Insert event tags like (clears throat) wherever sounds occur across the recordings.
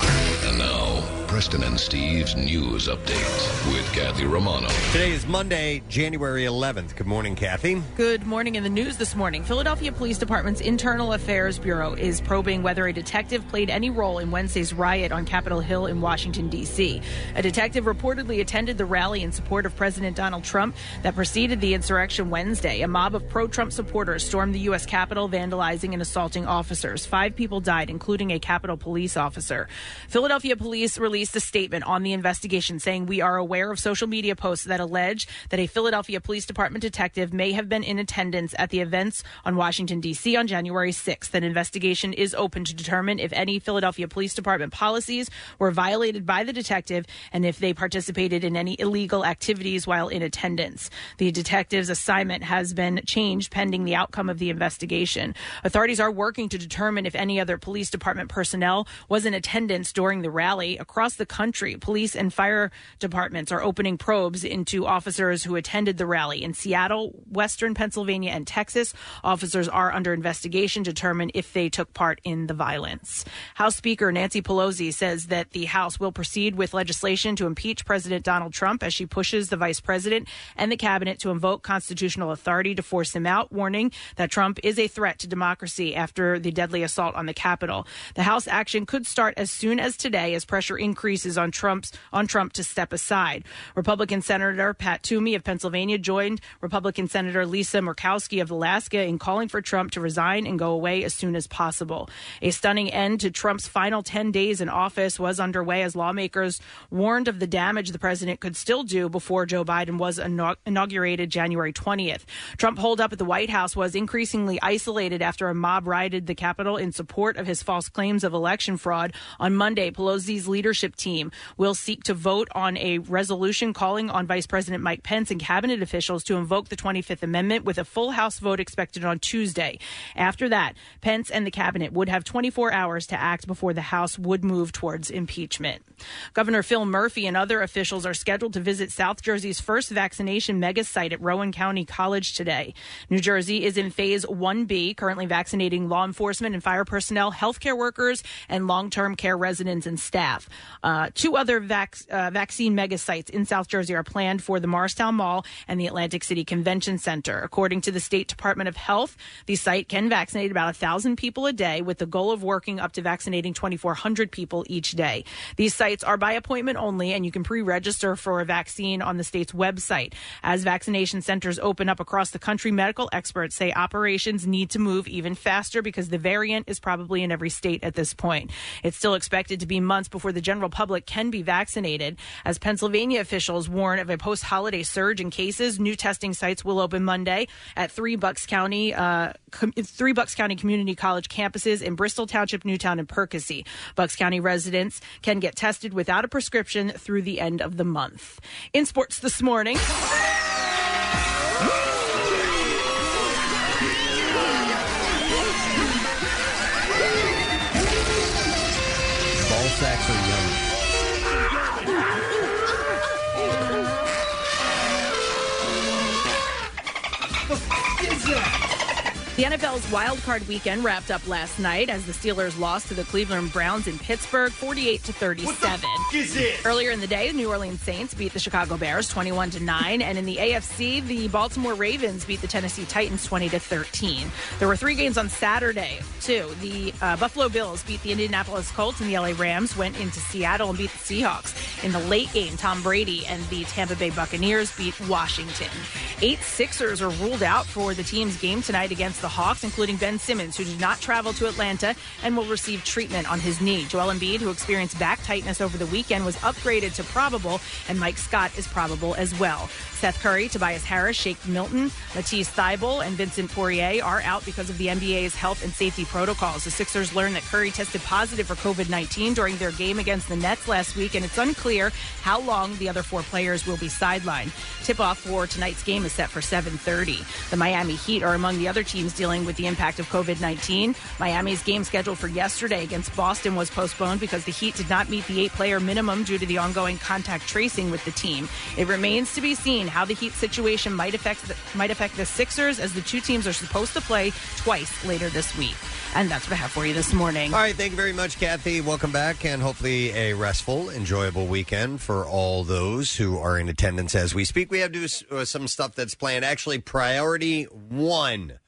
And now, Preston and Steve's news update with Kathy Romano. Today is Monday, January 11th. Good morning, Kathy. Good morning. In the news this morning, Philadelphia Police Department's Internal Affairs Bureau is probing whether a detective played any role in Wednesday's riot on Capitol Hill in Washington, D.C. A detective reportedly attended the rally in support of President Donald Trump that preceded the insurrection Wednesday. A mob of pro Trump supporters stormed the U.S. Capitol, vandalizing and assaulting officers. Five people died, including a Capitol police officer. Philadelphia police released a statement on the investigation saying, We are aware of social media posts that allege that a Philadelphia Police Department detective may have been in attendance at the events on Washington, D.C. on January 6th. An investigation is open to determine if any Philadelphia Police Department policies were violated by the detective and if they participated in any illegal activities while in attendance. The detective's assignment has been changed pending the outcome of the investigation. Authorities are working to determine if any other police department personnel was in attendance during the rally. Across the country, police and fire departments are opening probes into officers who attended the rally. In Seattle, Western Pennsylvania, and Texas, officers are under investigation to determine if they took part in the violence. House Speaker Nancy Pelosi says that the House will proceed with legislation to impeach President Donald Trump as she pushes the vice president and the cabinet to invoke constitutional authority to force him out, warning that Trump is a threat to democracy after the deadly assault on the Capitol. The House action could start as soon as today as pressure increases on Trump's on Trump to step aside. Republican Senator Pat Toomey of Pennsylvania joined Republican Senator Lisa Murkowski of Alaska in calling for Trump to resign and go away as soon as possible. A stunning end to Trump's final 10 days in office was underway as lawmakers warned of the damage the president could still do before Joe Biden was inaug- inaugurated January 20th. Trump holdup at the White House was increasingly isolated after a mob rioted the Capitol in support of his false claims of election fraud. On Monday, Pelosi's leadership team will seek to vote on a resolution calling on Vice President Mike Pence and cabinet officials to invoke the 25th Amendment with a full House vote expected on Tuesday. After that, Pence and the cabinet would have 24 hours to act before the House would move towards impeachment. Governor Phil Murphy and other officials are scheduled to visit South Jersey's first vaccination mega site at Rowan County College today. New Jersey is in phase 1B, currently vaccinating law enforcement and fire personnel, healthcare workers, and long term care residents and staff. Uh, two other vac- uh, vaccine mega sites in South Jersey are planned for the Morristown Mall and the Atlantic City Convention Center. According to the State Department of Health, the site can vaccinate about 1,000 people a day with the goal of working up to vaccinating 2,400 people each day. These sites are by appointment only, and you can pre register for a vaccine on the state's website. As vaccination centers open up across the country, medical experts say operations need to move even faster because the variant is probably in every state at this point. It's still expected to be months before the general public can be vaccinated. As Pennsylvania officials warn of a post holiday surge in cases, new testing sites will open Monday at three Bucks County. Uh, com- Three Bucks County Community College campuses in Bristol Township, Newtown, and Percy. Bucks County residents can get tested without a prescription through the end of the month. In sports this morning. Ball sacks are yummy. The NFL's wild card weekend wrapped up last night as the Steelers lost to the Cleveland Browns in Pittsburgh 48 to 37. Earlier in the day, the New Orleans Saints beat the Chicago Bears 21 to 9, and in the AFC, the Baltimore Ravens beat the Tennessee Titans 20 to 13. There were three games on Saturday, too. The uh, Buffalo Bills beat the Indianapolis Colts, and the LA Rams went into Seattle and beat the Seahawks. In the late game, Tom Brady and the Tampa Bay Buccaneers beat Washington. Eight Sixers are ruled out for the team's game tonight against the Hawks, including Ben Simmons, who did not travel to Atlanta and will receive treatment on his knee. Joel Embiid, who experienced back tightness over the weekend, was upgraded to probable, and Mike Scott is probable as well. Seth Curry, Tobias Harris, Shake Milton, Matisse Thybul, and Vincent Poirier are out because of the NBA's health and safety protocols. The Sixers learned that Curry tested positive for COVID 19 during their game against the Nets last week, and it's unclear how long the other four players will be sidelined. Tip off for tonight's game is set for 7:30. The Miami Heat are among the other teams dealing with the impact of COVID-19. Miami's game scheduled for yesterday against Boston was postponed because the Heat did not meet the eight-player minimum due to the ongoing contact tracing with the team. It remains to be seen how the Heat situation might affect the, might affect the Sixers as the two teams are supposed to play twice later this week. And that's what I have for you this morning. All right, thank you very much, Kathy. Welcome back, and hopefully a restful, enjoyable weekend for all those who are in attendance as we speak. We have to do s- uh, some stuff that's planned. Actually, priority one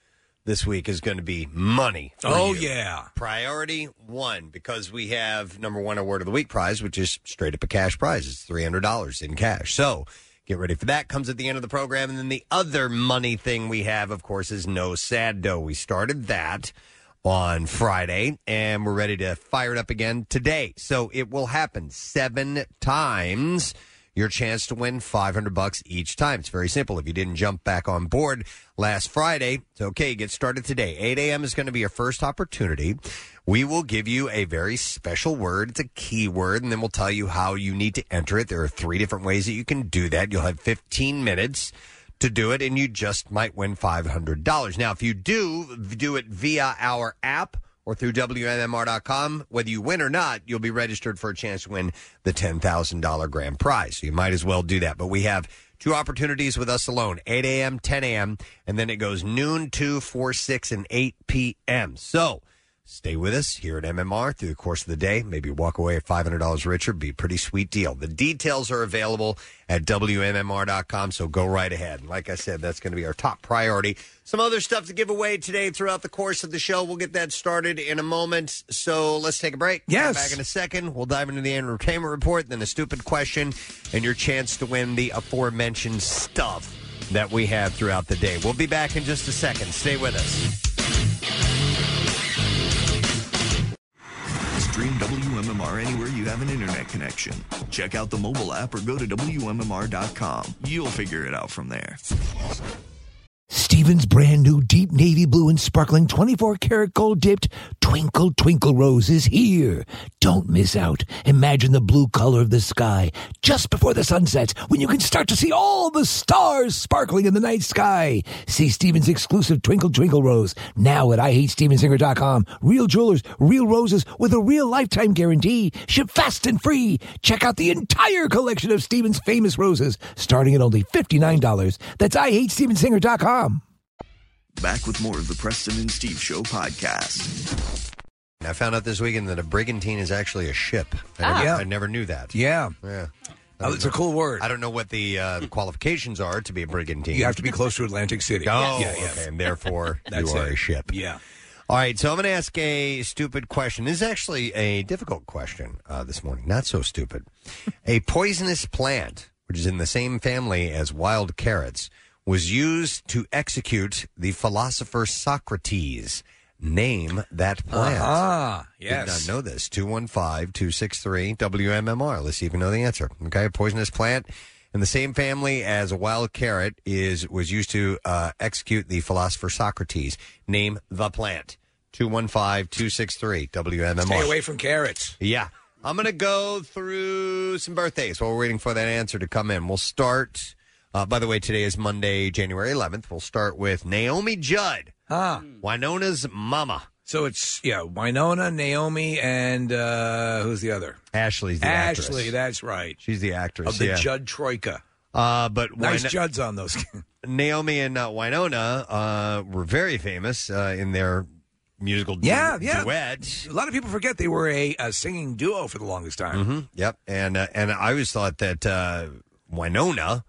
this week is going to be money. for Oh, you. yeah. priority one because we have number one award of the week prize, which is straight up a cash prize. It's three hundred dollars in cash. So. Get ready for that. Comes at the end of the program. And then the other money thing we have, of course, is no sad dough. We started that on Friday, and we're ready to fire it up again today. So it will happen seven times. Your chance to win 500 bucks each time. It's very simple. If you didn't jump back on board last Friday, it's okay. Get started today. 8 a.m. is going to be your first opportunity. We will give you a very special word. It's a keyword, and then we'll tell you how you need to enter it. There are three different ways that you can do that. You'll have 15 minutes to do it, and you just might win $500. Now, if you do do it via our app or through WMMR.com, whether you win or not, you'll be registered for a chance to win the $10,000 grand prize. So you might as well do that. But we have two opportunities with us alone 8 a.m., 10 a.m., and then it goes noon, 2, 4, 6, and 8 p.m. So. Stay with us here at MMR through the course of the day. Maybe walk away at $500 richer. Be a pretty sweet deal. The details are available at WMMR.com, so go right ahead. And like I said, that's going to be our top priority. Some other stuff to give away today throughout the course of the show. We'll get that started in a moment. So let's take a break. Yes. back in a second. We'll dive into the entertainment report, then a stupid question, and your chance to win the aforementioned stuff that we have throughout the day. We'll be back in just a second. Stay with us. Stream WMMR anywhere you have an internet connection. Check out the mobile app or go to WMMR.com. You'll figure it out from there. Steven's brand new deep navy blue and sparkling 24 karat gold dipped Twinkle Twinkle Rose is here. Don't miss out. Imagine the blue color of the sky just before the sun sets when you can start to see all the stars sparkling in the night sky. See Steven's exclusive Twinkle Twinkle Rose now at IHateStevensinger.com. Real jewelers, real roses with a real lifetime guarantee. Ship fast and free. Check out the entire collection of Steven's famous roses starting at only $59. That's IHateStevensinger.com. Back with more of the Preston and Steve Show podcast. And I found out this weekend that a brigantine is actually a ship. I, Ah. never, Yeah. I never knew that. Yeah. Yeah. Oh, it's a cool word. I don't know what the uh, qualifications are to be a brigantine. You have to be close to Atlantic City. Oh, Yeah, yeah. okay. And therefore, (laughs) That's you are it. a ship. Yeah. All right. So I'm going to ask a stupid question. This is actually a difficult question uh, this morning. Not so stupid. a poisonous plant, which is in the same family as wild carrots, was used to execute the philosopher Socrates. Name that plant. Ah, yes. Did not know this. 215 263 WMMR. Let's see if you know the answer. Okay. A poisonous plant in the same family as a wild carrot is was used to uh, execute the philosopher Socrates. Name the plant. 215 263 WMMR. Stay away from carrots. Yeah. I'm going to go through some birthdays while we're waiting for that answer to come in. We'll start, uh, by the way, today is Monday, January 11th. We'll start with Naomi Judd, Ah. Winona's mama. So it's, yeah, Winona, Naomi, and uh, who's the other? Ashley's the actress. Ashley, that's right. She's the actress. Of the yeah. Judd Troika. Uh, but Nice Wino- Judds on those. Naomi and uh, Winona uh, were very famous uh, in their musical du- yeah, yeah. duet. A lot of people forget they were a, a singing duo for the longest time. hmm Yep, and uh, and I always thought that uh, Winona,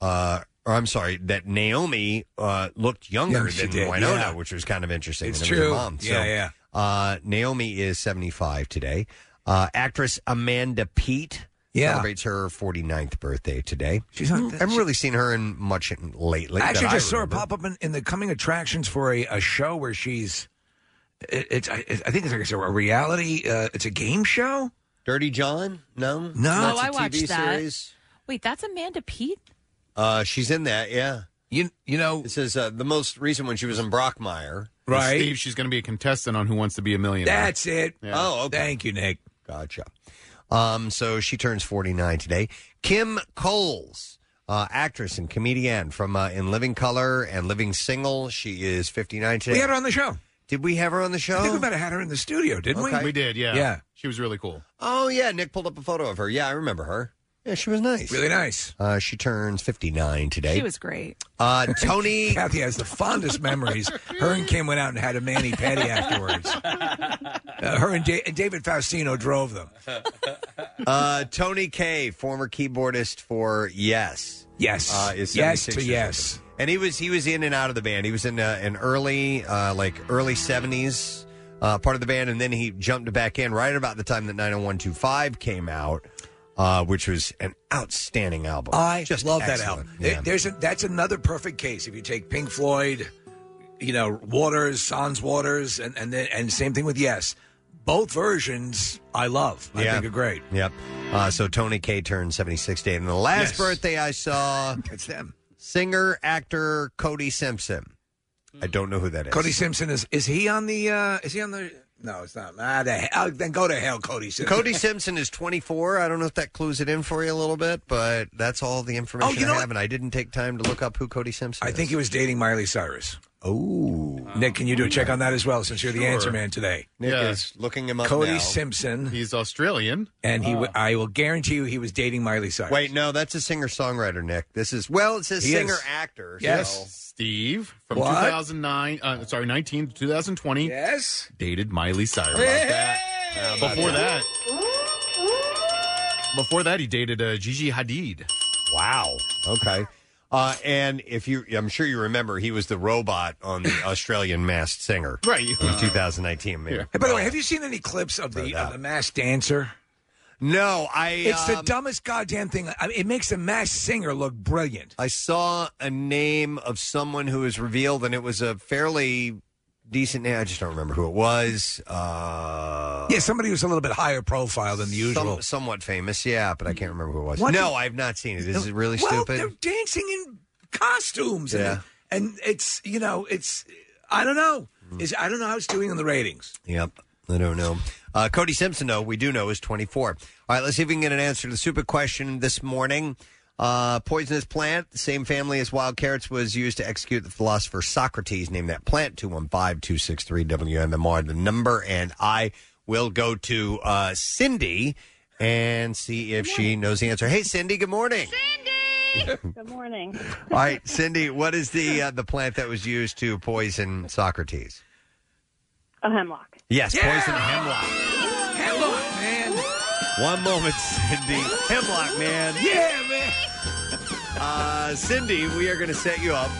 uh, or I'm sorry, that Naomi uh, looked younger Yeah, she than did, Winona, yeah. which was kind of interesting. It's when it was her true. mom. Yeah, yeah. Uh, Naomi is 75 today. Uh, actress Amanda Pete Yeah. celebrates her 49th birthday today. She's not- I haven't really seen her in much in- lately. I actually that I just saw her remember. pop up in, in the coming attractions for a, a show where she's. It, it's I, I think it's like it's a reality. Uh, it's a game show. Dirty John? No, no. That's oh, a I watched TV that. series. Wait, that's Amanda Pete. Uh, she's in that, yeah. You you know This is uh, the most recent one. She was in Brockmire. right? Steve, she's going to be a contestant on Who Wants to Be a Millionaire. That's it. Oh, okay. Thank you, Nick. Gotcha. Um, so she turns 49 today. Kim Coles uh, actress and comedian from uh, In Living Color and Living Single. She is 59 today. We had her on the show. Did we have her on the show? I think we might have had her in the studio, didn't we? We did, yeah. Yeah. She was really cool. Oh, yeah. Nick pulled up a photo of her. Yeah, I remember her. Yeah, she was nice. Really nice. Uh, she turns 59 today. She was great. Uh, Tony. (laughs) Kathy has the fondest memories. Her and Kim went out and had a Manny Patty afterwards. (laughs) (laughs) Uh, her and da- David Faustino drove them. Uh, Tony K, former keyboardist for Yes, Yes. uh, is Yes to 76 years yes. old. and he was he was in and out of the band. He was in uh, an early uh, like early seventies uh, part of the band, and then he jumped back in right about the time that nine hundred one two five came out, uh, which was an outstanding album. I Just love that excellent. album. Yeah. There- There's a, that's another perfect case. If you take Pink Floyd, you know Waters, Sans Waters, and and then, and same thing with Yes. Both versions I love. I Yeah. think are great. Yep. Uh, so Tony K turned 76 today. And the last Yes. birthday I (laughs) saw, It's them. singer, actor Cody Simpson. I don't know who that is. Cody Simpson is is he on the uh is he on the no it's not ah, the hell, then go to hell Cody Simpson Cody Simpson is 24. I don't know if that clues it in for you a little bit, but that's all the information Oh, you know I what? have, and I didn't take time to look up who Cody Simpson I is. think he was dating (laughs) Miley Cyrus Oh Nick can you do a check on that as well since you're the Sure. answer man today Nick Yeah. is looking him up Cody now. Ah. Simpson He's Australian. and he w- I will guarantee you he was dating Miley Cyrus Wait, no, that's a singer songwriter, Nick. This is, well, it says He is. singer actor. Yes. Steve from What? 2009, uh, sorry, 19 to 2020, yes dated Miley Cyrus. Hey! Before that, before that, he dated uh, Gigi Hadid. Wow. Okay. Uh, and if you, I'm sure you remember, he was the robot on the Australian Masked Singer, Right. In 2019, maybe. Hey, by the way, have you seen any clips of the, of the masked dancer? No, I. It's the um, dumbest goddamn thing. I mean, it makes the masked singer look brilliant. I saw a name of someone who was revealed, and it was a fairly decent name. I just don't remember who it was. Uh, yeah, somebody who's a little bit higher profile than the usual. some- somewhat famous, yeah, but I can't remember who it was. What no, the- I've not seen it. This is really well, stupid. They're dancing in costumes. And, Yeah. and it's, you know, it's, I don't know. Mm. Is I don't know how it's doing in the ratings. Yep. I don't know. Uh, Cody Simpson, though, we do know is 24. All right, let's see if we can get an answer to the stupid question this morning. Uh, poisonous plant, the same family as wild carrots, was used to execute the philosopher Socrates. Name that plant, 215 263 WMMR, the number. And I will go to uh, Cindy and see if she knows the answer. Hey, Cindy, good morning. Good morning. All right, Cindy, what is the uh, the plant that was used to poison Socrates? A Oh, hemlock. Yes, Yeah! poison hemlock. Hemlock, man. One moment, Cindy. Hemlock, man. Yeah, man. Uh, Cindy, we are going to set you up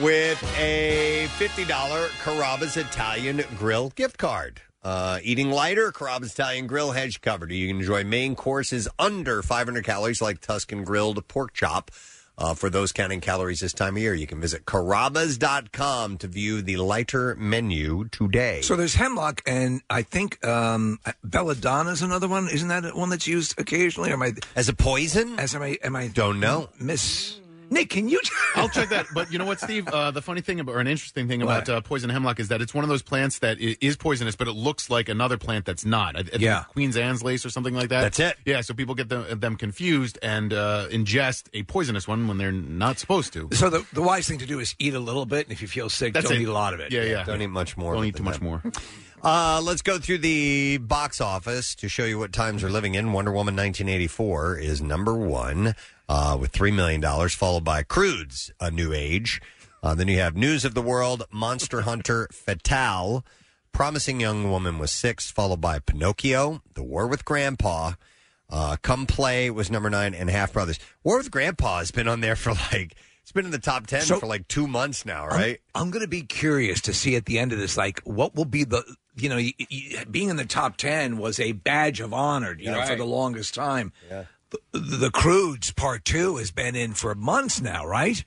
with a $50 Carrabba's Italian Grill gift card. Uh, eating lighter, Carrabba's Italian Grill has you covered. You can enjoy main courses under 500 calories, like Tuscan grilled pork chop. Uh, for those counting calories this time of year, you can visit Carrabba's.com to view the lighter menu today. So there's hemlock, and I think um, belladonna's another one. Isn't that one that's used occasionally? Or am I, As a poison? as am I, am I Don't know. Miss Nick, can you? I'll check that. But you know what, Steve? Uh, the funny thing, about, or an interesting thing What? about uh, poison hemlock is that it's one of those plants that i- is poisonous, but it looks like another plant that's not. I, I think Yeah. Queen's Anne's lace or something like that. That's it. Yeah, so people get them, them confused and uh, ingest a poisonous one when they're not supposed to. So the, the wise thing to do is eat a little bit, and if you feel sick, That's don't it. eat a lot of it. Yeah, yeah. Don't eat much more. Don't of it eat than too much that. more. Uh, let's go through the box office to show you what times we're living in. Wonder Woman 1984 is number one uh, with $3 million, followed by Crude's A New Age. Uh, then you have News of the World, Monster Hunter, Fatale, Promising Young Woman was six, followed by Pinocchio, The War with Grandpa, uh, Come Play was number nine, and Half Brothers. War with Grandpa has been on there for (laughs) like, it's been in the top 10 So- for like two months now, right? I'm, going to be curious to see at the end of this, like, what will be the, you know, y- y- being in the top 10 was a badge of honor, you know, for the longest time. Yeah. The, the Crudes Part 2 has been in for months now, right?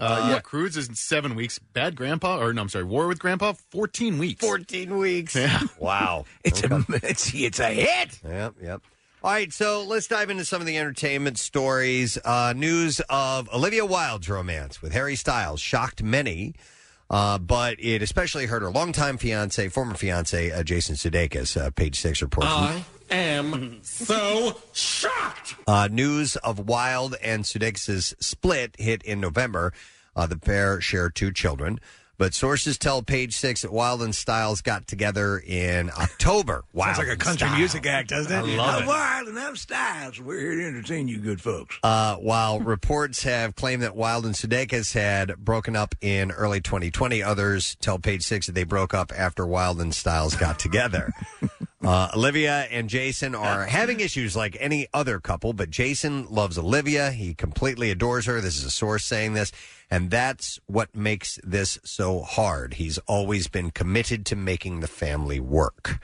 Uh, yeah, Crudes is seven weeks. Bad Grandpa, or no, I'm sorry, War with Grandpa, 14 weeks. (laughs) 14 (laughs) weeks. Wow. It's a it's, it's a hit. Yep, yep. All right, so let's dive into some of the entertainment stories. Uh, news of Olivia Wilde's romance with Harry Styles shocked many, uh, but it especially hurt her longtime fiance, former fiance uh, Jason Sudeikis. Uh, page six reports. I am so shocked. Uh, news of Wild and Sudeikis' split hit in November. Uh, the pair share two children, but sources tell Page Six that Wild and Styles got together in October. Wow, Sounds like a country music act, doesn't I it? love I'm it. wild and I'm styles. We're here to entertain you, good folks. Uh, while reports have claimed that Wild and Sudeikis had broken up in early 2020, others tell Page Six that they broke up after Wild and Styles got together. Uh, Olivia and Jason are having issues like any other couple, but Jason loves Olivia. He completely adores her. This is a source saying this. And that's what makes this so hard. He's always been committed to making the family work.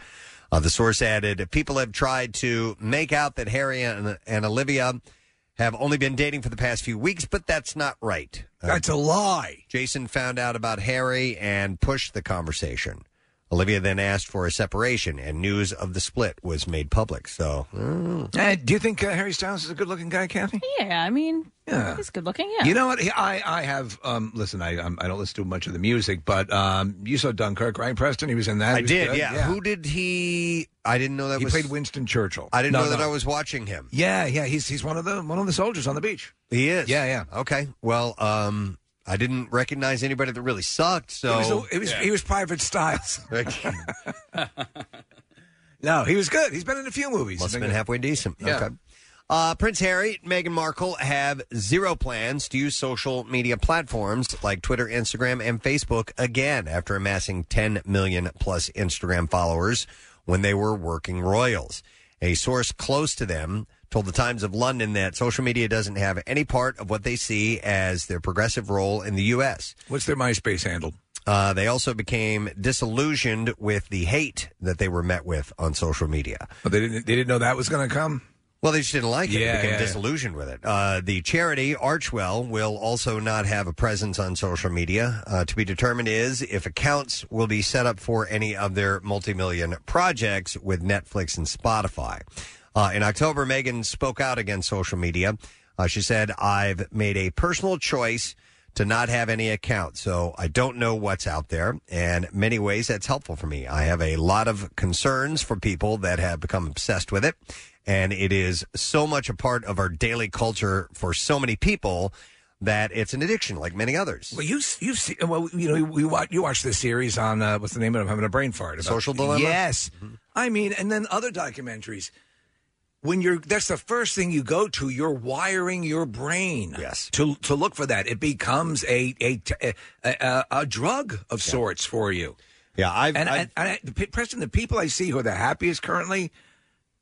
Uh, the source added People have tried to make out that Harry and, and Olivia have only been dating for the past few weeks, but that's not right. That's a lie. Jason found out about Harry and pushed the conversation. Olivia then asked for a separation, and news of the split was made public. So, mm. Uh, do you think uh, Harry Styles is a good-looking guy, Kathy? Yeah, I mean, Yeah. he's good looking. Yeah. You know what? I I have um, listen. I um, I don't listen to much of the music, but um, you saw Dunkirk, right, Preston? He was in that. I He was did, good. yeah. Who did he? I didn't know that he was- played Winston Churchill. I didn't No, know that no. I was watching him. Yeah, yeah. He's he's one of the one of the soldiers on the beach. He is. Yeah, yeah. Okay. Well, um, I didn't recognize anybody that really sucked. So He was, the- he was, he was (laughs) Private Styles. (laughs) no, he was good. He's been in a few movies. Must have He's been halfway decent. Yeah. Okay. Uh, Prince Harry, Meghan Markle have zero plans to use social media platforms like Twitter, Instagram, and Facebook again after amassing 10 million plus Instagram followers when they were working royals. A source close to them told the Times of London that social media doesn't have any part of what they see as their progressive role in the U.S. What's their MySpace handle? Uh, they also became disillusioned with the hate that they were met with on social media. But they didn't they didn't know that was going to come. Well, they just didn't like it. They Yeah, became yeah, yeah. disillusioned with it. Uh, the charity Archwell will also not have a presence on social media. Uh, to be determined is if accounts will be set up for any of their multi-million projects with Netflix and Spotify. Uh, in October, Megan spoke out against social media. Uh, she said, "I've made a personal choice." to not have any account. So I don't know what's out there. And many ways that's helpful for me. I have a lot of concerns for people that have become obsessed with it. And it is so much a part of our daily culture for so many people that it's an addiction like many others. Well, you you see, well, you know, we watch, you watch this series on uh, what's the name of it? I'm having a brain fart. About, Social Dilemma? Mm-hmm. Yes, I mean, and then other documentaries. When you're, that's the first thing you go to. You're wiring your brain. Yes. To to look for that, it becomes a a a, a, a drug of sorts for you. Yeah, I've and, and, and I, the pe- Preston, the people I see who are the happiest currently,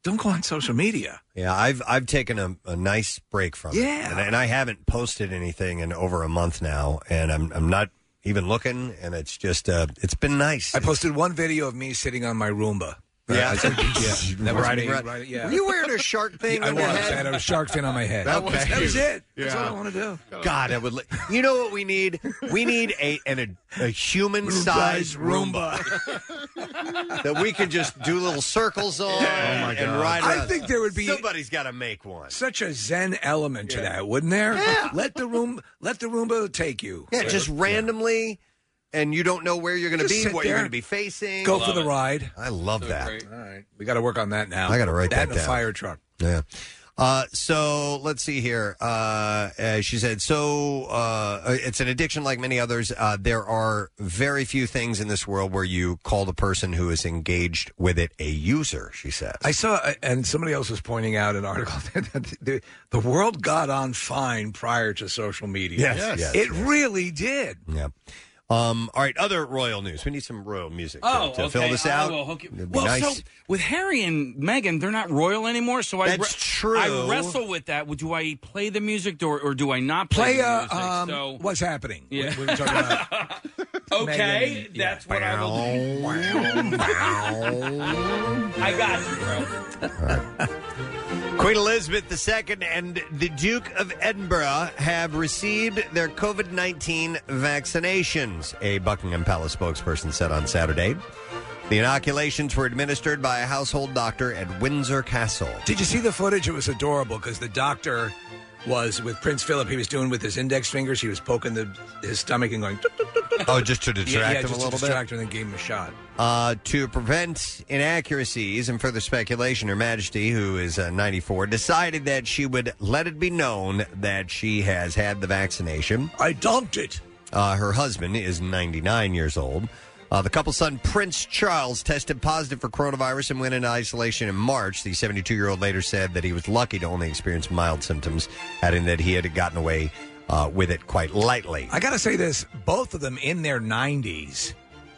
don't go on social media. Yeah, I've I've taken a, Um, a nice break from it. Yeah. And, and I haven't posted anything in over a month now and I'm I'm not even looking and it's just uh it's been nice. I posted one video of me sitting on my Roomba. Yeah. (laughs) I said- yeah. That was Riding me, around. right, yeah. Were you wearing a shark thing I on your was. head? I had a shark fin on my head. That was that was cute. it. That's what I Yeah. want to do. God, I would. Li- you know what we need? We need a an, a, a human sized Roomba that we can just do little (laughs) circles on and ride. I around. think there would be- somebody's got to make one. Such a zen element to that, wouldn't there? Let the room, let the Roomba take you. Yeah, just randomly, and you don't know where you're going to Just be, sit what you're there. going to be facing. Go for the ride. I love that. All right, we got to work on that now. I gotta write that and a down. fire truck. Yeah. Uh, so let's see here. Uh, uh, she said, so uh, it's an addiction like many others. Uh, there are very few things in this world where you call the person who is engaged with it a user, she says. I saw, and somebody else was pointing out an article (laughs) that the, the world got on fine prior to social media. Yes, Yes. yes, it really did. yeah. Um, all right, other royal news. We need some royal music to- Oh, to, fill okay. this I out. will hook you- It'd be Well, nice. so with Harry and Meghan, they're not royal anymore. So I That's true. I wrestle with that. Well, Do I play the music or, or do I not play, Play the uh, music? um, so what's happening? Yeah. We- we were talking about- (laughs) okay, Meghan, that's what I will. do. I got you, bro. (laughs) Queen Elizabeth II and the (laughs) Duke of Edinburgh have received their COVID 19 vaccinations, a Buckingham Palace spokesperson said on Saturday. The inoculations were administered by a household doctor at Windsor (laughs) Castle. Did you see the footage? It was adorable because the doctor was with Prince Philip. He was doing with his index fingers. He was poking the, his stomach and going. "Tut, tut, tut, Oh, just to distract yeah, yeah, him just a little to bit. distract him and then gave him a shot. Uh, to prevent inaccuracies and further speculation, Her Majesty, who is uh, 94, decided that she would let it be known that she has had the vaccination. I dumped it. Uh, her husband is 99 years old. Uh, the couple's son, Prince Charles, tested positive for coronavirus and went into isolation in March. The 72 year old later said that he was lucky to only experience mild symptoms, adding that he had gotten away uh, with it quite lightly. I gotta say this: both of them in their nineties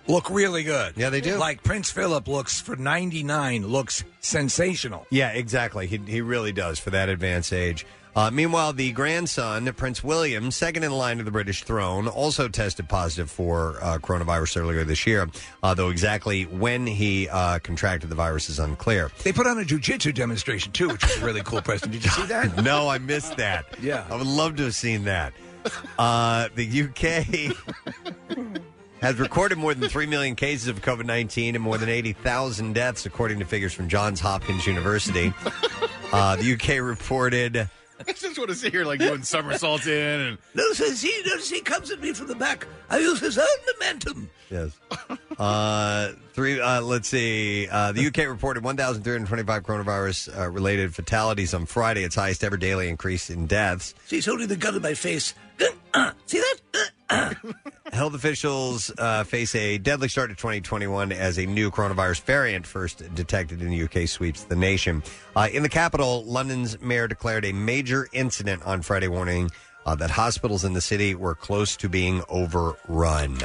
look really good. Yeah, they do. Like Prince Philip looks for ninety nine looks sensational. Yeah, exactly. He, he really does for that advanced age. Uh, meanwhile, the grandson, Prince William, second in line to the British throne, also tested positive for uh, coronavirus earlier this year, uh, though exactly when he uh, contracted the virus is unclear. They put on a jujitsu demonstration too, which was really cool. Preston, did you see that? (laughs) No, I missed that. Yeah. I would love to have seen that. Uh, the UK has recorded more than 3 million cases of COVID 19 and more than 80,000 deaths, according to figures from Johns Hopkins University. Uh, the UK reported. I just want to sit here like doing somersaults in and No, says he. Notice he comes at me from the back. I use his own momentum. Yes. (laughs) Uh, three. Uh, let's see. Uh, the UK reported 1,325 coronavirus uh, related fatalities on Friday, its highest ever daily increase in deaths. She's holding the gun in my face. Uh, See that? Uh, (laughs) Health officials uh, face a deadly start to 2021 as a new coronavirus variant, first detected in the UK, sweeps the nation. Uh, in the capital, London's mayor declared a major incident on Friday morning uh, that hospitals in the city were close to being overrun.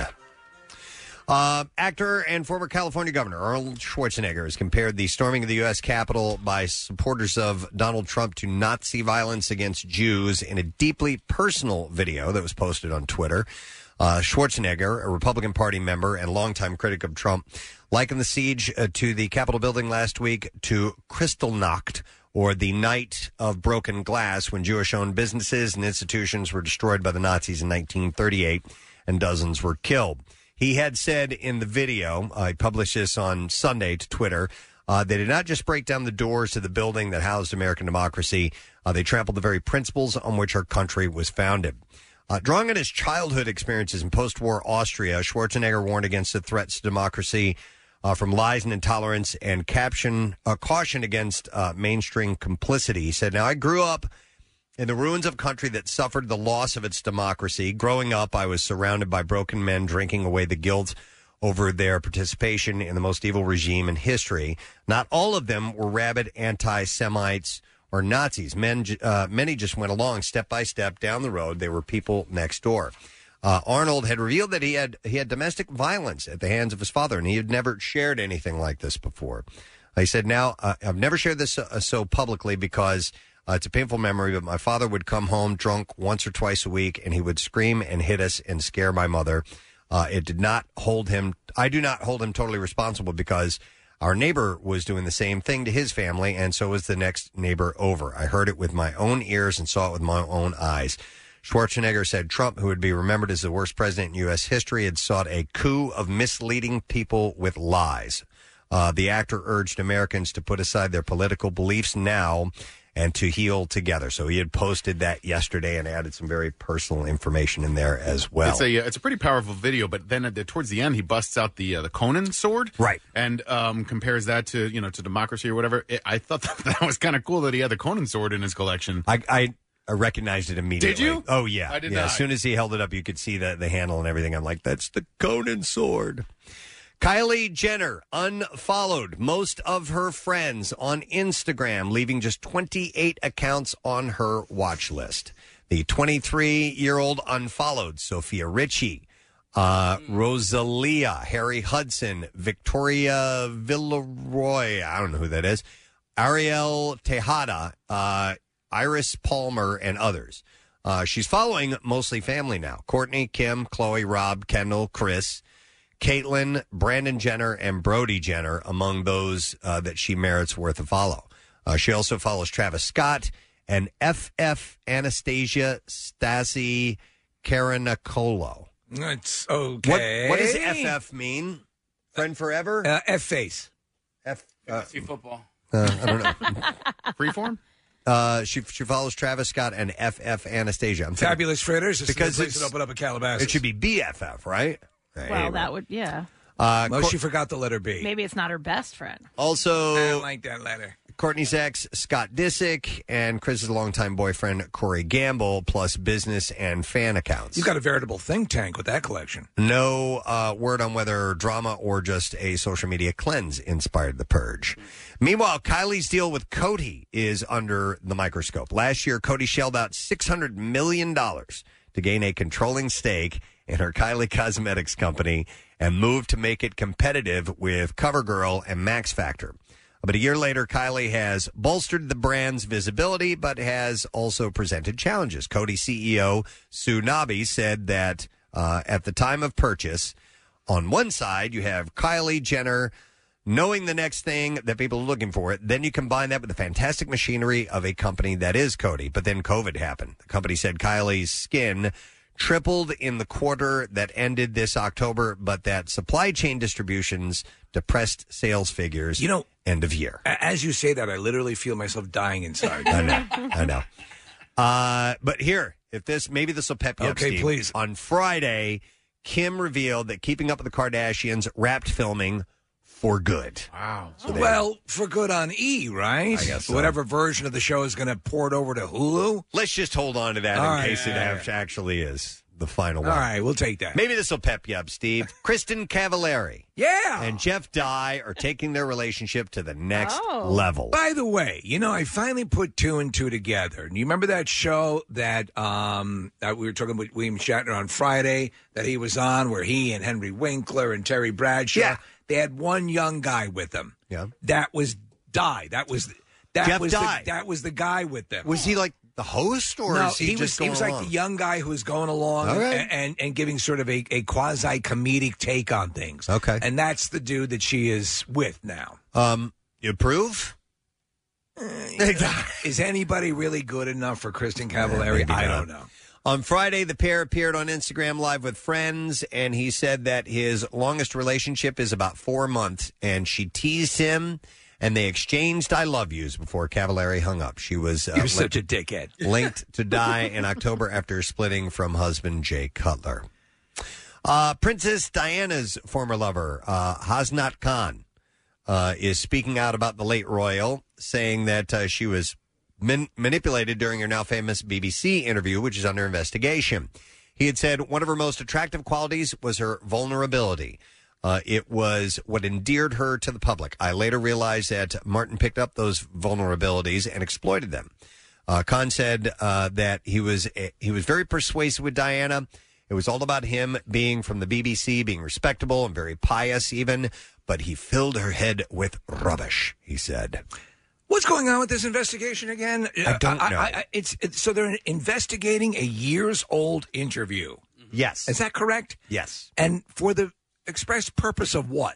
Uh, actor and former California Governor Arnold Schwarzenegger has compared the storming of the U.S. Capitol by supporters of Donald Trump to Nazi violence against Jews in a deeply personal video that was posted on Twitter. Uh, Schwarzenegger, a Republican Party member and longtime critic of Trump, likened the siege uh, to the Capitol building last week to Kristallnacht, or the night of broken glass when Jewish owned businesses and institutions were destroyed by the Nazis in 1938 and dozens were killed. He had said in the video, I published this on Sunday to Twitter, uh, they did not just break down the doors to the building that housed American democracy, uh, they trampled the very principles on which our country was founded. Uh, drawing on his childhood experiences in post war Austria, Schwarzenegger warned against the threats to democracy uh, from lies and intolerance and caption, uh, caution against uh, mainstream complicity. He said, Now, I grew up in the ruins of a country that suffered the loss of its democracy. Growing up, I was surrounded by broken men drinking away the guilt over their participation in the most evil regime in history. Not all of them were rabid anti Semites or Nazis. Men, ju- uh, many just went along step by step down the road. They were people next door. Uh, Arnold had revealed that he had he had domestic violence at the hands of his father, and he had never shared anything like this before. I said, "Now uh, I've never shared this uh, so publicly because uh, it's a painful memory. But my father would come home drunk once or twice a week, and he would scream and hit us and scare my mother. Uh, it did not hold him. I do not hold him totally responsible because our neighbor was doing the same thing to his family, and so was the next neighbor over. I heard it with my own ears and saw it with my own eyes." Schwarzenegger said Trump, who would be remembered as the worst president in U.S. history, had sought a coup of misleading people with lies. Uh, the actor urged Americans to put aside their political beliefs now and to heal together. So he had posted that yesterday and added some very personal information in there as well. It's a uh, it's a pretty powerful video, but then at the, towards the end, he busts out the uh, the Conan sword, right, and um, compares that to you know to democracy or whatever. It, I thought (laughs) that, was kind of cool that he had the Conan sword in his collection. I, I I recognized it immediately. you? Oh yeah. I did yeah, not. As soon as he held it up, you could see the the handle and everything. I'm like, that's the Conan sword. Kylie Jenner unfollowed most of her friends on Instagram, leaving just 28 accounts on her watch list. The 23 year old unfollowed Sophia Ritchie, uh, Rosalia, Harry Hudson, Victoria Villaroy, I don't know who that is, Ariel Tejada, uh, Iris Palmer, and others. Uh, she's following mostly family now Courtney, Kim, Chloe, Rob, Kendall, Chris, Caitlyn, Brandon Jenner, and Brody Jenner among those uh, that she merits worth a follow. Uh, she also follows Travis Scott and FF Anastasia Stasi Karanacolo. It's oh, okay. What, what does FF mean? Friend forever? Uh, F face. F. Uh, See football. (laughs) uh, I don't know. Freeform. Uh, she she follows Travis Scott and FF Anastasia. I'm thinking- Fabulous Fritters. Because Because it's it's- open up a Calabasas. it should be BFF, right? Right. Well, that would yeah. Uh, Well, Cor- she forgot the letter B. Maybe it's not her best friend. Also, I don't like that letter. Courtney's ex, Scott Disick, and Chris's longtime boyfriend, Corey Gamble, plus business and fan accounts. You've got a veritable think tank with that collection. No uh, word on whether drama or just a social media cleanse inspired the purge. Meanwhile, Kylie's deal with Cody is under the microscope. Last year, Cody shelled out $600 million to gain a controlling stake in her Kylie Cosmetics company and moved to make it competitive with CoverGirl and Max Factor. But a year later, Kylie has bolstered the brand's visibility, but has also presented challenges. Cody CEO Sue Nabi said that uh, at the time of purchase, on one side, you have Kylie Jenner knowing the next thing that people are looking for. Then you combine that with the fantastic machinery of a company that is Cody. But then COVID happened. The company said Kylie's skin tripled in the quarter that ended this October, but that supply chain distributions depressed sales figures. You know, end of year. A- As you say that, I literally feel myself dying (laughs) inside. I know. I know. Uh, but here, if this maybe this will pep you up. Okay, Steve. please. On Friday, Kim revealed that Keeping Up with the Kardashians wrapped filming for good. Wow. So they- well, for good on E, right? I guess so. Whatever version of the show is going to port over to Hulu. Let's just hold on to that All in right. case it Yeah, act- actually is the final All one. right, we'll take that. Maybe this will pep you up, (laughs) Steve. Kristen Cavallari. Yeah. And Jeff Dye are taking their relationship to the next Oh. level. By the way, you know, I finally put two and two together. And you remember that show that um that we were talking with William Shatner on Friday that he was on, where he and Henry Winkler and Terry Bradshaw they had one young guy with them. Yeah. That was Die. That was that Jeff was Dye. The, that was the guy with them. Was he like the host or no, is he, just was, going he was along? like the young guy who was going along All right. and, and and giving sort of a, a quasi comedic take on things. Okay. And that's the dude that she is with now. Uh, Um, you approve? Is anybody really good enough for Kristen Cavallari? Uh, maybe I not. don't know. On Friday, the pair appeared on Instagram Live with friends, and he said that his longest relationship is about four months, and she teased him, and they exchanged I love yous before Cavallari hung up. She was uh, You're such a dickhead. (laughs) linked to die in October after splitting from husband Jay Cutler. Uh, Princess Diana's former lover, uh, Hasnat Khan, uh, is speaking out about the late royal, saying that uh, she was man- manipulated during her now famous BBC interview, which is under investigation. He had said one of her most attractive qualities was her vulnerability. Uh, it was what endeared her to the public. I later realized that Martin picked up those vulnerabilities and exploited them. Uh, Khan said uh, that he was he was very persuasive with Diana. It was all about him being from the BBC, being respectable and very pious, even. But he filled her head with rubbish. He said, What's going on with this investigation again? Uh, I don't know. it's, it's so they're investigating a years old interview. "Yes, Is that correct? yes." And for the express purpose of what?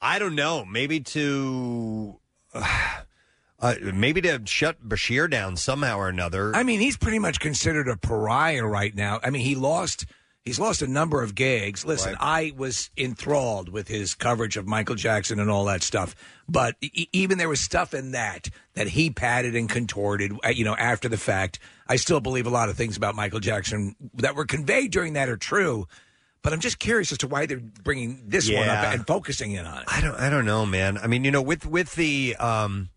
I don't know. Maybe to (sighs) uh, maybe to shut Bashir down somehow or another. I mean, he's pretty much considered a pariah right now. I mean, he lost he's lost a number of gigs. Listen, I was enthralled with his coverage of Michael Jackson and all that stuff, but e- even there was stuff in that that he padded and contorted, uh, you know, after the fact. I still believe a lot of things about Michael Jackson that were conveyed during that are true, but I'm just curious as to why they're bringing this one Yeah. up and focusing in on it. I don't I don't know, man. I mean, you know, with with the um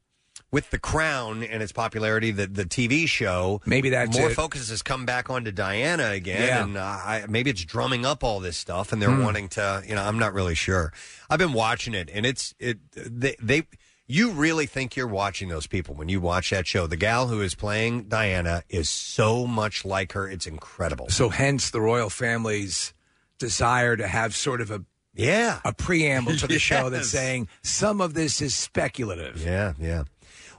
with the crown and its popularity, the the TV show, Maybe that's more it. focus has come back onto Diana again, Yeah. and uh, I, maybe it's drumming up all this stuff, and they're Hmm. wanting to. You know, I'm not really sure. I've been watching it, and it's it they. they you really think you're watching those people when you watch that show. The gal who is playing Diana is so much like her; it's incredible. So hence the royal family's desire to have sort of a yeah a preamble to (laughs) the show that's Yes. saying some of this is speculative. Yeah, yeah.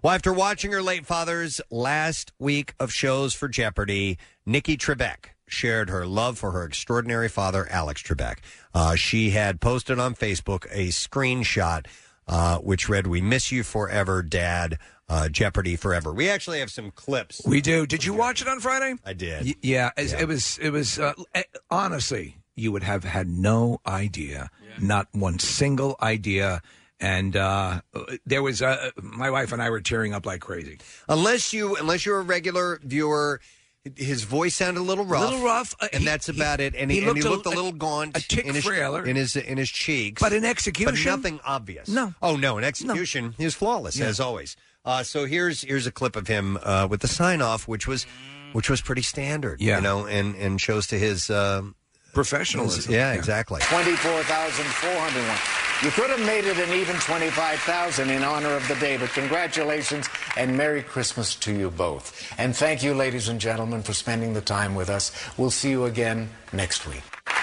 Well, after watching her late father's last week of shows for Jeopardy, Nikki Trebek shared her love for her extraordinary father, Alex Trebek. Uh, she had posted on Facebook a screenshot uh, which read, We miss you forever, Dad. Uh, Jeopardy forever. We actually have some clips. We do. Did you watch it on Friday? I did. Y- yeah, it's- it was. It was uh, eh, honestly, you would have had no idea, not one single idea And uh, there was uh, my wife and I were tearing up like crazy. Unless you, unless you're a regular viewer, his voice sounded a little rough, Little rough, uh, and he- that's he- about it. And he he, and he looked a- looked a, little gaunt, a tick in his, frailer. in his in his cheeks, But in execution- but nothing obvious. No. oh no, in execution, he was flawless Yeah. as always. Uh, so here's here's a clip of him uh, with the sign off, which was which was pretty standard, Yeah. you know, and and shows to his um professionalism. his- yeah, exactly. 24,401. You could have made it an even 25,000 in honor of the day, but congratulations and Merry Christmas to you both. And thank you, ladies and gentlemen, for spending the time with us. We'll see you again next week. So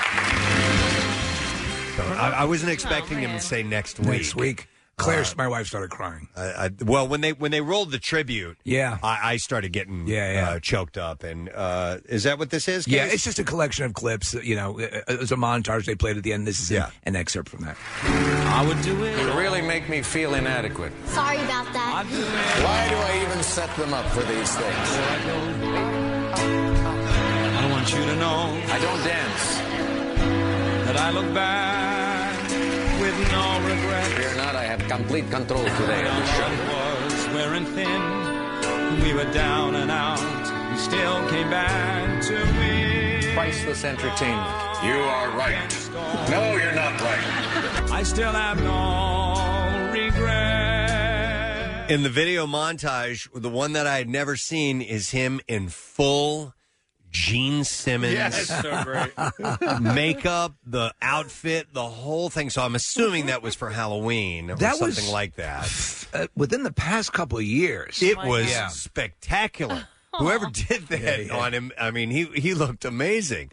I, I wasn't expecting him to say next week. Uh, Next week, Claire, my wife started crying. I, I, well, when they when they rolled the tribute, Yeah. I, I started getting Yeah, yeah. Uh, choked up. And uh, is that what this is? Yeah, Case? it's just a collection of clips. You know, eh, it was a montage they played at the end. This is an- an excerpt from that. I would do it. You really make me feel inadequate. Sorry about that. Why do I even set them up for these things? I don't want you to know I don't dance. that I look back with no regret. Fear not, I have complete control today When of the our show. love was wearing thin. We were down and out. You still came back to me. Priceless entertainment. You are right. No, you're not right. I still have no regret. in the video montage, the one that I had never seen is him in full Gene Simmons Yes. So (laughs) (laughs) great. makeup, the outfit, the whole thing. So I'm assuming that was for Halloween or That something was- like that. Uh, within the past couple of years, It was spectacular. Whoever did that Yeah, yeah. on him, I mean, he he looked amazing.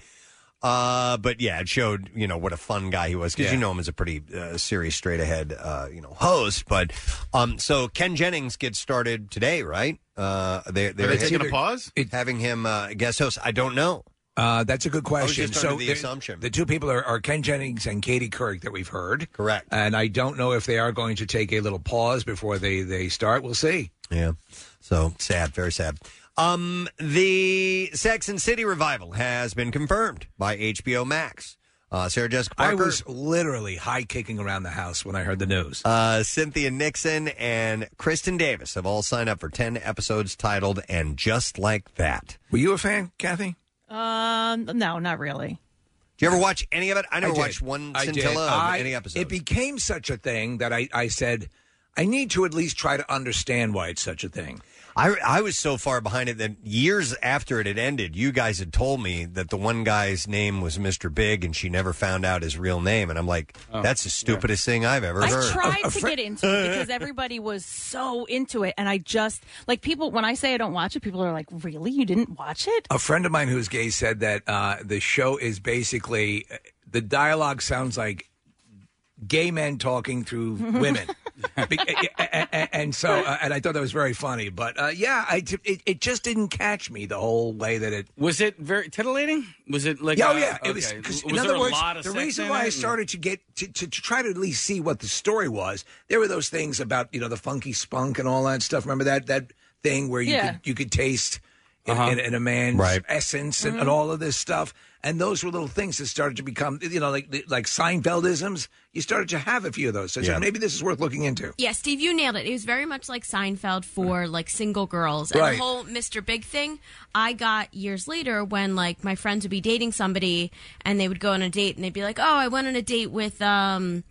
Uh, but yeah, it showed you know what a fun guy he was because you know him as a pretty uh, serious, straight ahead uh, you know host. But um, so Ken Jennings gets started today, right? Uh, they they're they taking a pause? having him uh, guest host. I don't know. Uh, that's a good I was question. just under the there- assumption. the two people are, are Ken Jennings and Katie Couric that we've heard. Correct. And I don't know if they are going to take a little pause before they they start. We'll see. Yeah. So sad, very sad. Um, the Sex and City revival has been confirmed by HBO Max. Uh, Sarah Jessica Parker. I was literally high kicking around the house when I heard the news. Uh, Cynthia Nixon and Kristen Davis have all signed up for 10 episodes titled And Just Like That. Were you a fan, Kathy? Um, no, not really. Do you ever watch any of it? I never did. watched one I did. scintilla of I- any episode. It became such a thing that I, I said, I need to at least try to understand why it's such a thing. I, I was so far behind it that years after it had ended, you guys had told me that the one guy's name was Mr. Big and she never found out his real name. And I'm like, Oh, that's the stupidest thing I've ever heard. I tried to get into it (laughs) because everybody was so into it, and I just like people. When I say I don't watch it, people are like, "Really? You didn't watch it?" A friend of mine who's gay said that uh, the show is basically the dialogue sounds like gay men talking through women. Be- a- a- a- and so, uh, and I thought that was very funny. But uh, yeah, I t it, it just didn't catch me the whole way that it. Was (laughs) it very titillating? Was it like? Yeah, oh uh, yeah, it was. okay. 'cause Was in there other a words, lot of the sex reason in why it? I started to get to, to, to try to at least see what the story was, there were those things about you know the funky spunk and all that stuff. Remember that that thing where you Yeah. could you could taste in, Uh-huh. in, in a man's Right. essence and, Mhm. and all of this stuff. And those were little things that started to become you know like like Seinfeldisms. You started to have a few of those. So I said, Yeah. maybe this is worth looking into. Yeah, Steve, you nailed it. It was very much like Seinfeld for like single girls and Uh-huh. Right. the whole Mr. Big thing. I got years later when like my friends would be dating somebody and they would go on a date and they'd be like, "Oh, I went on a date with um,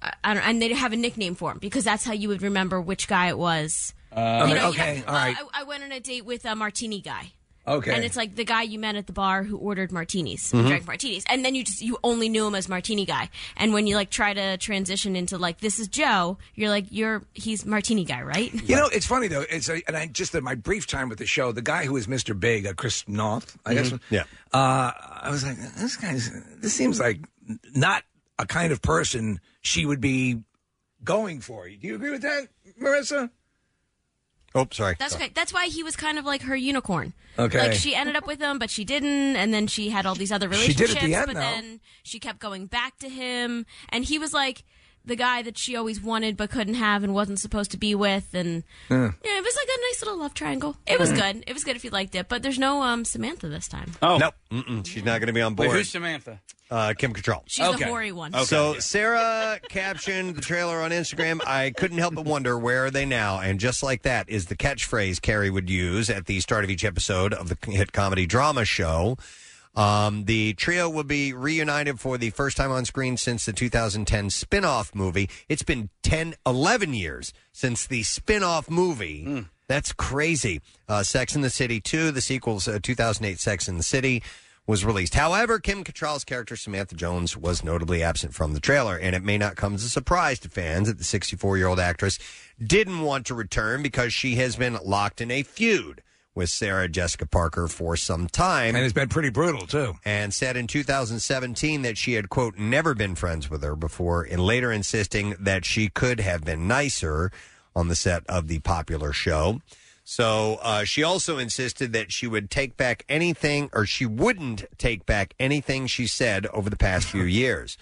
I I don't," and they'd have a nickname for him because that's how you would remember which guy it was. Uh, You know, okay, you- all right. "Oh, I, I went on a date with a martini guy. Okay. And it's like the guy you met at the bar who ordered martinis, who Mhm. drank martinis, and then you just you only knew him as martini guy. And when you like try to transition into like this is Joe, you're like you're he's martini guy, right? You know, it's funny though. It's a, and I just in my brief time with the show, the guy who was Mr. Big, uh, Chris North, I Mm-hmm. guess. Mhm. Yeah. Uh, I was like, this guy's. This seems like not a kind of person she would be going for. Do you agree with that, Marissa? Oh, sorry. That's okay. That's why he was kind of like her unicorn. Okay. Like she ended up with him, but she didn't, and then she had all these other She relationships. did at the end, but though. then she kept going back to him, and he was like, the guy that she always wanted but couldn't have and wasn't supposed to be with, and Yeah. yeah, it was like a nice little love triangle. It was Mm-hmm. Mm. good. It was good if you liked it, but there's no um, Samantha this time. Oh no, Mm-mm. she's not going to be on Wait, board. who's Samantha? uh, Kim Cattrall. She's the Okay. hoary one. Okay. So Sarah captioned the trailer on Instagram. I couldn't help but wonder where are they now? And just like that is the catchphrase Carrie would use at the start of each episode of the hit comedy drama show. Um, the trio will be reunited for the first time on screen since the 2010 spin-off movie. It's been 10, 11 years since the spin-off movie. Hmm. That's crazy. Uh, Sex in the City 2, the sequel's uh, 2008 Sex in the City was released. However, Kim Cattrall's character Samantha Jones was notably absent from the trailer, and it may not come as a surprise to fans that the 64-year-old actress didn't want to return because she has been locked in a feud with Sarah Jessica Parker for some time. And it's been pretty brutal, too. And said in 2017 that she had, quote, never been friends with her before, and later insisting that she could have been nicer on the set of the popular show. So uh, she also insisted that she would take back anything, or she wouldn't take back anything she said over the past (laughs) few years.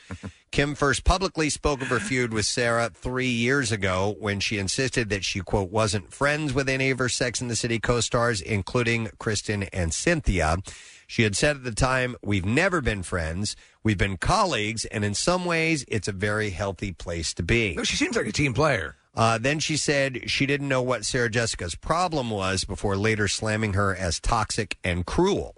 Kim first publicly spoke of her feud with Sarah three years ago when she insisted that she, quote, wasn't friends with any of her Sex in the City co stars, including Kristen and Cynthia. She had said at the time, We've never been friends. We've been colleagues. And in some ways, it's a very healthy place to be. No, she seems like a team player. Uh, then she said she didn't know what Sarah Jessica's problem was before later slamming her as toxic and cruel.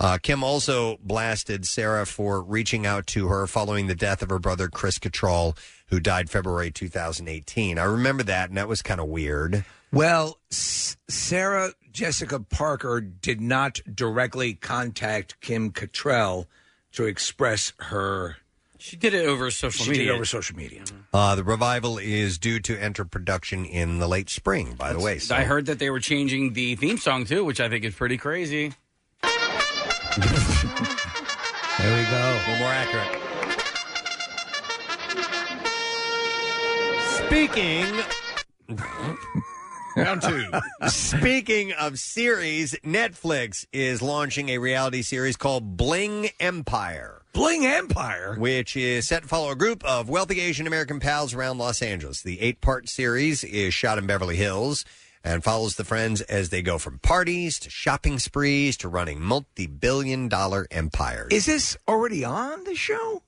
Uh, Kim also blasted Sarah for reaching out to her following the death of her brother Chris Cattrall, who died February 2018. I remember that, and that was kind of weird. Well, S- Sarah Jessica Parker did not directly contact Kim Cattrall to express her. She did it over social she media. did it over social media. Uh, the revival is due to enter production in the late spring. By the way, so- I heard that they were changing the theme song too, which I think is pretty crazy. there we go. A little more accurate. Speaking. Round two. Speaking of series, Netflix is launching a reality series called Bling Empire. Bling Empire? Which is set to follow a group of wealthy Asian American pals around Los Angeles. The eight part series is shot in Beverly Hills and follows the friends as they go from parties to shopping sprees to running multi billion dollar empires. Is this already on the show?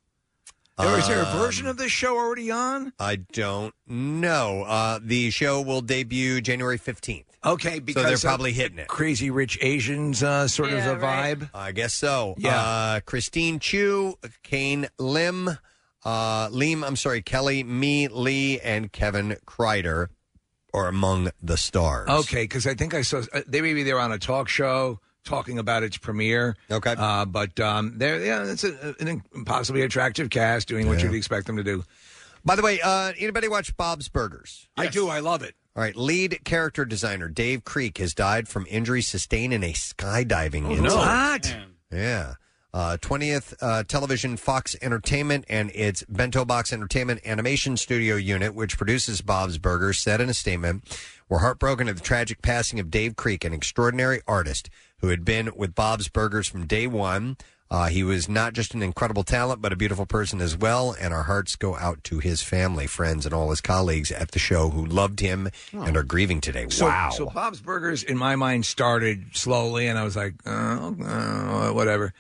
Or is there a Um, version of this show already on? I don't know. Uh, the show will debut January 15th. Okay, because so they're of probably hitting it. Crazy Rich Asians, uh, sort Yeah, of a right. vibe. I guess so. Yeah. Uh, Christine Chu, Kane Lim, uh, Lim, I'm sorry, Kelly, Me Lee, and Kevin Kreider are among the stars. Okay, because I think I saw uh, they maybe they're on a talk show talking about its premiere. Okay, uh, but um, they're yeah, it's a, an impossibly attractive cast doing what you'd expect them to do. By the way, uh, anybody watch Bob's Burgers? I do. I love it. All right, lead character designer Dave Creek has died from injury sustained in a skydiving Oh, incident. no. What? Yeah. Uh, 20th uh, Television Fox Entertainment and its Bento Box Entertainment Animation Studio unit, which produces Bob's Burgers, said in a statement We're heartbroken at the tragic passing of Dave Creek, an extraordinary artist who had been with Bob's Burgers from day one. Uh, he was not just an incredible talent, but a beautiful person as well. And our hearts go out to his family, friends, and all his colleagues at the show who loved him and are grieving today. So, wow. So Bob's Burgers in my mind started slowly, and I was like, uh, uh, whatever.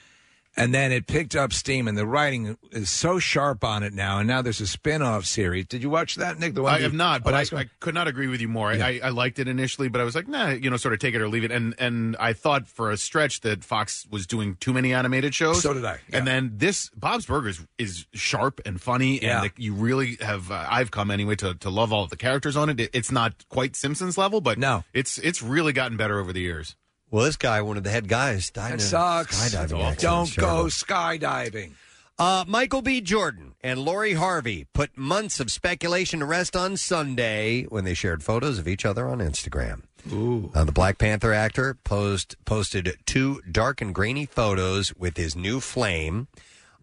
And then it picked up steam, and the writing is so sharp on it now. And now there's a spin-off series. Did you watch that, Nick? The one I you- have not, Oh, but I, that's- I could not agree with you more. I Yeah. I, I liked it initially, but I was like, nah, you know, sort of take it or leave it. And and I thought for a stretch that Fox was doing too many animated shows. So did I, And then this Bob's Burgers is sharp and funny, Yeah. and like, you really have. Uh, I've come anyway to to love all of the characters on it. it. It's not quite Simpsons level, but no, it's it's really gotten better over the years. Well, this guy, one of the head guys, died. that in a sucks. skydiving accident. Don't go Terrible. skydiving. Uh, Michael B. Jordan and Lori Harvey put months of speculation to rest on Sunday when they shared photos of each other on Instagram. Ooh. Uh, the Black Panther actor posed, posted two dark and grainy photos with his new flame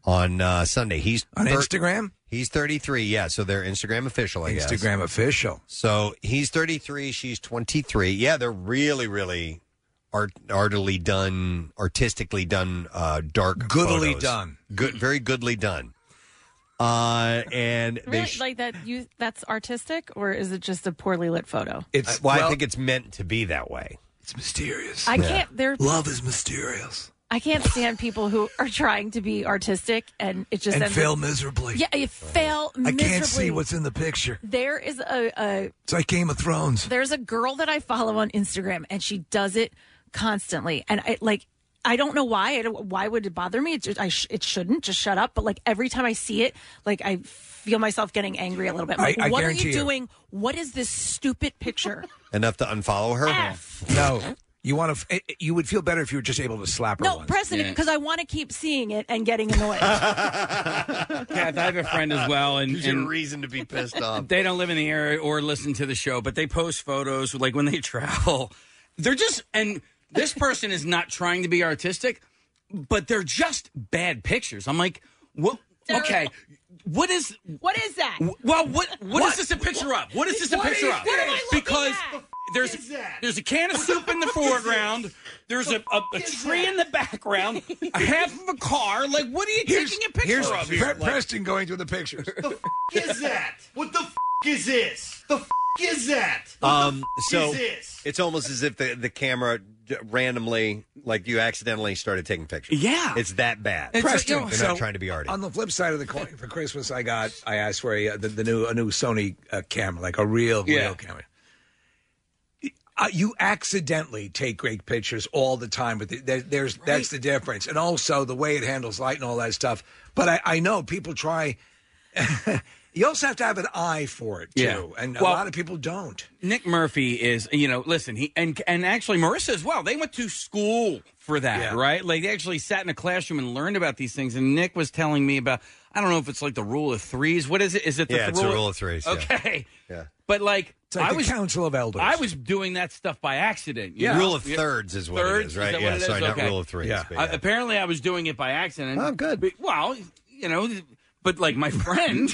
on uh, Sunday. He's On Instagram? He's 33, yeah. So they're Instagram official, I guess. Instagram official. So he's 33, she's 23. Yeah, they're really, really art, artily done, artistically done, uh, dark. Goodily photos. done. Good, very goodly done. Uh, and they Really, sh- like that? You that's artistic, or is it just a poorly lit photo? it's why I think it's meant to be that way. It's mysterious. I can't- they're- Love is mysterious. I can't stand people who are trying to be artistic and it just And ends fail up- miserably. Uh, Yeah, you fail. I miserably. can't see what's in the picture. There is a, a It's like Game of Thrones. there's a girl that I follow on Instagram, and she does it constantly. And I like, I don't know why. I don't, why would it bother me? It just, I sh- it shouldn't. Just shut up. But like every time I see it, like I feel myself getting angry a little bit. I'm I- like, I what are you, guarantee you. doing? What is this stupid (laughs) picture? Enough to unfollow her. No, you want to. eh, You would feel better if you were just able to slap her. no, once. President, because I want to keep seeing it and getting (laughs) annoyed. Kath, I have a friend as well, and, Gives you and- reason to be pissed off. They don't live in the area or listen to the show, but they post photos like when they (laughs) travel. They're just and this person is not trying to be artistic, but they're just bad pictures. I'm like, what? Okay, what is? What is that? Well, what what is this a picture of? What is this a What picture is of? this? What am I looking because there's there's a can of (laughs) soup in the foreground. There's a, a, a tree in the background. A half of a car. Like, what are you taking a picture Here's of Pre- here? Like- Preston going through the pictures. is that? What the f- is this? The f- is that? Um, so is this? it's almost as if the, the camera j- randomly, like you accidentally started taking pictures. Yeah. It's that bad. Preston, They're so, not trying to be arty. On the flip side of the coin, for Christmas, I got I asked for a uh, the, the new a new Sony uh, camera, like a real real camera. Uh, you accidentally take great pictures all the time, but there, there's that's the difference, and also the way it handles light and all that stuff. But I, I know people try. (laughs) you also have to have an eye for it too, Yeah. and a Well- lot of people don't. Nick Murphy is, you know, listen, he and and actually Marissa as well. They went to school for that, right? Like they actually sat in a classroom and learned about these things. And Nick was telling me about I don't know if it's like the rule of threes. What is it? Is it the Yeah, it's the rule of threes, yeah. Okay, yeah. but like, It's like I the was Council of Elders. I was doing that stuff by accident. you Yeah. know? Rule of Yeah. thirds is what it Thirds? is, right? that Yeah, what it is? sorry, not Okay. rule of threes, Yeah. but I- yeah. apparently, I was doing it by accident. Oh, good. But- well, you know, but like my (laughs) friend,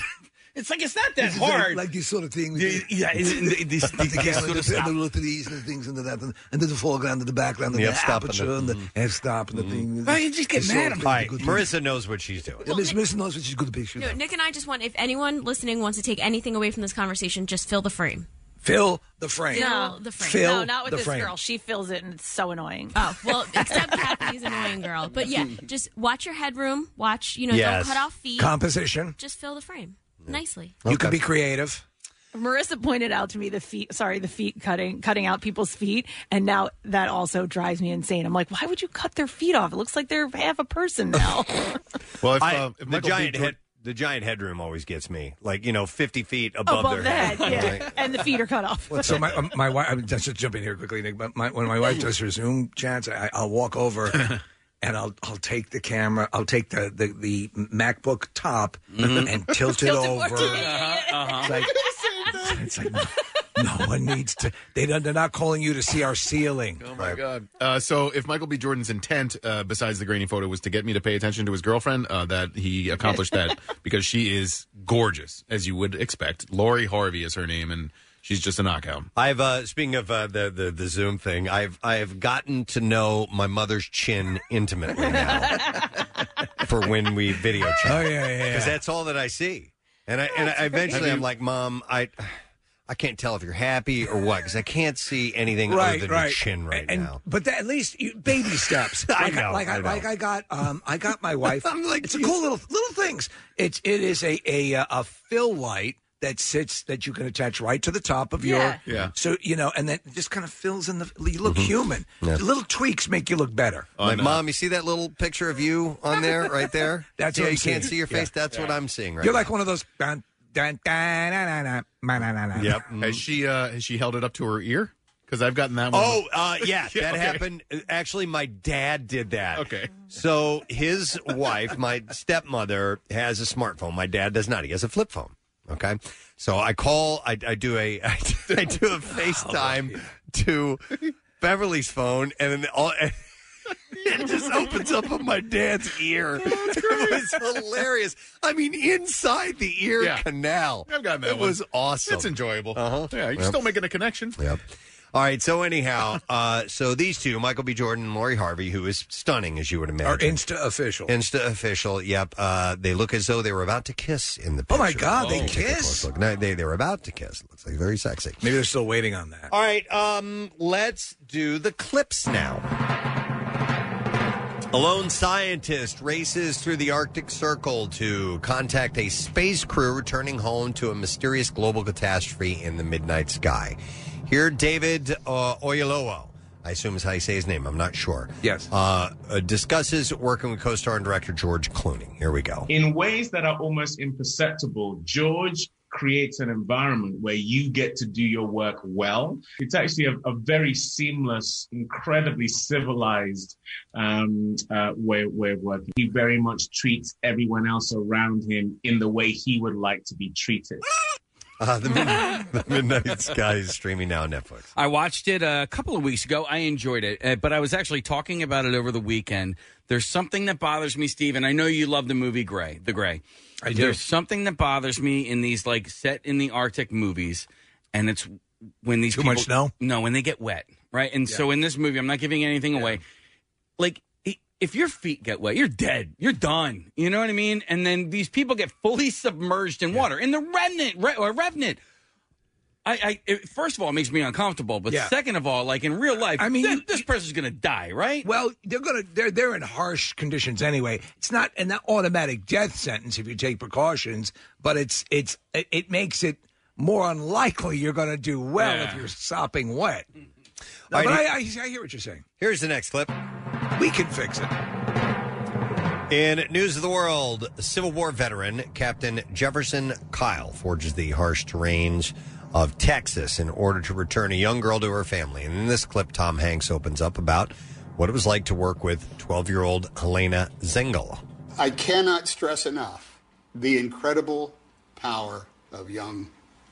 it's like it's not that This is hard. Like, like this sort of thing. with Yeah, the- (laughs) yeah, is it- the- these- the these sort of camera, the, stuff. and the threes and the things and the that, and, and then the foreground and the background and The the, f-stop and the- aperture and the f-stop and the thing. Well, you just get This mad sort of at thing, All right, good Marissa knows what she's doing. picture. Miss Miss knows what she's good picture. No, Nick and I just want if anyone listening wants to take anything away from this conversation, just fill the frame. Fill the frame. No, the frame. Fill no, not with the this frame. girl. She feels it, and it's so annoying. Oh (laughs) well, except Kathy's annoying girl. But yeah, just watch your headroom. Watch, you know, Yes. don't cut off feet. Composition. Just fill the (laughs) frame nicely. You can be creative. Marissa pointed out to me the feet. Sorry, the feet cutting cutting out people's feet, and now that also drives me insane. I'm like, why would you cut their feet off? It looks like they're half a (laughs) person now. Well, if, I- uh, if the Michael B. giant Jordan- head, the giant headroom always gets me. Like you know, fifty feet above, Above their the head, yeah, Like, and the feet are cut off. (laughs) so my um, my wife. I'm just just jumping here quickly, Nick. But my, when my wife does her Zoom chats, I, I'll walk (laughs) over. And I'll I'll take the camera, I'll take the the, the MacBook top Mm-hmm. Mm-hmm. and tilt (laughs) it Tilt it over. forward. Uh-huh, uh-huh. (laughs) It's like- It's like no one needs to. They don't, they're not calling you to see our ceiling. Oh my god! Uh, so, if Michael B. Jordan's intent, uh, besides the grainy photo, was to get me to pay attention to his girlfriend, uh, that he accomplished that because she is gorgeous, as you would expect. Lori Harvey is her name, and she's just a knockout. I've uh, speaking of uh, the, the the Zoom thing, I've I've gotten to know my mother's chin (laughs) intimately now for when we video chat. Oh, yeah, yeah, yeah. because that's all that I see, and Oh, I and I, eventually Have I'm you- like, Mom, I I can't tell if you're happy or what because I can't see anything other Right, than your right. chin right And now. but that, at least you, baby steps. I Like know, like I (laughs) I, know. like I got um I got my (laughs) wife. I'm like, it's a cool little little things. It's it is a a uh, a fill light that sits that you can attach right to the top of Yeah. your Yeah. So you know, and then it just kind of fills in the. You look human. Little tweaks make you look better. Like, Mom, you see that little picture of you on there, right there? (laughs) That's yeah, what I'm you can't seeing. see your Yeah. face. That's what I'm seeing right You're now. like one of those. Dun, dun, dun, dun, dun, dun, dun, dun, dun. Yep. Mm-hmm. Has she uh, has she held it up to her ear? Because I've gotten that one. Oh, (laughs) uh, yeah, that okay. happened. Actually, my dad did that. Okay. So his wife, my stepmother, has a smartphone. My dad does not. He has a flip phone. Okay. So I call. I, I do a. (laughs) I do a FaceTime to Beverly's phone, and then all. (laughs) it (laughs) just opens up on my dad's (laughs) ear. It was hilarious. I mean, inside the ear Yeah. canal. I've gotten that It one. was awesome. It's enjoyable. Uh-huh. Yeah, you're Yep. still making a connection. Yep. All right. So (laughs) anyhow, uh, so these two, Michael B. Jordan and Lori Harvey, who is stunning as you would imagine, Or Insta official. Insta official. Yep. Uh, they look as though they were about to kiss in the. Picture. Oh, my God, they Take a close kiss? Look. No, they they were about to kiss. Looks like very sexy. Maybe they're still waiting on that. All right, um, let's do the clips now. A lone scientist races through the Arctic Circle to contact a space crew returning home to a mysterious global catastrophe in the midnight sky. Here, David uh, Oyelowo, I assume is how you say his name, I'm not sure. Yes. Uh, uh, discusses working with co star and director George Clooney. Here (laughs) we go. In ways that are almost imperceptible, George creates an environment where you get to do your work well. It's actually a, a very seamless, incredibly civilized um, uh, way, way of working. He very much treats everyone else around him in the way he would like to be treated. Uh, the, the Midnight Sky is streaming now on Netflix. I watched it a couple of weeks ago. I enjoyed it, uh, but I was actually talking about it over the weekend. There's something that bothers me, Steve, and I know you love the movie Gray, The Gray. I do. There's something that bothers me in these like set in the Arctic movies, and it's when these Too people, much snow? No, when they get wet, right? And so in this movie, I'm not giving anything away. Like i- if your feet get wet, you're dead. You're done. You know what I mean? And then these people get fully submerged in water. In the Revenant, Re- or Revenant. I, I it, first of all, it makes me uncomfortable. But Yeah. second of all, like in real life, I mean, this person's going to die, right? Well, they're gonna they're they're in harsh conditions anyway. It's not an automatic death sentence if you take precautions, but it's it's it, it makes it more unlikely you're gonna do well if Yeah. you're sopping wet. No, All but I, I, right, I hear what you're saying. Here's the next clip. We can fix it. In News of the World, Civil War veteran Captain Jefferson Kyle forges the harsh terrains of Texas in order to return a young girl to her family. And in this clip, Tom Hanks opens up about what it was like to work with 12 year old Helena Zengel. I cannot stress enough the incredible power of young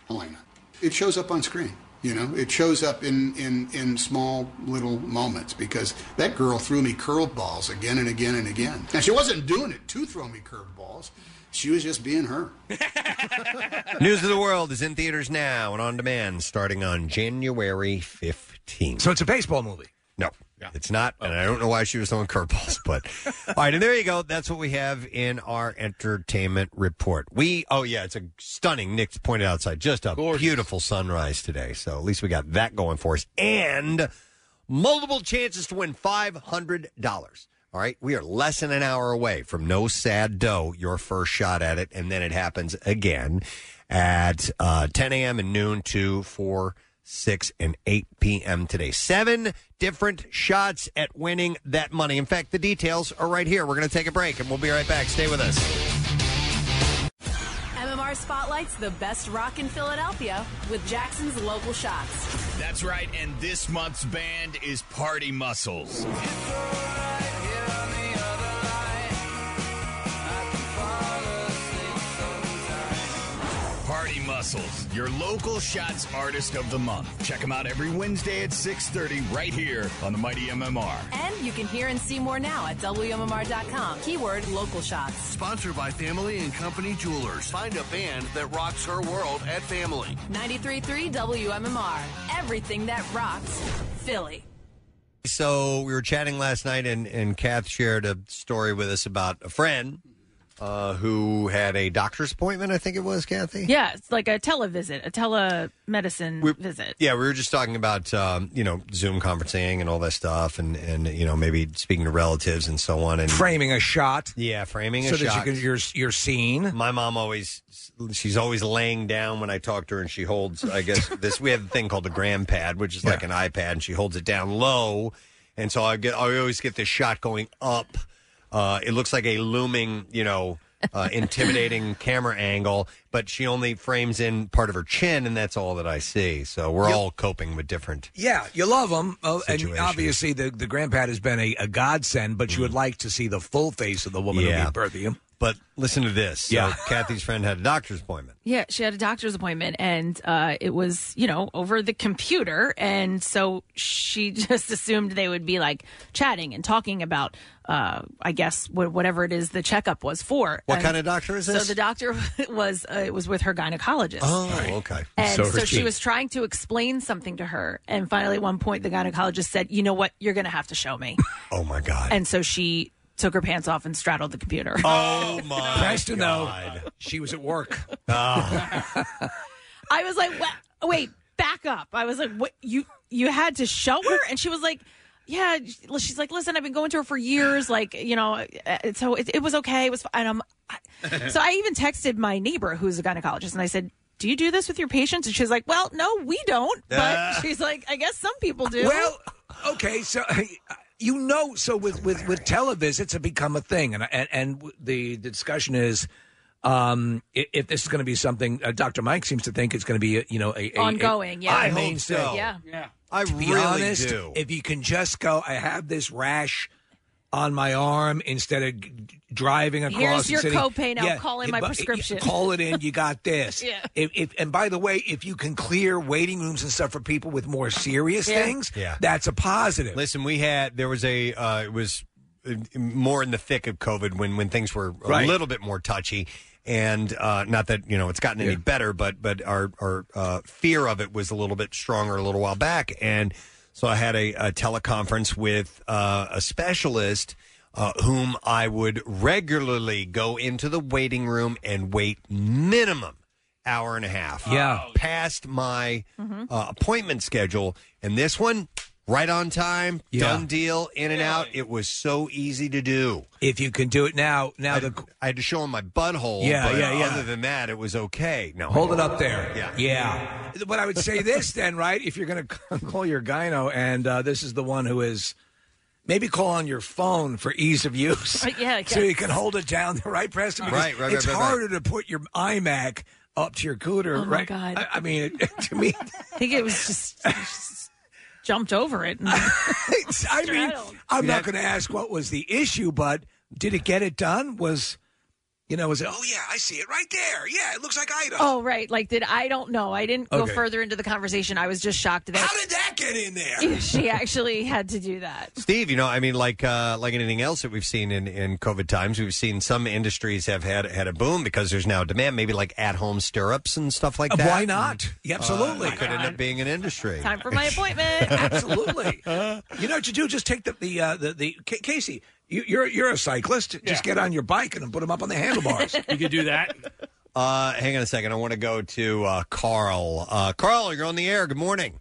Helena. It shows up on screen. You know, it shows up in, in, in small little moments because that girl threw me curveballs again and again and again. And she wasn't doing it to throw me curveballs. She was just being her. News of the World is in theaters now and on demand starting on January 15th. So it's a baseball movie? No, it's not. And I don't know why she was throwing curveballs, (laughs) but all right. And there you go. That's what we have in our entertainment report. We, oh, yeah, it's a stunning, Nick pointed outside, just a beautiful sunrise today. So at least we got that going for us. And multiple chances to win $500. All right, we are less than an hour away from No Sad Dough, your first shot at it, and then it happens again at uh, 10 a.m. and noon, 2, 4, 6, and 8 p.m. today. Seven different shots at winning that money. In fact, the details are right here. We're going to take a break, and we'll be right back. Stay with us. MMR spotlights the best rock in Philadelphia with Jackson's local shots. That's right, and this month's band is Party Muscles. Party Muscles, your local shots artist of the month. Check them out every Wednesday at 6:30 right here on the Mighty MMR. And you can hear and see more now at WMMR.com. Keyword local shots. Sponsored by Family and Company Jewelers. Find a band that rocks her world at Family. 93.3 WMMR. Everything that rocks. Philly. So we were chatting last night, and, and Kath shared a story with us about a friend uh, who had a doctor's appointment, I think it was, Kathy? Yeah, it's like a televisit, a telemedicine visit. Yeah, we were just talking about um, you know Zoom conferencing and all that stuff, and and you know maybe speaking to relatives and so on, and Framing a shot. Yeah, framing a so shot. that you can, you're you're seen. My mom always she's always laying down when I talk to her, and she holds. I guess this we have a thing called a gram pad, which is like an iPad, and she holds it down low, and so I get I always get this shot going up. Uh, it looks like a looming, you know, uh, intimidating camera angle, but she only frames in part of her chin, and that's all that I see. So we're all coping with different. Yeah, you love them, uh, and Situations. obviously the the grandpad has been a, a godsend. But you would like to see the full face of the woman who Mm-hmm. Yeah. gave birth to you. But listen to this. So Kathy's friend had a doctor's appointment. Yeah, she had a doctor's appointment and uh, it was, you know, over the computer. And so she (laughs) just assumed they would be like chatting and talking about, uh, I guess, wh- whatever it is the checkup was for. What And kind of doctor is So this? the doctor (laughs) was, uh, it was with her gynecologist. Oh, okay. And so, she was trying to explain something to her. And finally, at one point, the gynecologist said, You know what? You're going to have to show me. Oh, my God. And so she took her pants off and straddled the (laughs) computer. Oh my Preston, though, she was at work. Oh. I was like, "What? Wait, back up!" I was like, "What? You you had to show her?" And she was like, "Yeah." She's like, "Listen, I've been going to her for years. Like, you know, uh, so it, it was okay. It was." fi- And I'm so I even texted my neighbor who's a gynecologist, and I said. Do you do this with your patients? And she's like, "Well, no, we don't." But Ah. she's like, "I guess some people do." Well, (laughs) okay, so you know, so with with with televisits have become a thing, and and, and the discussion is. Um, i- if this is going to be something, uh, Dr. Mike seems to think it's going to be, a, you know, a, a Ongoing, a, yeah. I hope mainstay. so. Yeah. Yeah. I to be really honest, (laughs) do. If you can just go, I have this rash on my arm instead of g- g- driving across. Here's your and sitting, copay. Now call in it- my but- it- prescription. Call it in. You (laughs) got this. Yeah. If, if and by the way, if you can clear waiting rooms and stuff for people with more serious Yeah. things, Yeah. that's a positive. Listen, we had there was a uh, it was uh, more in the thick of COVID when when things were a Right. little bit more touchy, and uh, not that you know it's gotten any better, but but our our uh, fear of it was a little bit stronger a little while back, and so I had a, a teleconference with uh, a specialist. Uh, whom I would regularly go into the waiting room and wait minimum hour and a half. Yeah. Mm-hmm. Past my uh, appointment schedule. And this one, right on time, Yeah. done deal, in and out. It was so easy to do. If you can do it now, now I, the, I had to show him my butthole. Yeah, but yeah, yeah. Other than that, it was okay. No, Hold it up there. Yeah, yeah. But I would say this then, right? If you're going to (laughs) call your gyno, and uh, this is the one who is, maybe call on your phone for ease of use. Uh, (laughs) yeah, so yeah. you can hold it down, right, Preston? Because Right, right, right, It's right, right. harder to put your iMac up to your cooter, Oh, my right? God. I, I mean, (laughs) it, to me, I think it was just, just jumped over it. (laughs) And I mean, I'm not going to ask what was the issue, but did it get it done? Was you know, was it? Oh yeah, I see it right there. Yeah, it looks like Idaho. Oh right, like did I don't know. I didn't go Okay. further into the conversation. I was just shocked that how did that get in there? (laughs) she actually had to do that. Steve, you know, I mean, like uh, like anything else that we've seen in, in COVID times, we've seen some industries have had had a boom because there's now a demand, maybe like at home stirrups and stuff like Uh, that. why not? Yeah, absolutely. Uh, it could end up being an industry. Time for my (laughs) appointment. Absolutely. You know what you do? Just take the the uh, the, the Ca- Casey. You, you're you're a cyclist. Just get on your bike and put them up on the handlebars. You could do that. Uh, hang on a second. I want to go to uh, Carl. Uh, Carl, you're on the air. Good morning.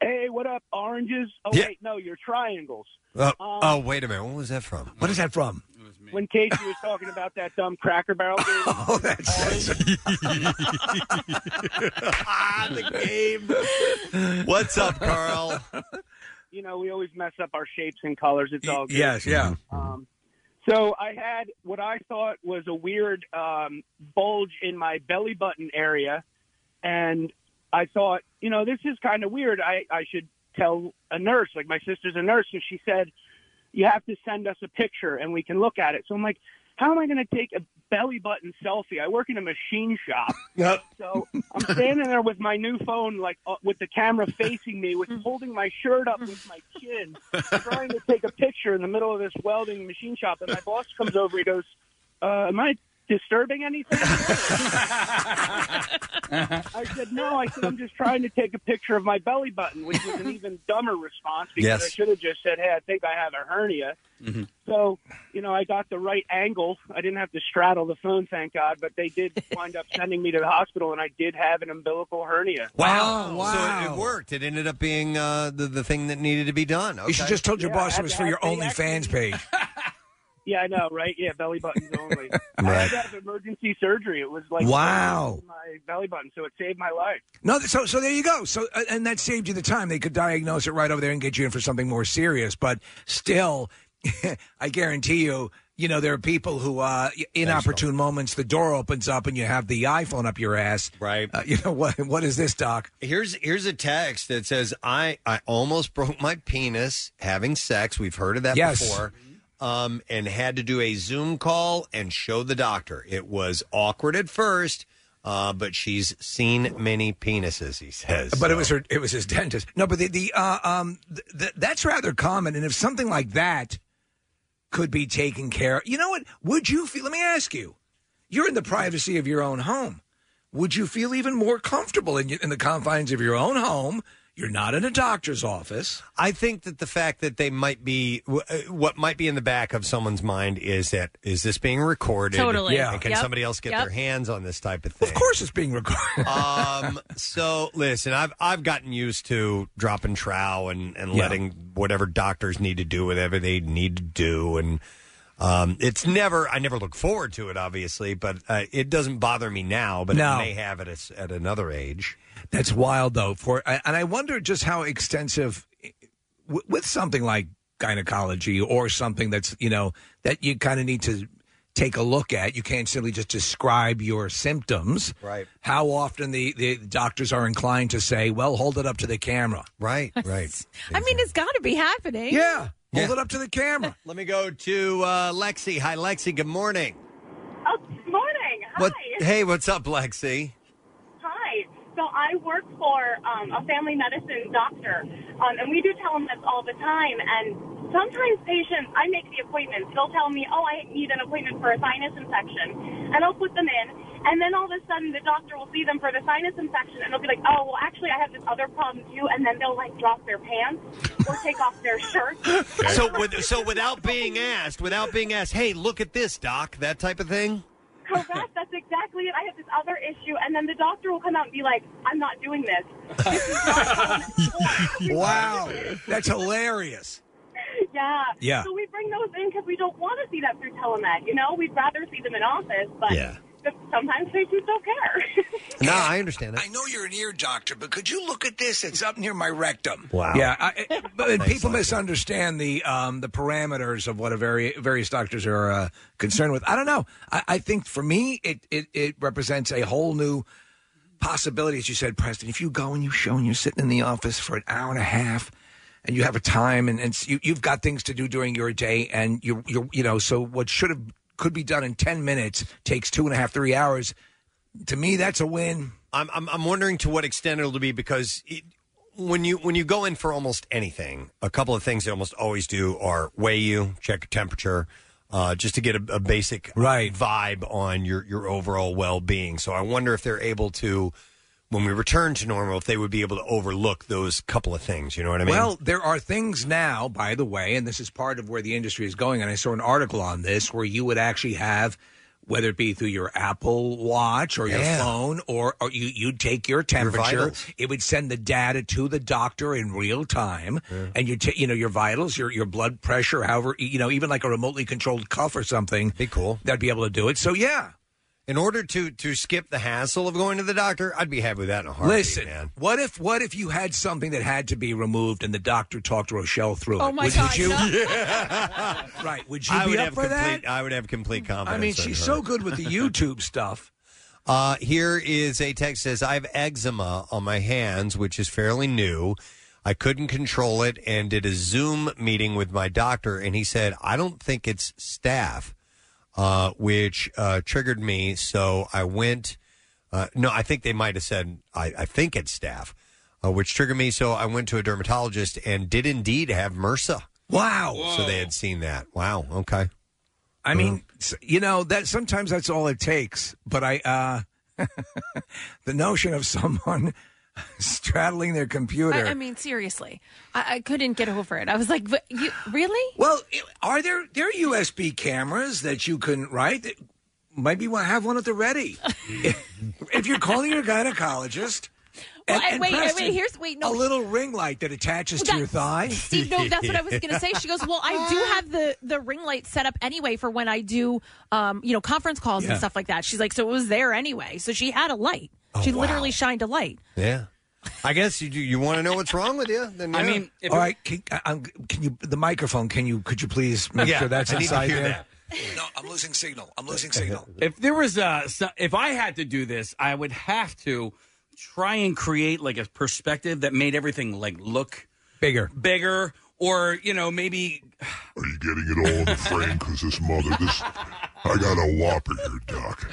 Hey, what up, oranges? Oh, Yeah. wait, no, you're triangles. Uh, Um, oh, wait a minute. What was that from? What is that from? When Casey was talking about that dumb Cracker Barrel game. (laughs) oh, that's... ah, (laughs) (laughs) the game. What's up, Carl? (laughs) You know, we always mess up our shapes and colors. It's all good. yes, yeah. Um, so I had what I thought was a weird um, bulge in my belly button area, and I thought, you know, this is kind of weird. I, I should tell a nurse. Like my sister's a nurse, so she said, you have to send us a picture and we can look at it. So I'm like, how am I going to take a belly button selfie? I work in a machine shop. So I'm standing there with my new phone, like uh, with the camera facing me, with holding my shirt up with my chin, trying to take a picture in the middle of this welding machine shop. And my boss comes over. He goes, uh, "Am I disturbing anything?" I said, "No." I said, "I'm just trying to take a picture of my belly button," which was an even dumber response because Yes. I should have just said, "Hey, I think I have a hernia." Mm-hmm. So, you know, I got the right angle. I didn't have to straddle the phone, thank God, but they did wind up sending me to the hospital, and I did have an umbilical hernia. Wow. Oh, So it, it worked. It ended up being uh, the, the thing that needed to be done. You should Okay. just told your boss it was for your OnlyFans page. Yeah, I know, right? Yeah, belly buttons only. (laughs) I had to have emergency surgery. It was like Wow. my belly button, so it saved my life. No, th- so so there you go. So uh, and that saved you the time. They could diagnose it right over there and get you in for something more serious. But still, (laughs) I guarantee you, you know there are people who uh, inopportune moments. The door opens up and you have the iPhone up your ass. Right. Uh, you know what? What is this, Doc? Here's here's a text that says I I almost broke my penis having sex. We've heard of that Yes. before. um, and had to do a Zoom call and show the doctor. It was awkward at first, uh, but she's seen many penises. He says, But it was her. It was his dentist. No, but the the uh, um th- th- that's rather common. And if something like that could be taken care, of, you know what? Would you feel? Let me ask you. You're in the privacy of your own home. Would you feel even more comfortable in, y- in the confines of your own home? You're not in a doctor's office. I think that the fact that they might be wh- uh, what might be in the back of someone's mind is that is this being recorded? Totally. Yeah. Yeah. And can Yep. somebody else get Yep. their hands on this type of thing? Of course, it's being recorded. (laughs) um. So listen, I've I've gotten used to dropping trow and and Yeah. letting whatever doctors need to do whatever they need to do and. Um, it's never. I never look forward to it, obviously, but uh, it doesn't bother me now. But No. it may have at a, at another age. That's wild, though. For I- and I wonder just how extensive with, with something like gynecology or something that's you know that you kind of need to take a look at. You can't simply just describe your symptoms. Right. How often the the doctors are inclined to say, "Well, hold it up to the camera." Right. Right. I mean, it's got to be happening. Yeah. Hold it up to the (laughs) camera. Let me go to uh, Lexi. Hi, Lexi. Good morning. Oh, good morning. Hi. What? Hey, what's up, Lexi? Hi. So I work for um, a family medicine doctor, um, and we do telemeds all the time. And sometimes patients, I make the appointments. They'll tell me, "Oh, I need an appointment for a sinus infection," and I'll put them in. And then all of a sudden, the doctor will see them for the sinus infection, and they'll be like, "Oh, well, actually, I have this other problem too." And then they'll like drop their pants or take off their shirt. So, with, so without being asked, without being asked, hey, look at this, doc. That type of thing. Correct. That's exactly it. I have this other issue, and then the doctor will come out and be like, "I'm not doing this." (laughs) wow, that's hilarious. Yeah. Yeah. So we bring those in because we don't want to see them through telemed. You know, we'd rather see them in office, but Yeah. sometimes patients don't care. (laughs) No, I understand it. I know you're an ear doctor, but could you look at this? It's up near my rectum. Wow. Yeah, I, (laughs) I- but people misunderstand the um, the parameters of what a very various doctors are uh, concerned with. I don't know. I, I think for me, it, it it represents a whole new possibility. As you said, Preston, if you go and you show and you're sitting in the office for an hour and a half. And you have a time, and, and you, you've got things to do during your day, and you you you know. So what should have could be done in ten minutes takes two and a half, three hours. To me, that's a win. I'm, I'm, I'm wondering to what extent it'll be because it, when you when you go in for almost anything, a couple of things they almost always do are weigh you, check your temperature, uh, just to get a, a basic right. vibe on your your overall well being. So I wonder if they're able to. When we return to normal, if they would be able to overlook those couple of things, you know what I mean? Well, there are things now, by the way, and this is part of where the industry is going. And I saw an article on this where you would actually have, whether it be through your Apple Watch or your Yeah. phone, or, or you, you'd take your temperature. vitals. it would send the data to the doctor in real time, and you ta you know your vitals, your your blood pressure, however you know even like a remotely controlled cuff or something. Be cool. That'd be able to do it. So yeah. in order to to skip the hassle of going to the doctor, I'd be happy with that in a heartbeat. Listen, what if what if you had something that had to be removed and the doctor talked Rochelle through it? Oh, my would, God, Would you? (laughs) no. (laughs) right? Would you I be would up have for complete, that? I would have complete confidence. I mean, in she's her. so good with the (laughs) YouTube stuff. Uh, here is a text says I have eczema on my hands, which is fairly new. I couldn't control it and did a Zoom meeting with my doctor, and he said I don't think it's staph, uh, which uh, triggered me. So I went. Uh, no, I think they might have said I, I think it's staph, uh, which triggered me. So I went to a dermatologist and did indeed have MRSA. Wow! So they had seen that. Wow. Okay. I mean, s- you know that sometimes that's all it takes. But I, uh (laughs) the notion of someone (laughs) straddling their computer. I, I mean, seriously, I, I couldn't get over it. I was like, but you, really? well, i- are there there are USB cameras that you can right? that- Maybe we'll have one at the (laughs) ready. if you're calling your gynecologist. Well, I- wait, I- wait, Preston, here's- wait, a no. little ring light that attaches Well, to your that- thigh. See, no, that's what I was going (laughs) to say. She goes, "Well, I (laughs) do have the the ring light set up anyway for when I do, um, you know, conference calls Yeah. and stuff like that." She's like, "So it was there anyway." So she had a light. Oh, she literally shined a light. Yeah. I guess you do. You want to know what's wrong with you? Then yeah. all right. Can, I- I'm, can you the microphone? Can you could you please make Yeah, sure that's I need to inside hear there? that. No, I'm losing signal. I'm losing signal. If there was a, so- if I had to do this, I would have to try and create like a perspective that made everything like look bigger, bigger, or you know maybe getting it all in the (laughs) frame because this mother, this, I got a whopper here, Doc.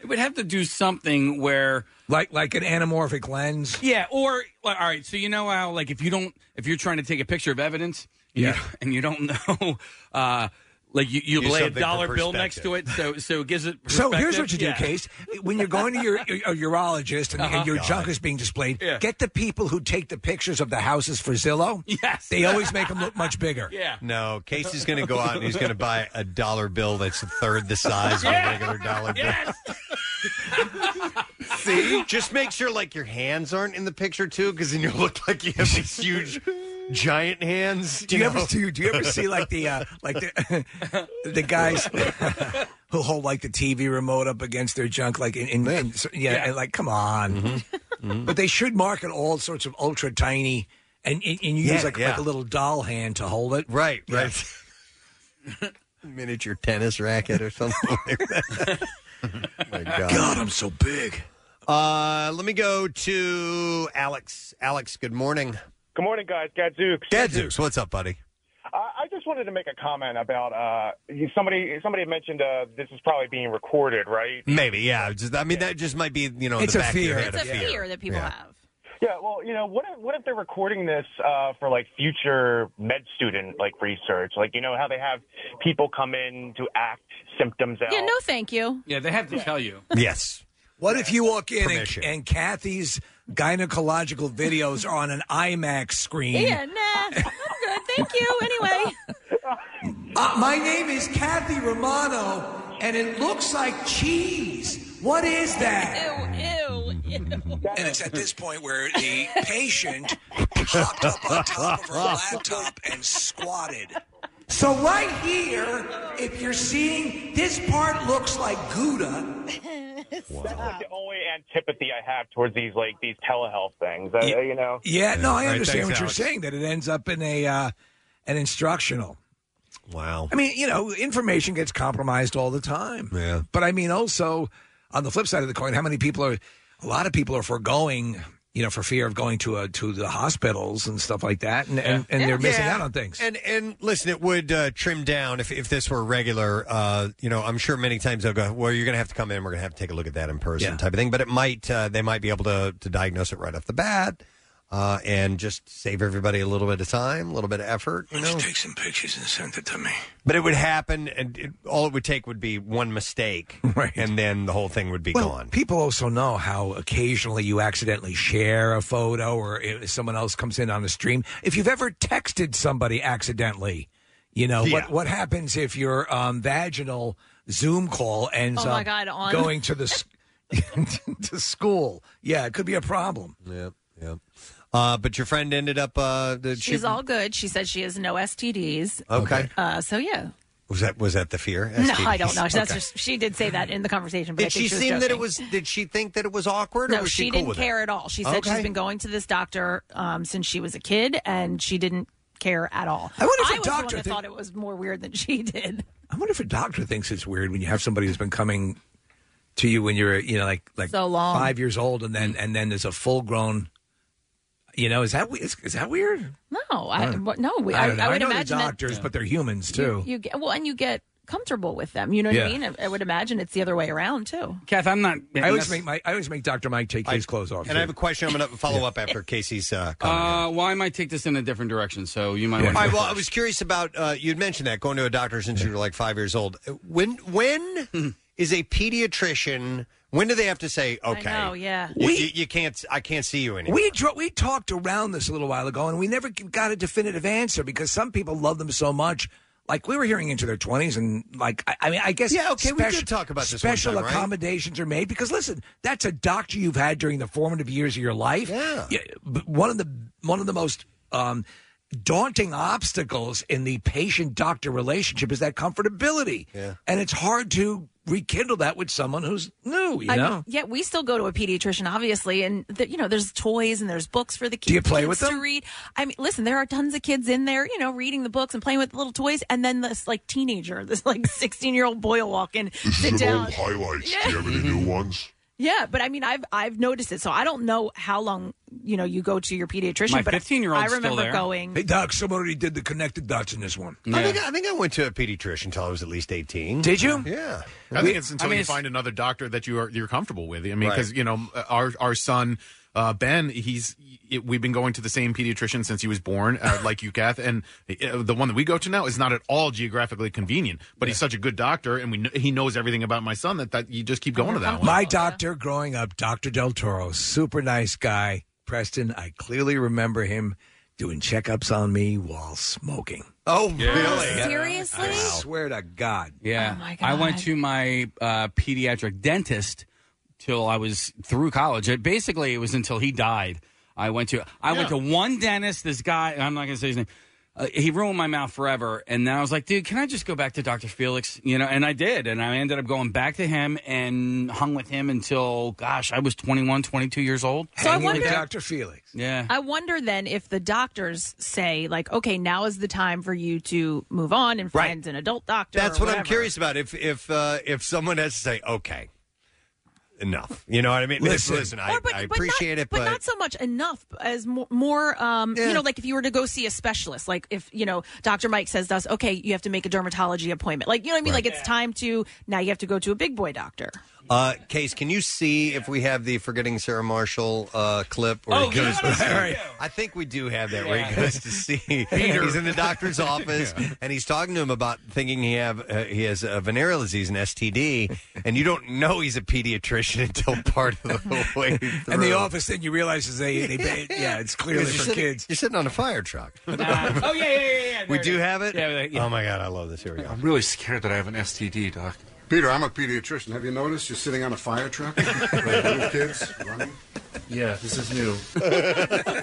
It would have to do something where like like an anamorphic lens. Yeah, or like, all right. So you know how like if you don't if you're trying to take a picture of evidence, yeah, (laughs) and you don't know, uh, like you, you Use lay a something for dollar bill next to it, so so it gives it. So here's what you perspective. do, Yeah. Case. When you're going to (laughs) your your urologist and, Uh-huh. and your God. junk is being displayed, Yeah. get the people who take the pictures of the houses for Zillow. Yes. They always make them look much bigger. (laughs) Yeah. No, Casey's going to go out and he's going to buy a dollar bill that's a third the size Yeah. of a regular dollar bill. (laughs) See? Just make sure, like, your hands aren't in the picture, too, because then you look like you have these huge, giant hands. Do you, ever know? see? (laughs) Do you ever see like the uh, like the the (laughs) guys (laughs) who hold like the TV remote up against their junk, like in, in, in so- yeah, Yeah. And, like come on. Mm-hmm. (laughs) But they should market all sorts of ultra tiny, and and, and you Yeah, use like, yeah. like a little doll hand to hold it. Right, right. Miniature tennis (laughs) racket or something (laughs) like that. My God. God, I'm so big. Uh, let me go to Alex. Alex, good morning. Good morning, guys. Gadzooks. Gadzooks, what's up, buddy? I I just wanted to make a comment about uh, you- somebody. Somebody had mentioned uh, this is probably being recorded, right? Maybe, yeah. Just, I mean, that just might be, you know, in It's the a back fear. of your head. It's a a fear. fear that people Yeah. have. Yeah. Well, you know, what if what if they're recording this uh, for like future med student like research? Like, you know how they have people come in to act symptoms out. Yeah, no, thank you. Yeah, they have to tell you. Yes. (laughs) What if you walk in and, and Kathy's gynecological videos are on an IMAX screen? Yeah, nah, I'm good. Thank you. Anyway, (laughs) Uh, my name is Kathy Romano, and it looks like cheese. What is that? Ew, ew, ew. And it's at this point where the (laughs) patient hopped up on top of her laptop and squatted. So right here, if you're seeing this part looks like Gouda. That's like the only antipathy I have towards these like these telehealth things. I, You know. Yeah, no, I understand what saying. you're saying. That it ends up in a uh, an instructional. Wow. I mean, you know, information gets compromised all the time. Yeah. But I mean, also on the flip side of the coin, how many people are? A lot of people are foregoing, you know, for fear of going to a, to the hospitals and stuff like that, and and, and they're missing Yeah. out on things. And and listen, it would uh, trim down if if this were regular. Uh, you know, I'm sure many times they'll go, "Well, you're going to have to come in. We're going to have to take a look at that in person," type of thing. But it might uh, they might be able to to diagnose it right off the bat. Uh, and just save everybody a little bit of time, a little bit of effort. You know? take some pictures and send it to me. But it would happen, and it, all it would take would be one (laughs) mistake, right. and then the whole thing would be Well, gone. people also know how occasionally you accidentally share a photo or if someone else comes in on a stream. If you've ever texted somebody accidentally, you know, Yeah. what, what happens if your um, vaginal Zoom call ends Oh, my up God, on- going to the (laughs) s- (laughs) to school? Yeah, it could be a problem. Yeah, yeah. Uh, but your friend ended up. Uh, the, she's all good. She said she has no STDs. Okay. Uh, so yeah. Was that was that the fear? No, I don't know. STDs? That's Okay. just, she did say that in the conversation. But I Did think she was seem that it joking. was? Did she think that it was awkward? or No, was she, she cool didn't with it? care at all. She said Okay. she's been going to this doctor um, since she was a kid, and she didn't care at all. I wonder if a was the one doctor that thi- thought it was more weird than she (laughs) did. I wonder if a doctor thinks it's weird when you have somebody who's been coming to you when you're, you know, like like So long. five years old, and then and then there's a full grown. You know, is that we- is, is that weird? No, I, don't- what- no, we, I, I, don't know. I would know they're imagine that doctors, but they're humans too. you get well, and you get comfortable with them. You know what I Yeah. mean? I, I would imagine it's the other way around too. Kath, I'm not. I always that's- make my I always make Doctor Mike take his clothes off. And I have a question. I'm going to follow up after Casey's uh, Uh, well, I might take this in a different direction, so you might. All want to right, go well, I was curious about uh, you'd mentioned that going to a doctor since you were like five years old. When when is a pediatrician? When do they have to say okay? know, yeah. you, We- you, you can't. I can't see you anymore. We dro- we talked around this a little while ago, and we never g- got a definitive answer because some people love them so much. Like we were hearing into their twenties, and like I, I mean, I guess Yeah, okay, we special- did talk about this one Special time, right? accommodations are made because listen, that's a doctor you've had during the formative years of your life. Yeah, but one of the one of the most um, daunting obstacles in the patient doctor relationship is that comfortability. Yeah, and it's hard to rekindle that with someone who's new. You I- know, yeah, we still go to a pediatrician, obviously, and th you know, there's toys and there's books for the kids. you play with kids them? To read. I mean, listen, there are tons of kids in there, you know, reading the books and playing with little toys, and then this like (laughs) teenager, this like 16 year old boy will walk in, (laughs) This sit is an down. Oh, old highlights. Do you have any new ones? Yeah, but I mean, I've I've noticed it. So I don't know how long you know you go to your pediatrician. but I remember going. Hey, doc, someone already did the connected dots in this one. I, think, I think I went to a pediatrician until I was at least 18. Did you? Yeah. I think it's I until mean, you it's- find another doctor that you are you're comfortable with. I mean, Right. because you know our our son uh, Ben, he's it, we've been going to the same pediatrician since he was born, (laughs) uh, like you, Kath, and uh, the one that we go to now is not at all geographically convenient. But he's such a good doctor, and we kn- he knows everything about my son that that you just keep going to that one. My doctor growing up, Dr. Del Toro, super nice guy. Preston, I clearly remember him doing checkups on me while smoking. Oh, really? Seriously? I swear to God. uh, Yeah. Oh I went to my uh, pediatric dentist till I was through college. It, basically, it was until he died. I went to I went to one dentist. This guy, I'm not going to say his name. Uh, he ruined my mouth forever. And then I was like, dude, can I just go back to Dr. Felix? You know, and I did. And I ended up going back to him and hung with him until, gosh, I was 21, 22 years old. So I Hanging with wonder- Dr. Felix. Yeah. I wonder then if the doctors say like, okay, now is the time for you to move on and Right. find an adult doctor. That's or what I'm whatever. curious about. If if uh, if someone has to say, okay, enough. You know what I mean? Listen, listen, I, I appreciate it, but, not so much enough as more, more um, you know, like if you were to go see a specialist, like if you know, Doctor Mike says to us, okay, you have to make a dermatology appointment, like you know what I mean, Right. like it's time to now you have to go to a big boy doctor. Uh, Case, can you see if we have the forgetting Sarah Marshall uh, clip? Oh, he goes- yeah, (laughs) that's I think we do have that where he goes to (laughs) see. He's in the doctor's office and he's talking to him about thinking he have uh, he has a venereal disease, an STD, and you don't know he's a pediatrician until part of the (laughs) way through. And the office thing you realize is they, they (laughs) yeah, it's clearly Because you're for sitting- (laughs) kids. You're sitting on a fire truck. oh, yeah, yeah, yeah. yeah. We There it do is. have it. Yeah, yeah. Oh my god, I love this. Here we go. I'm really scared that I have an STD, (laughs) doc. Peter, I'm a pediatrician. Have you noticed you're sitting on a fire truck? (laughs) Like little kids running? Yeah, this is new. And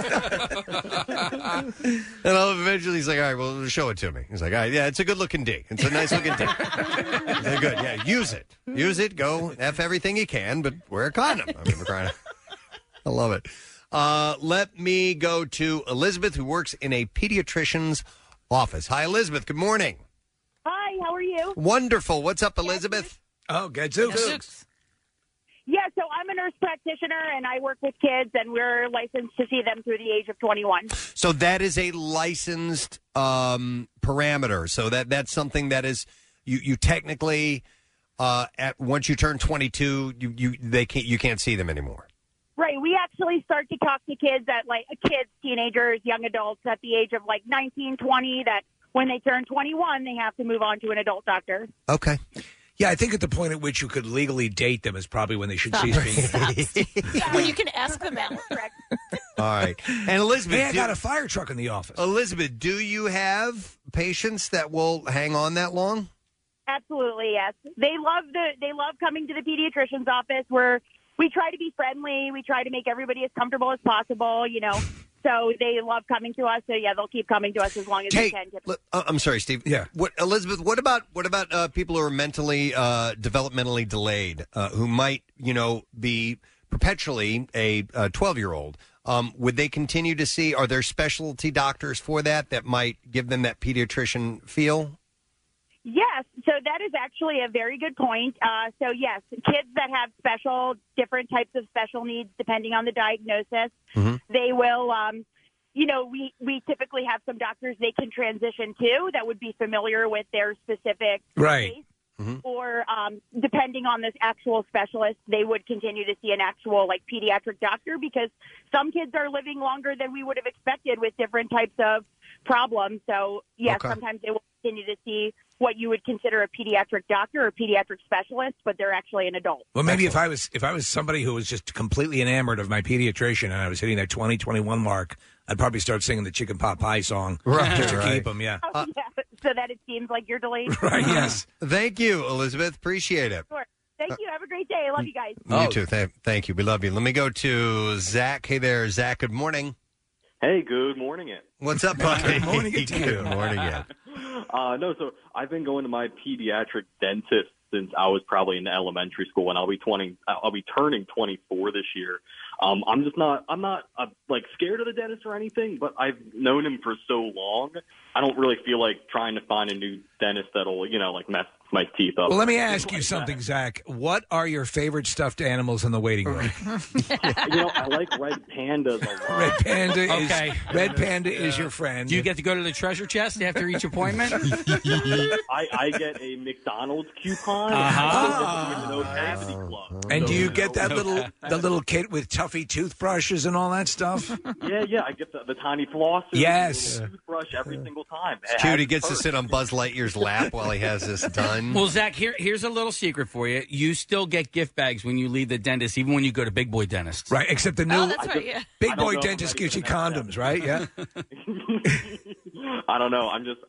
I'll eventually he's like, all right, well, show it to me. He's like, all right, yeah, it's a good looking dick. It's a nice looking dick. They're good. Yeah, use it. Use it. Go F everything you can, but wear a condom. I mean, we're crying out- (laughs) I love it. Uh, let me go to Elizabeth, who works in a pediatrician's office. Hi, Elizabeth. Good morning. Hi, how are you? Wonderful. What's up, Elizabeth? Oh, gadzooks. Yeah, so I'm a nurse practitioner and I work with kids, and we're licensed to see them through the age of 21. So that is a licensed um, parameter. So that that's something that is you you technically uh, at once you turn 22, you, you they can't you can't see them anymore. Right, we actually start to talk to kids at like kids, teenagers, young adults at the age of like 19, 20, that when they turn 21, they have to move on to an adult doctor. Okay. Yeah, I think at the point at which you could legally date them is probably when they should Stop. cease being. (laughs) when you can ask them out. Correct. All right. And Elizabeth, Hey, I do- got a fire truck in the office. Elizabeth, do you have patients that will hang on that long? Absolutely, yes. They love the they love coming to the pediatrician's office where we try to be friendly, we try to make everybody as comfortable as possible, you know. So they love coming to us. So yeah, they'll keep coming to us as long as they Hey, can. l- uh, I'm sorry, Steve. Yeah. What Elizabeth? What about what about uh, people who are mentally uh, developmentally delayed, uh, who might you know be perpetually a 12 year old? Um, would they continue to see? Are there specialty doctors for that that might give them that pediatrician feel? Yes, so that is actually a very good point. Uh, so yes, kids that have special different types of special needs depending on the diagnosis, they will. Um, you know, we we typically have some doctors they can transition to that would be familiar with their specific Right. Mm-hmm. or um, depending on this actual specialist, they would continue to see an actual like pediatric doctor because some kids are living longer than we would have expected with different types of problems. So yes, Okay. sometimes they will continue to see what you would consider a pediatric doctor or pediatric specialist, but they're actually an adult. Well, maybe if I was if I was somebody who was just completely enamored of my pediatrician and I was hitting that 20, 21 mark, I'd probably start singing the chicken pot pie song Right, just to right. keep them. Yeah. Uh, Yeah, (laughs) so that it seems like (laughs) you're delayed. Right. Yes. Thank you, Elizabeth. Appreciate it. Sure. Thank you. Have a great day. I love you guys. Mm. You too. Th- thank you. We love you. Let me go to Zach. Hey there, Zach. Good morning. Hey, good morning, it. What's up, buddy? Good (laughs) morning to you. Good morning. yeah. (laughs) Uh, no, so I've been going to my pediatric dentist since I was probably in elementary school, and I'll be twenty. I'll be turning twenty four this year. Um, I'm just not. I'm not uh, like scared of the dentist or anything, but I've known him for so long. I don't really feel like trying to find a new dentist that'll you know like mess my teeth up. Well, let me ask you something, Zach. What are your favorite stuffed animals in the (laughs) waiting room? you know, I like red pandas a lot. Red panda is Okay. red panda is your friend. Do you get to go to the treasure chest after (laughs) each appointment? I, I get a McDonald's coupon. Uh-huh. No cavity club. and do you So- get that (laughs) little the little kit with Tuffy toothbrushes and all that (laughs) stuff? Yeah, yeah, I get the, the tiny flossers. Yes. the toothbrush every single time. It's cute. He gets to sit on Buzz Lightyear's lap while he has this done. Well, Zach, here, here's a little secret for you. You still get gift bags when you leave the dentist, even when you go to Big Boy Dentist. Right, except the new I big don't boy know if dentist gives you condoms, right? Yeah. (laughs) I don't know. I'm just.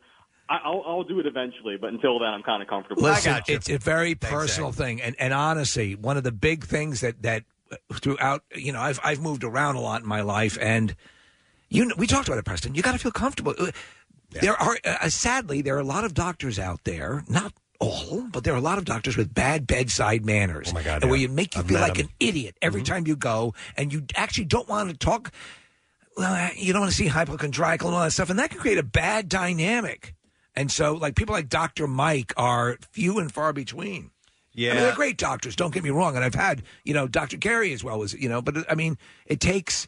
I, I'll, I'll do it eventually, but until then, I'm kind of comfortable. Listen, it's a very personal thing, and and honestly, one of the big things that that uh, throughout, you know, I've I've moved around a lot in my life, and you know, we talked about it, Preston. You got to feel comfortable. Uh, There are uh, sadly there are a lot of doctors out there, not all, but there are a lot of doctors with bad bedside manners. Oh my god! Where you make you feel met like them. an idiot every time you go, and you actually don't want to talk. Well, uh, you don't want to see hypochondriacal and all that stuff, and that can create a bad dynamic. And so, like people like Doctor Mike are few and far between. I mean, Yeah. they're great doctors. Don't get me wrong, and I've had you know Doctor Gary as well as you know, but I mean, it takes.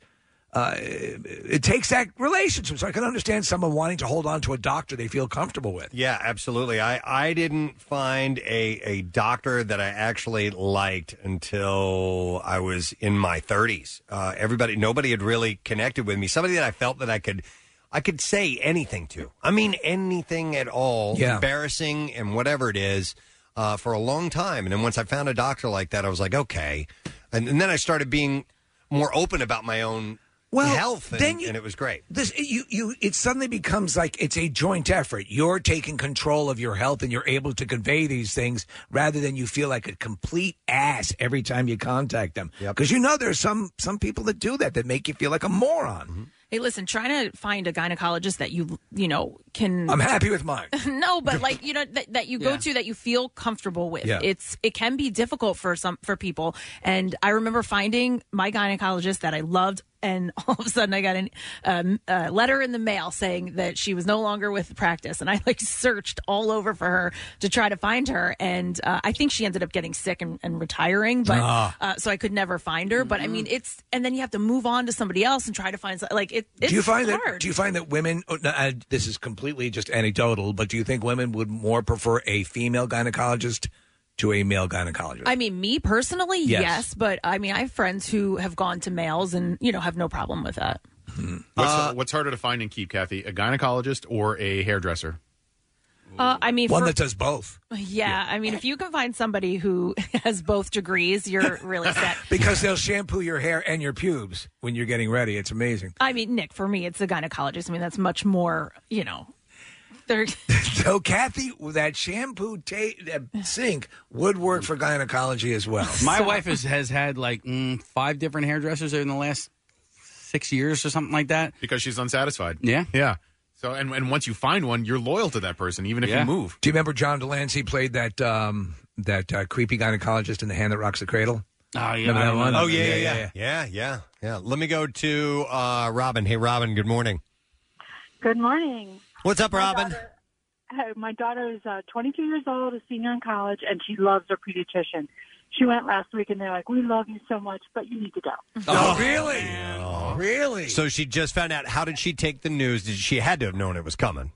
Uh, it takes that relationship, so I can understand someone wanting to hold on to a doctor they feel comfortable with. Yeah, absolutely. I, I didn't find a, a doctor that I actually liked until I was in my 30s. Uh, everybody, nobody had really connected with me. Somebody that I felt that I could, I could say anything to. I mean, anything at all, Yeah. embarrassing and whatever it is, uh, for a long time. And then once I found a doctor like that, I was like, okay. And, and then I started being more open about my own Well, health, and, then you- and it was great. This you you it suddenly becomes like it's a joint effort. You're taking control of your health and you're able to convey these things rather than you feel like a complete ass every time you contact them. Because you know there's some some people that do that that make you feel like a moron. Mm-hmm. Hey, listen, trying to find a gynecologist that you, you know, can. I'm happy with mine. (laughs) no, but like you know that, that you go Yeah. to that you feel comfortable with. Yeah. It's it can be difficult for some for people. And I remember finding my gynecologist that I loved, and (laughs) all of a sudden I got an, um, a letter in the mail saying that she was no longer with practice. And I like searched all over for her to try to find her, and uh, I think she ended up getting sick and, and retiring. But Ah. uh, so I could never find her. Mm-hmm. But I mean, it's and then you have to move on to somebody else and try to find some- like it. It's do you find hard. that do you find that women oh, no, uh, this is completely just anecdotal, but do you think women would more prefer a female gynecologist to a male gynecologist? I mean, me personally, Yes. yes. but I mean, I have friends who have gone to males and you know have no problem with that. What's, uh, what's harder to find and keep, Kathy? A gynecologist or a hairdresser? Uh, I mean, for- both. Yeah, I mean, if you can find somebody who (laughs) has both (laughs) degrees, you're really set. Because they'll shampoo your hair and your pubes when you're getting ready. It's amazing. I mean, Nick, for me, it's a gynecologist. I mean, that's much more, you know. (laughs) They're, (laughs) (laughs) So, Kathy, that shampoo ta- that sink would work for gynecology as well. (laughs) My wife is, has had like mm, five different hairdressers in the last six years or something like that. Because she's unsatisfied. Yeah. Yeah. So, and, and once you find one, you're loyal to that person, even if you move. Do you remember John Delancey played that um, that uh, creepy gynecologist in The Hand That Rocks the Cradle? Oh, Remember that one? Oh yeah, yeah, yeah, yeah, yeah, yeah. Let me go to uh, Robin. Hey, Robin. Good morning. Good morning. What's up, My Robin? daughter- uh, my daughter is uh, 22 years old, a senior in college, and she loves her pediatrician. She went last week, and they're like, "We love you so much, but you need to go." Oh, really? Really? Oh. So she just found out. How did she take the news? Did she had to have known it was coming?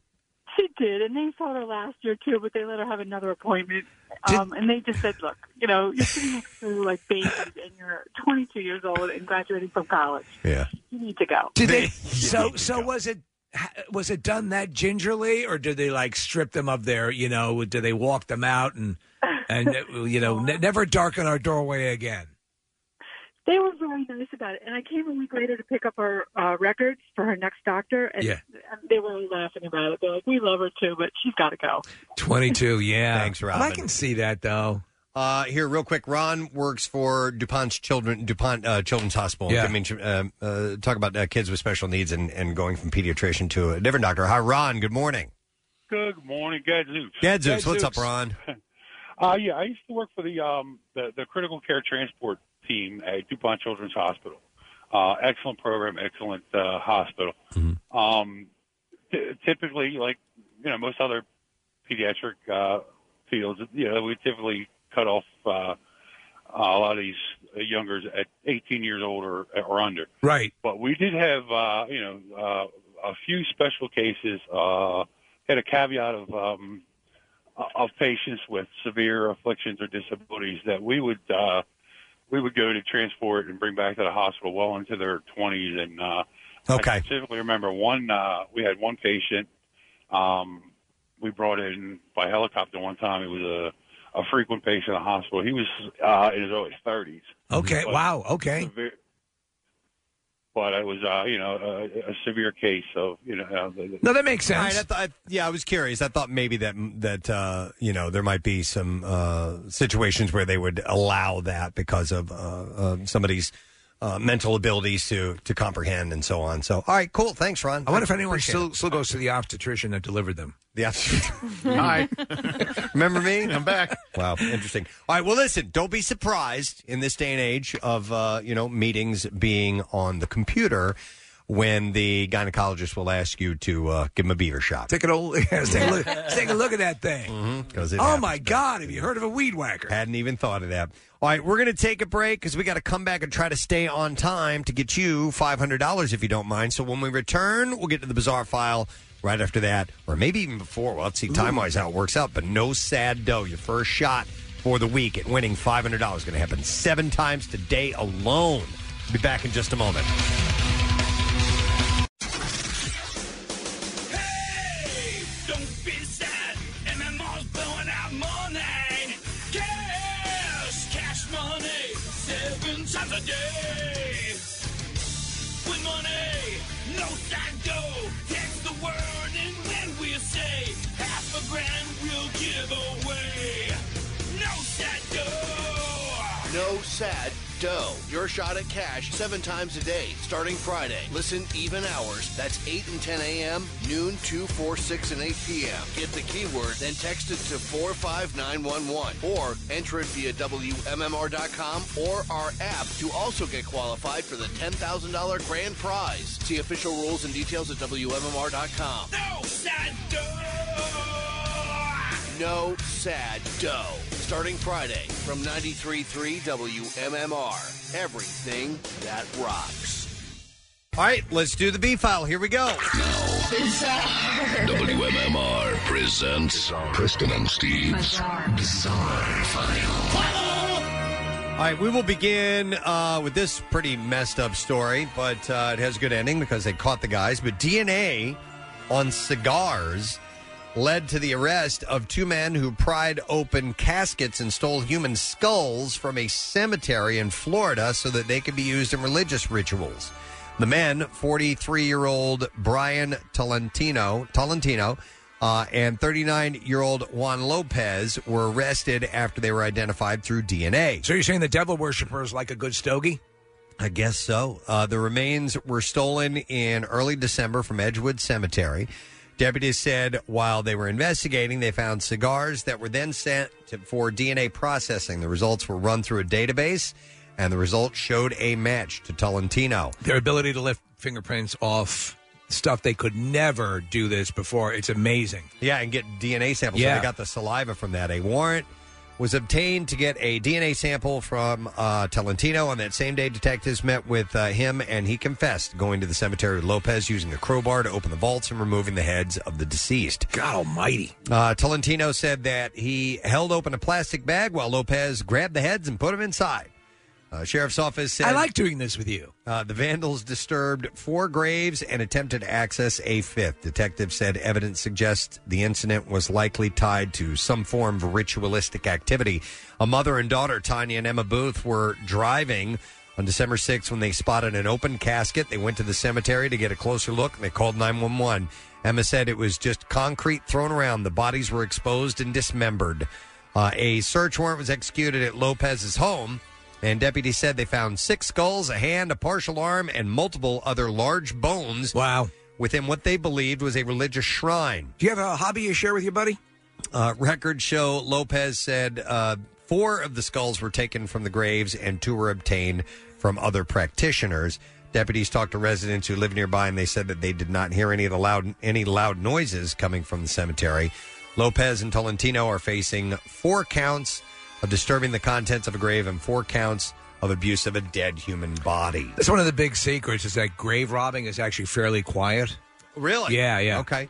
She did, and they saw her last year too, but they let her have another appointment. Um, and they just said, "Look, you know, you're sitting next to like babies, and you're 22 years old and graduating from college. Yeah. You need to go." Did they? So, so was it? ha- Was it done that gingerly, or did they like strip them of their? You know, did they walk them out and and uh, you know ne- never darken our doorway again? They were very nice about it, and I came a week later to pick up her uh, records for her next doctor, and Yeah. they were all laughing about it. They're like, "We love her too, but she's got to go." Twenty-two. Oh, Yeah. Thanks, Well, I Robin. can see that though. Uh, here, real quick. Ron works for Dupont's Children Dupont uh, Children's Hospital. Yeah. I mean, uh, uh, talk about uh, kids with special needs and, and going from pediatrician to a different doctor. Hi, Ron. Good morning. Good morning, Gadzooks. Gadzooks, what's up, Ron? (laughs) Uh, yeah, I used to work for the um, the, the critical care transport team at DuPont Children's Hospital. Uh, excellent program, excellent uh, hospital. Mm-hmm. Um, t- typically, like you know, most other pediatric uh, fields. You know, we typically cut off uh, a lot of these youngers at 18 years old or, or under. Right. But we did have, uh, you know, uh, a few special cases. Uh, had a caveat of um, of patients with severe afflictions or disabilities that we would uh, we would go to transport and bring back to the hospital well into their 20s. And uh, Okay. I specifically remember one. Uh, we had one patient. Um, we brought in by helicopter one time. It was a a frequent patient in the hospital. He was uh, in his early 30s. Okay. Wow. Okay. Severe- But it was, uh, you know, a, a severe case of, you know, uh, the- No, that makes sense. All right, I thought- I- yeah, I was curious. I thought maybe that that uh, you know there might be some uh, situations where they would allow that because of uh, uh, somebody's uh, mental abilities to to comprehend and so on. So, all right, cool. Thanks, Ron. I wonder if anyone Appreciate still it. still goes to the obstetrician that delivered them. The obstetrician. (laughs) Hi. Remember me? I'm back. Wow, interesting. All right, well, listen, don't be surprised in this day and age of uh, you know meetings being on the computer when the gynecologist will ask you to uh, give him a beaver shot. Take an old, let's take a look, (laughs) let's take a look at that thing. Because oh my God! Have you heard of a weed whacker? Hadn't even thought of that. All right, we're going to take a break because we got to come back and try to stay on time to get you $500 if you don't mind. So when we return, we'll get to the bizarre file right after that, or maybe even before. Well, let's see time wise how it works out. But no sad dough. Your first shot for the week at winning $500 is going to happen seven times today alone. Be back in just a moment. Don't be sad. MMR's blowing out money. Cash, cash money. Seven times a day. Win money. No side go. Text the word and when we say half a grand we'll give away. No side go. No sad dough. Your shot at cash seven times a day, starting Friday. Listen even hours. That's 8 and 10 a.m., noon, 2, 4, 6, and 8 p.m. Get the keyword, then text it to 45911 or enter it via WMMR.com or our app to also get qualified for the $10,000 grand prize. See official rules and details at WMMR.com. No side go. No sad dough. Starting Friday from 93.3 WMMR. Everything that rocks. All right, let's do the B file. Here we go. WMMR presents Preston and Steve's Bizarre, File. All right, we will begin uh, with this pretty messed up story, but uh, it has a good ending because they caught the guys. But DNA on cigars led to the arrest of two men who pried open caskets and stole human skulls from a cemetery in Florida so that they could be used in religious rituals. The men, 43 year old Brian Tolentino, Tolentino uh, and 39 year old Juan Lopez, were arrested after they were identified through DNA. So you're saying the devil worshiper is like a good stogie? I guess so. Uh, the remains were stolen in early December from Edgewood Cemetery. Deputies said while they were investigating, they found cigars that were then sent to, for DNA processing. The results were run through a database, and the results showed a match to Tolentino. Their ability to lift fingerprints off stuff they could never do this before. It's amazing. Yeah, and get DNA samples. So Yeah. they got the saliva from that. A warrant was obtained to get a DNA sample from uh, Tolentino. On that same day, detectives met with uh, him, and he confessed going to the cemetery with Lopez using a crowbar to open the vaults and removing the heads of the deceased. God almighty. Uh, Tolentino said that he held open a plastic bag while Lopez grabbed the heads and put them inside. Uh, sheriff's office said, I like doing this with you. uh, the vandals disturbed four graves and attempted access a fifth. Detectives said evidence suggests the incident was likely tied to some form of ritualistic activity. A mother and daughter, Tanya and Emma Booth, were driving on December 6th when they spotted an open casket. They went to the cemetery to get a closer look and they called 911. Emma said it was just concrete thrown around. The bodies were exposed and dismembered. Uh, a search warrant was executed at Lopez's home. And deputies said they found six skulls, a hand, a partial arm, and multiple other large bones. Wow. Within what they believed was a religious shrine. Do you have a hobby you share with your buddy? Uh, records show Lopez said uh, four of the skulls were taken from the graves and two were obtained from other practitioners. Deputies talked to residents who live nearby, and they said that they did not hear any of the loud any loud noises coming from the cemetery. Lopez and Tolentino are facing four counts of disturbing the contents of a grave and four counts of abuse of a dead human body. That's one of the big secrets is that grave robbing is actually fairly quiet. Really? Yeah, yeah. Okay.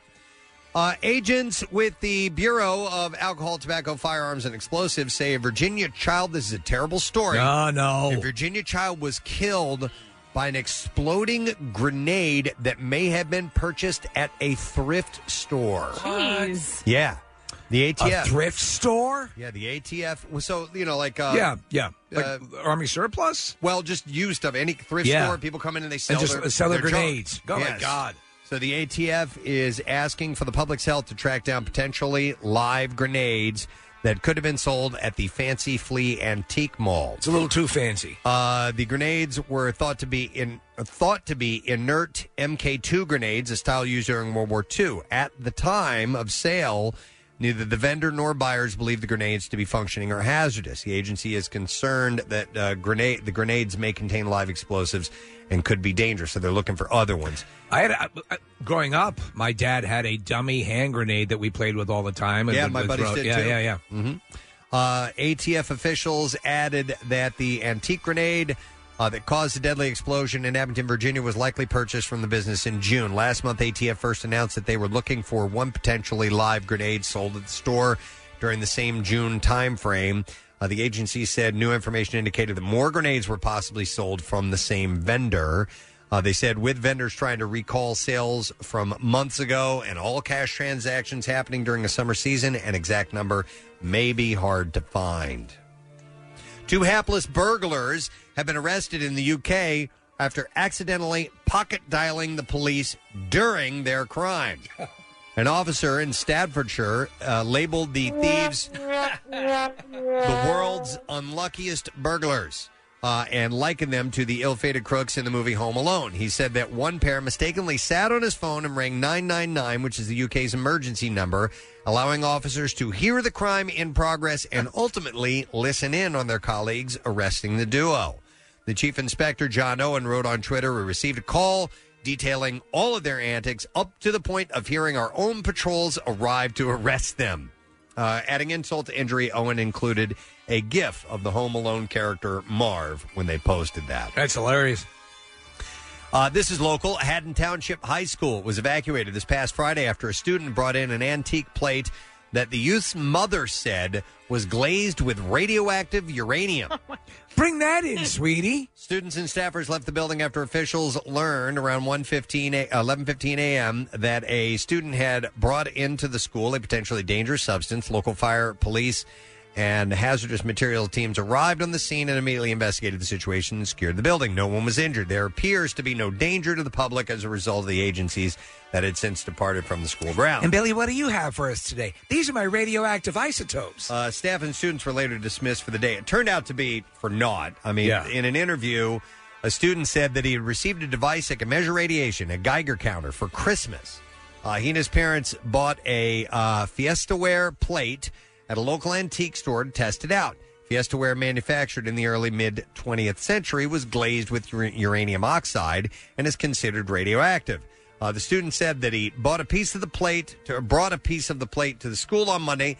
Uh, agents with the Bureau of Alcohol, Tobacco, Firearms, and Explosives say a Virginia child, this is a terrible story. No, no. A Virginia child was killed by an exploding grenade that may have been purchased at a thrift store. Jeez. Yeah. The ATF. A thrift store? Yeah, the ATF. was So, you know, like. Uh, yeah, yeah. Like uh, army surplus? Well, just used stuff. Any thrift Yeah. store, people come in and they And sell just their, sell their junk. grenades. Oh, my God. So the ATF is asking for the public's help to track down potentially live grenades that could have been sold at the Fancy Flea Antique Mall. It's a little too fancy. Uh, the grenades were thought to be in thought to be inert MK2 grenades, a style used during World War II. At the time of sale, neither the vendor nor buyers believed the grenades to be functioning or hazardous. The agency is concerned that uh, grenade the grenades may contain live explosives and could be dangerous, so they're looking for other ones. I had, I, I- growing up, my dad had a dummy hand grenade that we played with all the time. and Yeah, would- my would buddies throw- did yeah, too. Yeah, yeah, hmm Uh, ATF officials added that the antique grenade uh, that caused the deadly explosion in Abington, Virginia, was likely purchased from the business in June. Last month, ATF first announced that they were looking for one potentially live grenade sold at the store during the same June timeframe. Uh, the agency said new information indicated that more grenades were possibly sold from the same vendor. Uh, they said with vendors trying to recall sales from months ago and all cash transactions happening during the summer season, an exact number may be hard to find. Two hapless burglars have been arrested in the UK after accidentally pocket dialing the police during their crime. An officer in Staffordshire uh, labeled the thieves (laughs) the world's unluckiest burglars uh, and likened them to the ill-fated crooks in the movie Home Alone. He said that one pair mistakenly sat on his phone and rang 999, which is the UK's emergency number, allowing officers to hear the crime in progress and ultimately listen in on their colleagues arresting the duo. The chief inspector, John Owen, wrote on Twitter, We received a call detailing all of their antics up to the point of hearing our own patrols arrive to arrest them. Uh, adding insult to injury, Owen included a gif of the Home Alone character Marv when they posted that. That's hilarious. Uh, this is local. Haddon Township High School was evacuated this past Friday after a student brought in an antique plate that the youth's mother said was glazed with radioactive (laughs) uranium. Oh Bring that in, sweetie. Students and staffers left the building after officials learned around 1:15 a- 11:15 a.m. that a student had brought into the school a potentially dangerous substance. Local fire, police, and hazardous material teams arrived on the scene and immediately investigated the situation and secured the building. No one was injured. There appears to be no danger to the public as a result of the agencies that had since departed from the school grounds. And Billy, what do you have for us today? These are my radioactive isotopes. Uh, staff and students were later dismissed for the day. It turned out to be for naught. I mean, Yeah. in an interview, a student said that he had received a device that could measure radiation, a Geiger counter, for Christmas. Uh, he and his parents bought a uh, Fiestaware plate at a local antique store to test it out. Fiestaware, manufactured in the early mid 20th century, was glazed with ur- uranium oxide and is considered radioactive. Uh, the student said that he bought a piece of the plate, to, brought a piece of the plate to the school on Monday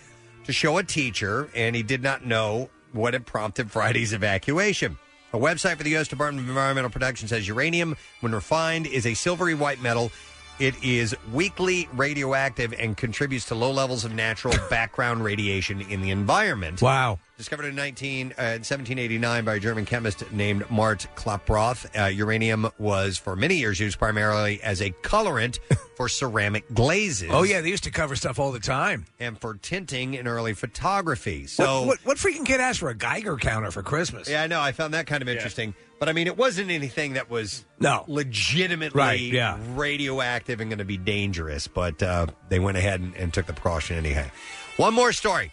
to show a teacher, and he did not know what had prompted Friday's evacuation. A website for the U.S. Department of Environmental Protection says uranium, when refined, is a silvery white metal. It is weakly radioactive and contributes to low levels of (coughs) natural background radiation in the environment. Wow. Discovered in 19, uh, in 1789 by a German chemist named Mart Klaproth, uh, uranium was for many years used primarily as a (laughs) colorant for ceramic glazes Oh yeah, they used to cover stuff all the time. and for tinting in early photography. So what, what, what freaking kid asked for a Geiger counter for Christmas? yeah, I know I found that kind of interesting, but I mean it wasn't anything that was No. legitimately Right, yeah. radioactive and going to be dangerous. But uh, they went ahead and, and took the precaution anyhow. One more story.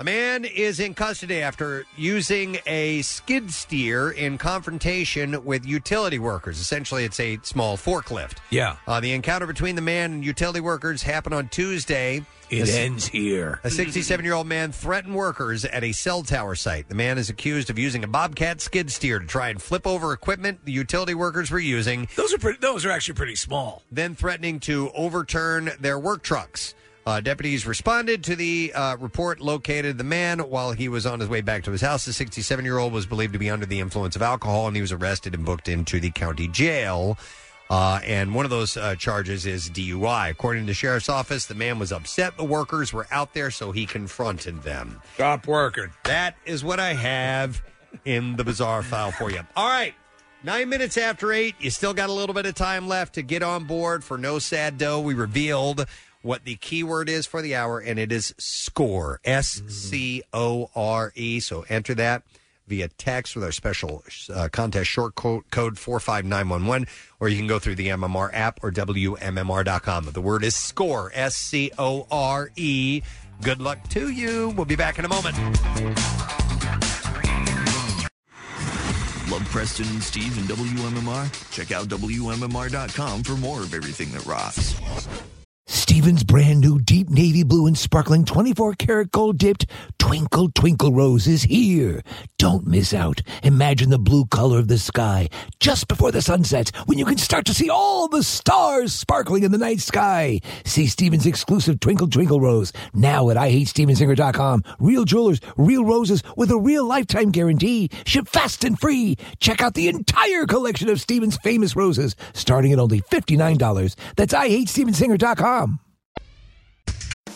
A man is in custody after using a skid steer in confrontation with utility workers. Essentially, it's a small forklift. Yeah. Uh, the encounter between the man and utility workers happened on Tuesday. It The- ends here. a 67 year old man threatened workers at a cell tower site. The man is accused of using a bobcat skid steer to try and flip over equipment the utility workers were using, Those are pretty, those are actually pretty small. then threatening to overturn their work trucks. Uh, deputies responded to the uh, report, located the man while he was on his way back to his house. The 67 year old was believed to be under the influence of alcohol, and he was arrested and booked into the county jail. Uh, and one of those uh, charges is DUI. According to the sheriff's office, the man was upset the workers were out there, so he confronted them. Stop working. That is what I have in the bizarre file for you. (laughs) All right. Nine minutes after eight, you still got a little bit of time left to get on board for No Sad Dough. We revealed what the keyword is for the hour, and it is score. S C O R E. So enter that via text with our special uh, contest short code, code 45911, or you can go through the MMR app or WMMR.com. The word is score. S C O R E. Good luck to you. We'll be back in a moment. Love Preston and Steve and WMMR? Check out WMMR.com for more of everything that rocks. Steven's brand new deep navy blue and sparkling 24 karat gold dipped twinkle twinkle rose is here. Don't miss out. Imagine the blue color of the sky just before the sun sets when you can start to see all the stars sparkling in the night sky. See Steven's exclusive twinkle twinkle rose now at IHateStevensinger.com. Real jewelers, real roses with a real lifetime guarantee. Ship fast and free. Check out the entire collection of Steven's famous roses starting at only $59. That's IHateStevensinger.com.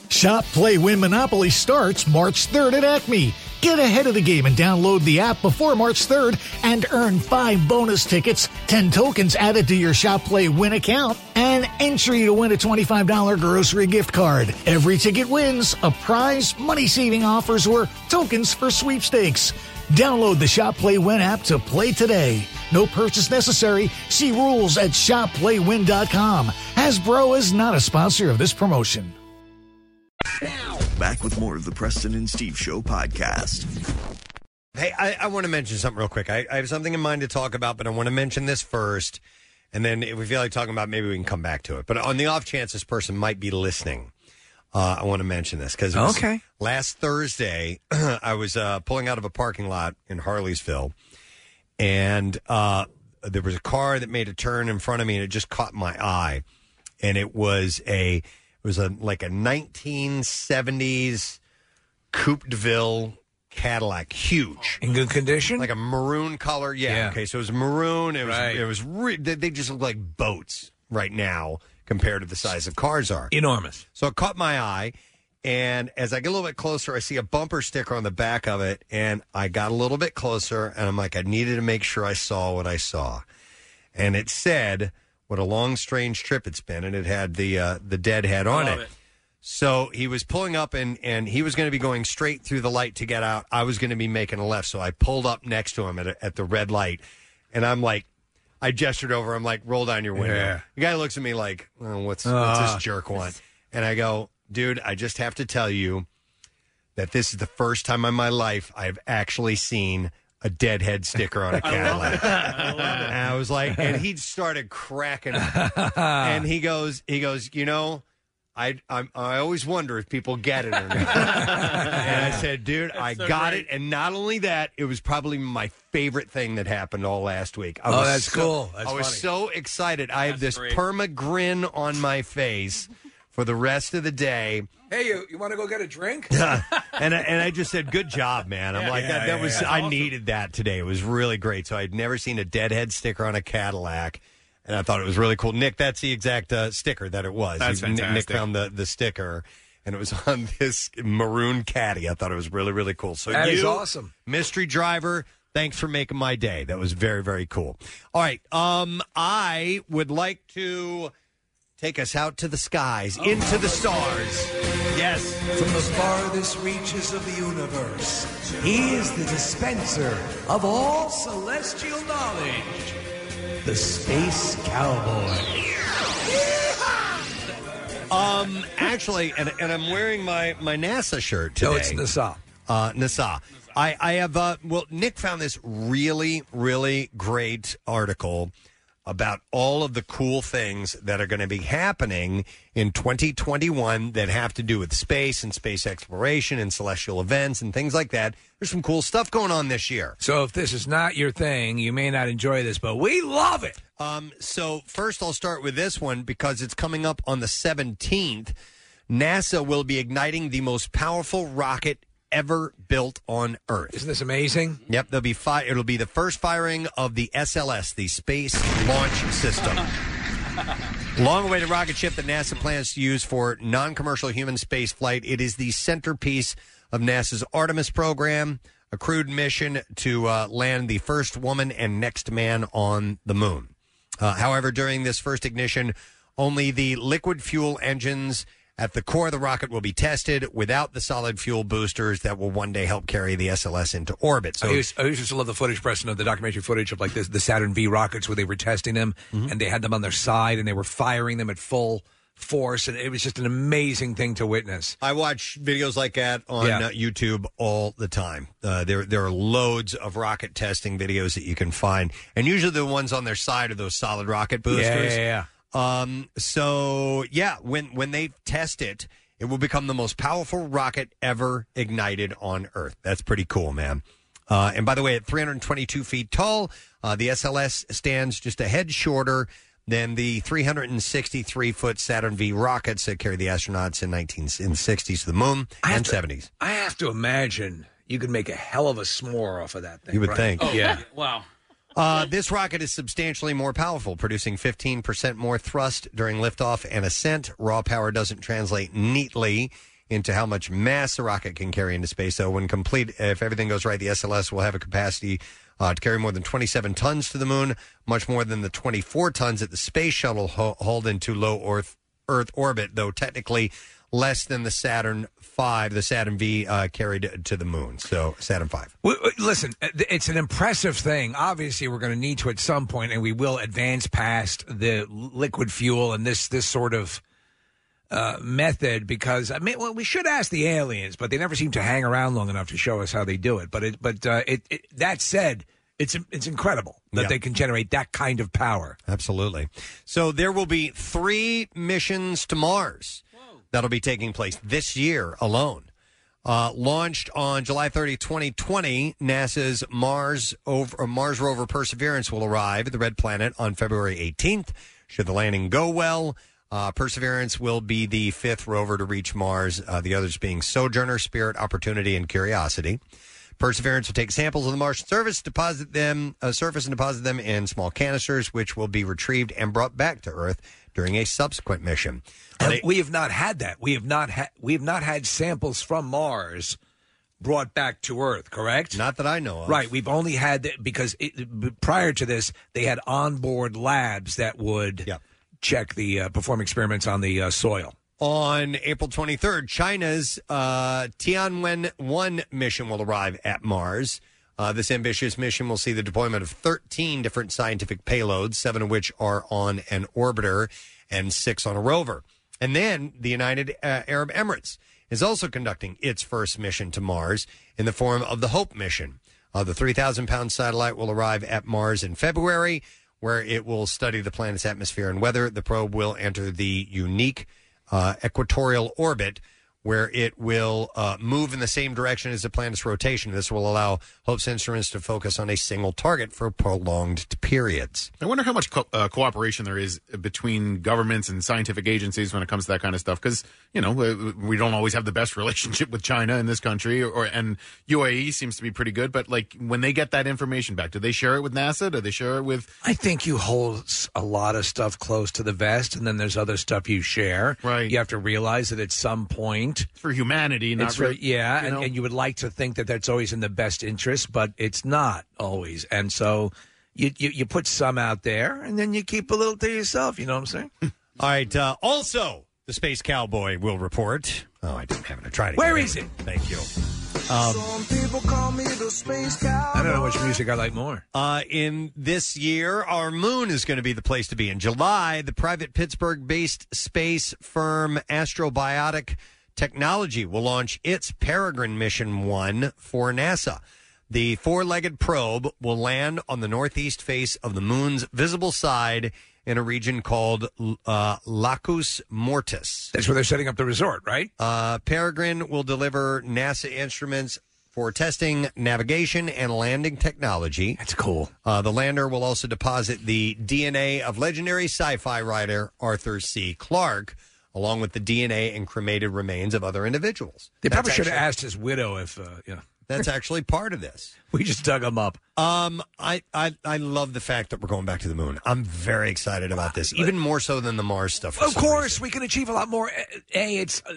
Shop, play, win Monopoly starts March 3rd at Acme. Get ahead of the game and download the app before March 3rd and earn five bonus tickets, 10 tokens added to your Shop, play, win account, and entry to win a $25 grocery gift card. Every ticket wins a prize, money saving offers, or tokens for sweepstakes. Download the Shop, play, win app to play today. No purchase necessary. See rules at shopplaywin.com. Hasbro is not a sponsor of this promotion. Back with more of the Preston and Steve Show podcast. Hey, I, I want to mention something real quick. I, I have something in mind to talk about, but I want to mention this first. And then if we feel like talking about it, maybe we can come back to it. But on the off chance this person might be listening, uh, I want to mention this because Okay. last Thursday, (clears throat) I was uh, pulling out of a parking lot in Harleysville, and uh, there was a car that made a turn in front of me, and it just caught my eye, and it was a it was a like a 1970s coupe de ville Cadillac, huge, in good condition, like a maroon color. Yeah. Yeah. Okay, so it was maroon. It was Right. it was re- they, they just look like boats right now compared to the size of cars are Enormous. So it caught my eye. And as I get a little bit closer, I see a bumper sticker on the back of it. And I got a little bit closer and I'm like, I needed to make sure I saw what I saw. And it said, What a long, strange trip it's been. And it had the uh, the deadhead on Love it. So he was pulling up and, and he was going to be going straight through the light to get out. I was going to be making a left. So I pulled up next to him at, a, at the red light. And I'm like, I gestured over. I'm like, roll down your window. Yeah. The guy looks at me like, oh, what's, what's Ah. this jerk want? And I go, dude, I just have to tell you that this is the first time in my life I've actually seen a deadhead sticker on a Cadillac. and I was like, and he started cracking up. (laughs) and he goes, he goes, you know, I I'm, I always wonder if people get it (laughs) or not. and I said, dude, I so got great. it. And not only that, it was probably my favorite thing that happened all last week. I Oh, was that's so- cool. That's I was funny. so excited. I have this great. perma grin on my face for the rest of the day. Hey, you, you want to go get a (laughs) drink? (laughs) and I, and I just said, "Good job, man." I'm Yeah. like, Yeah, "That, that yeah, was yeah. I needed that today. It was really great." So I'd never seen a deadhead sticker on a Cadillac, and I thought it was really cool. Nick, that's the exact uh, sticker that it was. That's Nick- fantastic. Nick found the the sticker, and it was (laughs) on this maroon caddy. I thought it was really really cool. So That is you, awesome. mystery driver. Thanks for making my day. That was very very cool. All right, um, I would like to take us out to the skies, into the stars. Yes. From the farthest reaches of the universe, he is the dispenser of all celestial knowledge. The Space Cowboy. Um, actually, and, and I'm wearing my, my NASA shirt today. No, it's Nassau. Uh, Nassau. I, I have, uh, well, Nick found this really, really great article about all of the cool things that are going to be happening in 2021 that have to do with space and space exploration and celestial events and things like that. There's some cool stuff going on this year. So if this is not your thing, you may not enjoy this, but we love it. Um, so first, I'll start with this one because it's coming up on the 17th. NASA will be igniting the most powerful rocket ever built on Earth. Isn't this amazing? Yep, there'll be fi- it'll be the first firing of the SLS, the Space Launch System. Long-awaited rocket ship that NASA plans to use for non-commercial human space flight. It is the centerpiece of NASA's Artemis program, a crewed mission to uh, land the first woman and next man on the moon. Uh, however, during this first ignition, only the liquid fuel engines at the core of the rocket will be tested without the solid fuel boosters that will one day help carry the SLS into orbit. So I used, I used to love the footage, Preston, of the documentary footage of like the, the Saturn V rockets where they were testing them Mm-hmm. and they had them on their side and they were firing them at full force. And it was just an amazing thing to witness. I watch videos like that on Yeah. uh, YouTube all the time. Uh, there, there are loads of rocket testing videos that you can find, and usually the ones on their side are those solid rocket Yeah, boosters. yeah, Um, so yeah, when when they test it, it will become the most powerful rocket ever ignited on Earth. That's pretty cool, man. Uh, and by the way, at 322 feet tall, uh, the SLS stands just a head shorter than the 363 foot Saturn V rockets that carried the astronauts in 1960s to the moon and 70s. I have to imagine you could make a hell of a s'more off of that thing. You would right? think. Oh, yeah. Wow. Uh, this rocket is substantially more powerful, producing 15% more thrust during liftoff and ascent. Raw power doesn't translate neatly into how much mass a rocket can carry into space. So, when complete, if everything goes right, the SLS will have a capacity uh, to carry more than 27 tons to the moon, much more than the 24 tons that the space shuttle ho- hauled into low Earth, Earth orbit, though technically less than the Saturn V, the Saturn V uh, carried to the moon. So, Saturn V. W- w- Listen, uh, th- it's an impressive thing. Obviously, we're going to need to at some point, and we will advance past the l- liquid fuel and this this sort of uh, method because I mean, well, we should ask the aliens, but they never seem to hang around long enough to show us how they do it. But it, but uh, it, it that said, it's it's incredible that Yeah. they can generate that kind of power. Absolutely. So there will be three missions to Mars that'll be taking place this year alone. Uh, launched on July 30, 2020, NASA's Mars over, or Mars rover Perseverance will arrive at the Red Planet on February 18th. Should the landing go well, uh, Perseverance will be the fifth rover to reach Mars, uh, the others being Sojourner, Spirit, Opportunity, and Curiosity. Perseverance will take samples of the Martian surface, deposit them, uh, surface, and deposit them in small canisters, which will be retrieved and brought back to Earth during a subsequent mission. And we have not had that. We have not had we have not had samples from Mars brought back to Earth. Correct? Not that I know of. Right. We've only had that because it, b- prior to this, they had onboard labs that would check the uh, perform experiments on the uh, soil. On April 23rd, China's uh, Tianwen 1 mission will arrive at Mars. Uh, this ambitious mission will see the deployment of 13 different scientific payloads, seven of which are on an orbiter and six on a rover. And then the United uh, Arab Emirates is also conducting its first mission to Mars in the form of the Hope mission. Uh, the 3,000 pound satellite will arrive at Mars in February, where it will study the planet's atmosphere and weather. The probe will enter the unique uh, equatorial orbit, where it will uh, move in the same direction as the planet's rotation. This will allow Hope's instruments to focus on a single target for prolonged periods. I wonder how much co- uh, cooperation there is between governments and scientific agencies when it comes to that kind of stuff. Because you know uh, we don't always have the best (laughs) relationship with China in this country, or and UAE seems to be pretty good. But like when they get that information back, do they share it with NASA? Do they share it with? I think you hold s- a lot of stuff close to the vest, and then there's other stuff you share. Right. You have to realize that at some point, for humanity, not it's for- really- yeah, you and, know? and you would like to think that that's always in the best interest, but it's not always, and so. You, you, you put some out there and then you keep a little to yourself. You know what I'm saying? (laughs) All right. Uh, also, the Space Cowboy will report. Oh, I didn't have it. I tried it. Where is it? Thank you. Um, people call me the space cow. I don't know which music I like more. Uh, in this year, our moon is going to be the place to be. In July, the private Pittsburgh based space firm Astrobiotic Technology will launch its Peregrine Mission 1 for NASA. The four legged probe will land on the northeast face of the moon's visible side in a region called uh, Lacus Mortis. That's where they're setting up the resort, right? Uh, Peregrine will deliver NASA instruments for testing, navigation, and landing technology. That's cool. Uh, the lander will also deposit the DNA of legendary sci fi writer Arthur C. Clarke along with the DNA and cremated remains of other individuals. They That's probably should have actually- asked his widow if, uh, yeah. That's actually part of this. We just dug him up. Um, I, I I love the fact that we're going back to the moon. I'm very excited about this, even more so than the Mars stuff. for Of some course, we can achieve a lot more. A, it's uh,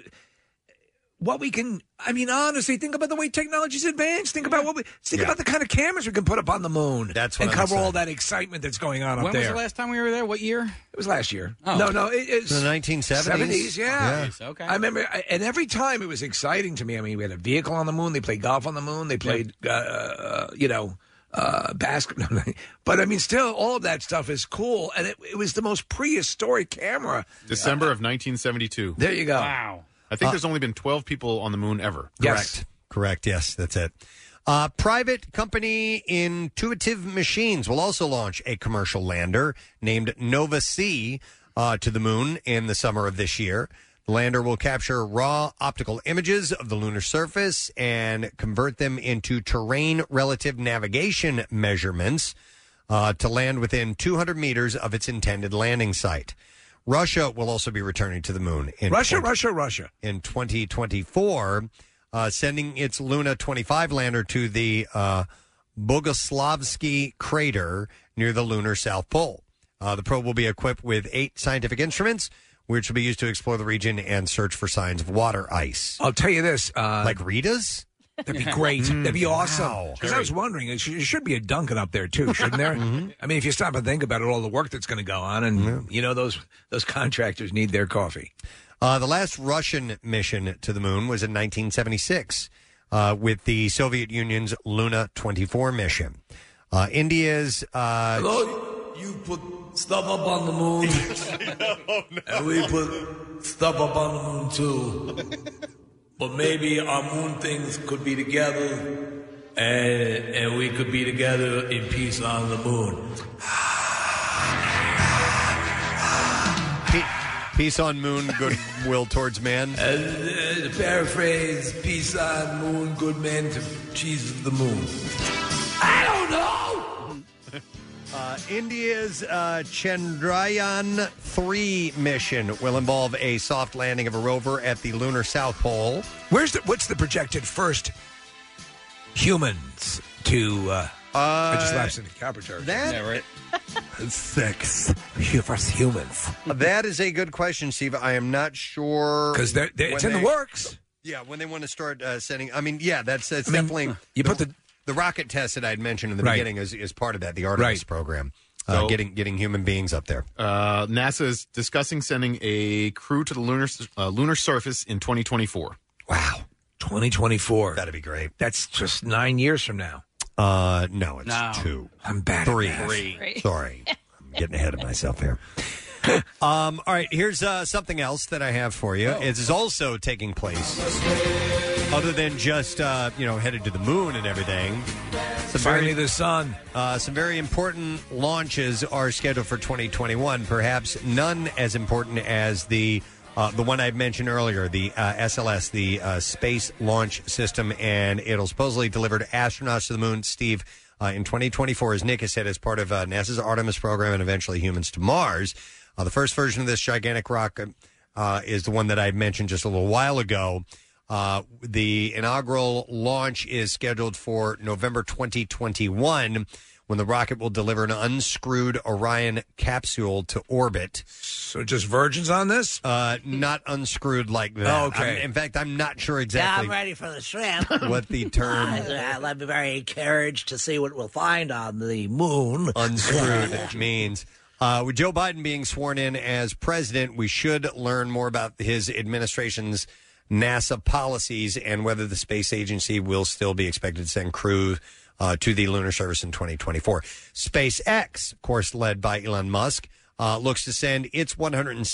what we can. I mean, honestly, think about the way technology's advanced. Think about what we think Yeah. about the kind of cameras we can put up on the moon. That's what and I'm cover all excited. that excitement that's going on up when there. was the last time we were there? What year? It was last year. Oh. No, no, it, it's The 1970s? 70s, yeah. Yeah. Okay. I remember, I- and every time it was exciting to me. I mean, we had a vehicle on the moon. They played golf on the moon. They played, uh, uh, you know, uh, (laughs) basketball. but I mean, still, all of that stuff is cool. And it, it was the most prehistoric camera. December of 1972. There you go. Wow. I think Uh, there's only been 12 people on the moon ever. Correct. Correct. Yes, that's it. Uh, private company Intuitive Machines will also launch a commercial lander named Nova C uh, to the moon in the summer of this year. The lander will capture raw optical images of the lunar surface and convert them into terrain relative navigation measurements uh, to land within 200 meters of its intended landing site. Russia will also be returning to the moon in Russia, 20 Russia, Russia. in 2024, uh, sending its Luna 25 lander to the uh, Bogoslavsky crater near the lunar South Pole. Uh, the probe will be equipped with eight scientific instruments, which will be used to explore the region and search for signs of water ice. I'll tell you this. Uh, like Rita's? (laughs) That'd be great. Mm. That'd be awesome. Because I was wondering, it should, it should be a Duncan up there too, shouldn't there? I mean, if you stop and think about it, all the work that's going to go on, and you know those those contractors need their coffee. Uh, the last Russian mission to the moon was in 1976 uh, with the Soviet Union's Luna 24 mission. Uh, India's. Uh, Hello? You put stuff up on (laughs) the moon, and we put stuff up on the moon too. but maybe our moon things could be together, and and we could be together in peace on the moon. Pe- Peace on moon, (laughs) goodwill towards man. Uh, to paraphrase, peace on moon, good man to cheese of the moon. I don't know. Uh, India's uh, Chandrayaan 3 mission will involve a soft landing of a rover at the lunar South Pole. Where's the what's the projected first humans to? Uh, I just lapsed into copper territory. that- Yeah, (laughs) right. Six hu- first humans (laughs) That is a good question, Steve. I am not sure. because they're, they're- it's in when the they- works. Yeah, when they want to start uh, sending. I mean, yeah, that's, that's I mean, definitely. You put the The rocket test that I had mentioned in the Right. beginning is, is part of that, the Artemis Right. program, uh, So- getting, getting human beings up there. Uh, NASA is discussing sending a crew to the lunar uh, lunar surface in 2024. 2024. That'd be great. That's just nine years from now. Uh, no, it's No. two. I'm bad. at Three. math. Sorry, I'm getting ahead of myself (laughs) here. Um, all right, here's uh, something else that I have for Oh. you. It is also taking place, other than just uh, you know headed to the moon and everything. Some Finally, the sun. Uh, some very important launches are scheduled for 2021. Perhaps none as important as the uh, the one I mentioned earlier, the uh, SLS, the uh, Space Launch System, and it'll supposedly deliver to astronauts to the moon. Steve. Uh, in 2024, as Nick has said, as part of uh, NASA's Artemis program and eventually humans to Mars, uh, the first version of this gigantic rocket uh, is the one that I mentioned just a little while ago. Uh, the inaugural launch is scheduled for November 2021 when the rocket will deliver an unscrewed Orion capsule to orbit. So just virgins on this? Uh, not unscrewed like that. Oh, okay. I'm- in fact, I'm not sure exactly. I'm ready for the shrimp. What (laughs) the term- Uh, I'll be very encouraged to see what we'll find on the moon. (laughs) unscrewed means. Uh, with Joe Biden being sworn in as president, we should learn more about his administration's NASA policies and whether the space agency will still be expected to send crews uh, to the lunar service in 2024. SpaceX, of course, led by Elon Musk, uh, looks to send its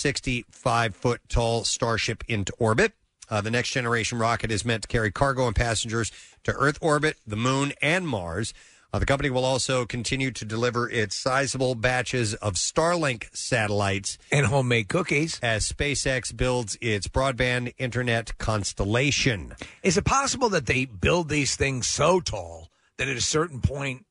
165 foot tall Starship into orbit. Uh, the next generation rocket is meant to carry cargo and passengers to Earth orbit, the moon, and Mars. Uh, the company will also continue to deliver its sizable batches of Starlink satellites and homemade cookies as SpaceX builds its broadband internet constellation. Is it possible that they build these things so tall that at a certain point,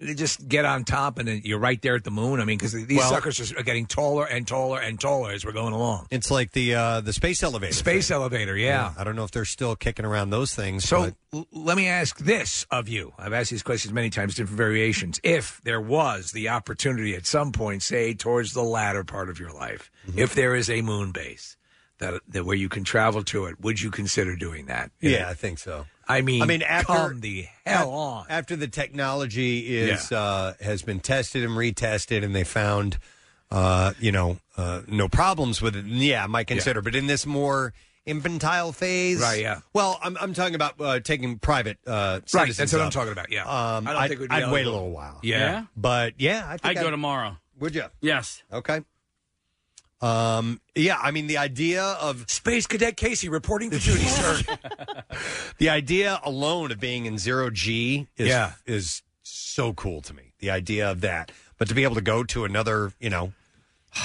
They just get on top, and then you're right there at the moon. I mean, because these Well- suckers are getting taller and taller and taller as we're going along. It's like the uh, the space elevator. Space elevator, yeah. I don't know if they're still kicking around those things. So but- l- let me ask this of you. I've asked these questions many times, different variations. If there was the opportunity at some point, say towards the latter part of your life, Mm-hmm. if there is a moon base that, that where you can travel to it, would you consider doing that? yeah, I think so. I mean, I mean, after come the hell on. After the technology is uh, has been tested and retested, and they found, uh, you know, uh, no problems with it. Yeah, I might consider. But in this more infantile phase, Right, yeah. Well, I'm I'm talking about uh, taking private. Uh, Right, citizens that's what I'm up. talking about, yeah. um, I I don't would think we'd be I'd able wait to- a little while. Yeah. Yeah? but yeah, I think I'd go tomorrow. Would you? Yes. Okay. Um. Yeah. I mean, the idea of space cadet Casey reporting (laughs) for duty, sir. the idea alone of being in zero G is Yeah. is so cool to me. The idea of that, but to be able to go to another, you know,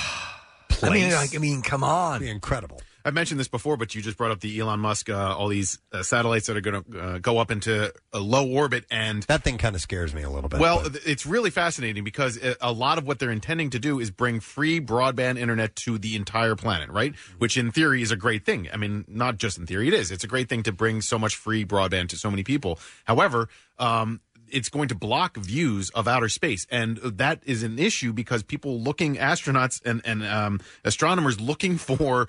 (sighs) place. I mean, like, I mean, come on, be incredible. I've mentioned this before, but you just brought up the Elon Musk, uh, all these uh, satellites that are going to uh, go up into a low orbit, and that thing kind of scares me a little bit. Well, but- th- it's really fascinating because uh, a lot of what they're intending to do is bring free broadband internet to the entire planet, right? Which in theory is a great thing. I mean, not just in theory, it is. It's a great thing to bring so much free broadband to so many people. However, um, it's going to block views of outer space, and that is an issue because people looking astronauts and and um, astronomers looking (laughs) for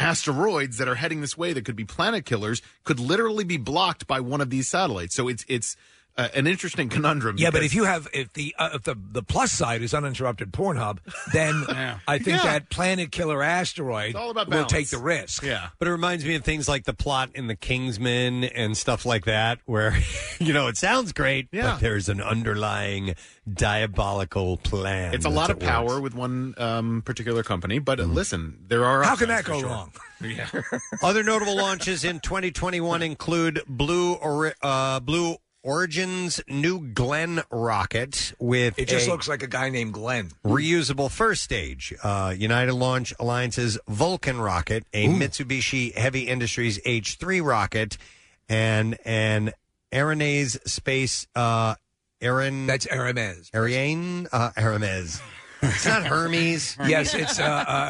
asteroids that are heading this way that could be planet killers could literally be blocked by one of these satellites. So it's it's uh, an interesting conundrum. Yeah, but because- if you have if the uh, if the the plus side is uninterrupted Pornhub, then I think (laughs) Yeah. that planet killer asteroid It's all about will balance. take the risk. Yeah. But it reminds me of things like the plot in The Kingsman and stuff like that, where, (laughs) you know, it sounds great, Yeah. but there's an underlying diabolical plan. It's a lot of that's at work. power with one um, particular company, but uh Mm-hmm. listen, there are. How can that upsides for go sure. wrong? Yeah. (laughs) Other notable launches in 2021 include Blue Ori- uh, Blue Origin's new Glenn rocket with It just a looks like a guy named Glenn. reusable first stage. Uh, United Launch Alliance's Vulcan rocket, a Mitsubishi Heavy Industries H3 rocket, and an Aranes Space uh, Aaron. That's Arames. Ariane uh, Arames. It's not Hermes. (laughs) yes, it's uh,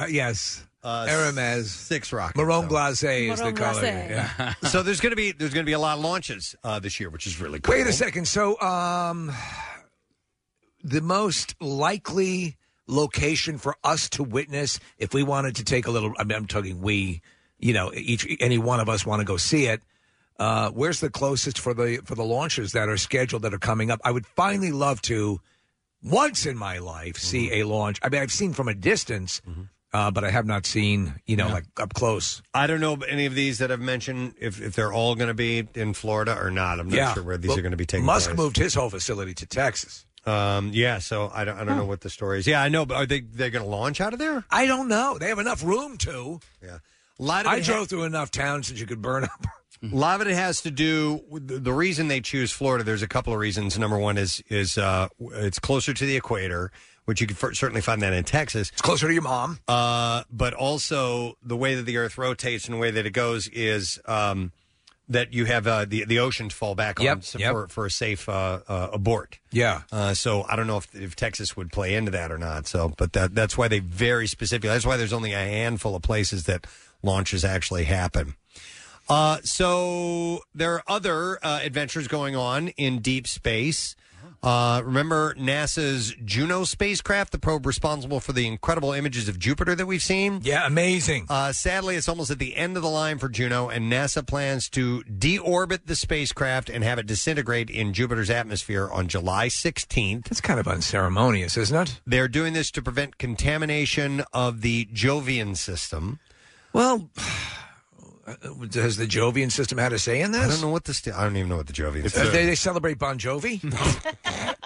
uh yes. Uh, Arames. Six rockets. Maroon glacé is the Marron color. glacé. Yeah. so there's going to be there's going to be a lot of launches uh, this year, which is really cool. Wait a second. So, um, the most likely location for us to witness, if we wanted to take a little, I mean, I'm talking we, you know, each any one of us want to go see it. Uh, where's the closest for the for the launches that are scheduled that are coming up? I would finally love to once in my life see Mm-hmm. a launch. I mean, I've seen from a distance, uh, but I have not seen, you know, like up close. I don't know any of these that I've mentioned if, if they're all going to be in Florida or not. I'm not sure where these Well, are going to be taking Musk place. moved his whole facility to Texas. Um, yeah, so I don't, I don't know what the story is. Yeah, I know, but are they they going to launch out of there? I don't know. They have enough room to. Yeah. Lot of I it drove ha- through enough towns that you could burn up. A lot of it has to do with the, the reason they choose Florida. There's a couple of reasons. Number one is is uh, it's closer to the equator, which you can fir- certainly find that in Texas. It's closer to your mom. Uh, but also the way that the Earth rotates and the way that it goes is um, that you have uh, the the ocean to fall back Yep, on so- yep. for for a safe uh, uh, abort. Yeah. Uh, so I don't know if, if Texas would play into that or not. So, but that that's why they very specifically. That's why there's only a handful of places that launches actually happen. Uh, so there are other uh, adventures going on in deep space. Uh, remember NASA's Juno spacecraft, the probe responsible for the incredible images of Jupiter that we've seen? Yeah, amazing. Uh, sadly, it's almost at the end of the line for Juno, and NASA plans to deorbit the spacecraft and have it disintegrate in Jupiter's atmosphere on July 16th. That's kind of unceremonious, isn't it? They're doing this to prevent contamination of the Jovian system. Well, (sighs) has the Jovian system had a say in this? I don't know what the st- I don't even know what the Jovian It's- system. they, they celebrate (laughs) Bon Jovi.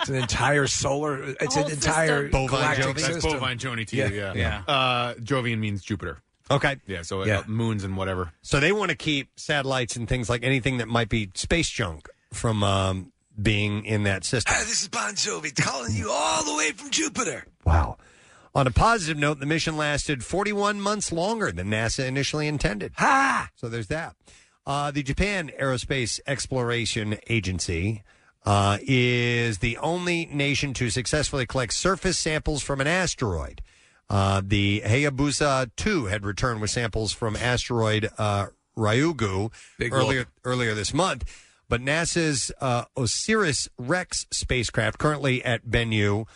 it's an entire solar. It's an whole entire system. Bovine galactic Jovi. system. That's That's bovine Joni to you, yeah. Yeah. Uh, Jovian means Jupiter. Okay. Yeah, so uh, Yeah. moons and whatever. So they want to keep satellites and things like anything that might be space junk from um, being in that system. Ah, this is Bon Jovi calling you all the way from Jupiter. On a positive note, the mission lasted 41 months longer than NASA initially intended. Ha! So there's that. Uh, the Japan Aerospace Exploration Agency uh, is the only nation to successfully collect surface samples from an asteroid. Uh, the Hayabusa 2 had returned with samples from asteroid uh, Ryugu Big earlier whoop. earlier this month. But NASA's uh, Osiris Rex spacecraft, currently at Ben U,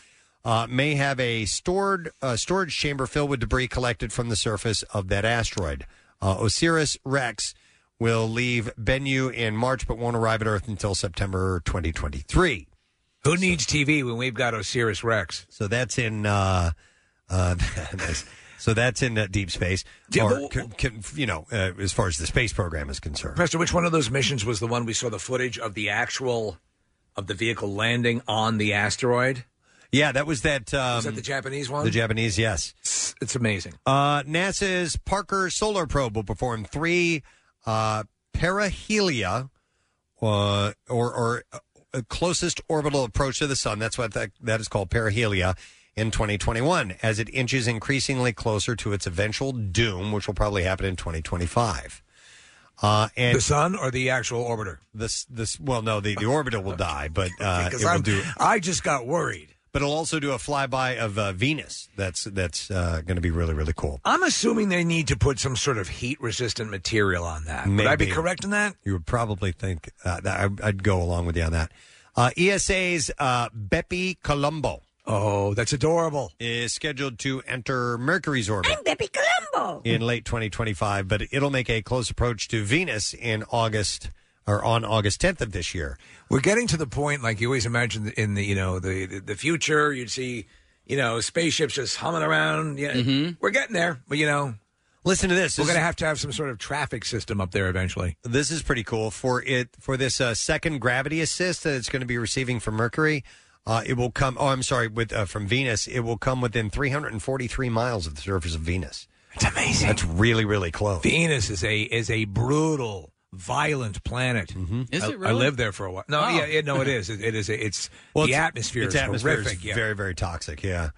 uh, may have a stored uh, storage chamber filled with debris collected from the surface of that asteroid. Uh, Osiris Rex will leave Bennu in March, but won't arrive at Earth until September 2023. Who needs TV when we've got Osiris Rex? So that's in. Uh, uh, (laughs) that's- so that's in uh, deep space, Yeah, or but- c- c- you know, uh, as far as the space program is concerned. Preston, which one of those missions was the one we saw the footage of the actual of the vehicle landing on the asteroid? Yeah, that was that. Um, was that the Japanese one? The Japanese, yes. It's amazing. Uh, NASA's Parker Solar Probe will perform three uh, perihelia, uh, or, or uh, closest orbital approach to the sun. That's what that, that is called perihelia in 2021, as it inches increasingly closer to its eventual doom, which will probably happen in 2025. Uh, and the sun or the actual orbiter? This, this. Well, no, the, the orbiter will die, but uh, it Because will I'm- do. I just got worried. But it'll also do a flyby of uh, Venus. That's that's uh, going to be really really cool. I'm assuming they need to put some sort of heat resistant material on that. Would I be Maybe. correct in that? You would probably think uh, that I, I'd go along with you on that. Uh, ESA's uh, Beppe Colombo. Oh, that's adorable. Is scheduled to enter Mercury's orbit. I'm Beppe Colombo. In late 2025, but it'll make a close approach to Venus in August or on August 10th of this year. We're getting to the point, like you always imagine in the you know the the, the future, you'd see you know spaceships just humming around. Yeah, Mm-hmm. we're getting there, but you know, listen to this. We're This going to is- have to have some sort of traffic system up there eventually. This is pretty cool for it for this uh, second gravity assist that it's going to be receiving from Mercury. Uh, it will come. Oh, I'm sorry, with uh, from Venus, it will come within 343 miles of the surface of Venus. That's amazing. That's really really close. Venus is a is a brutal, violent planet. Mm-hmm. Is I, it I really? lived there for a while. No, Oh. yeah, it, no, it is. It, it is. It's the it's- atmosphere its is atmosphere horrific. Is yeah. Very, very toxic. Yeah.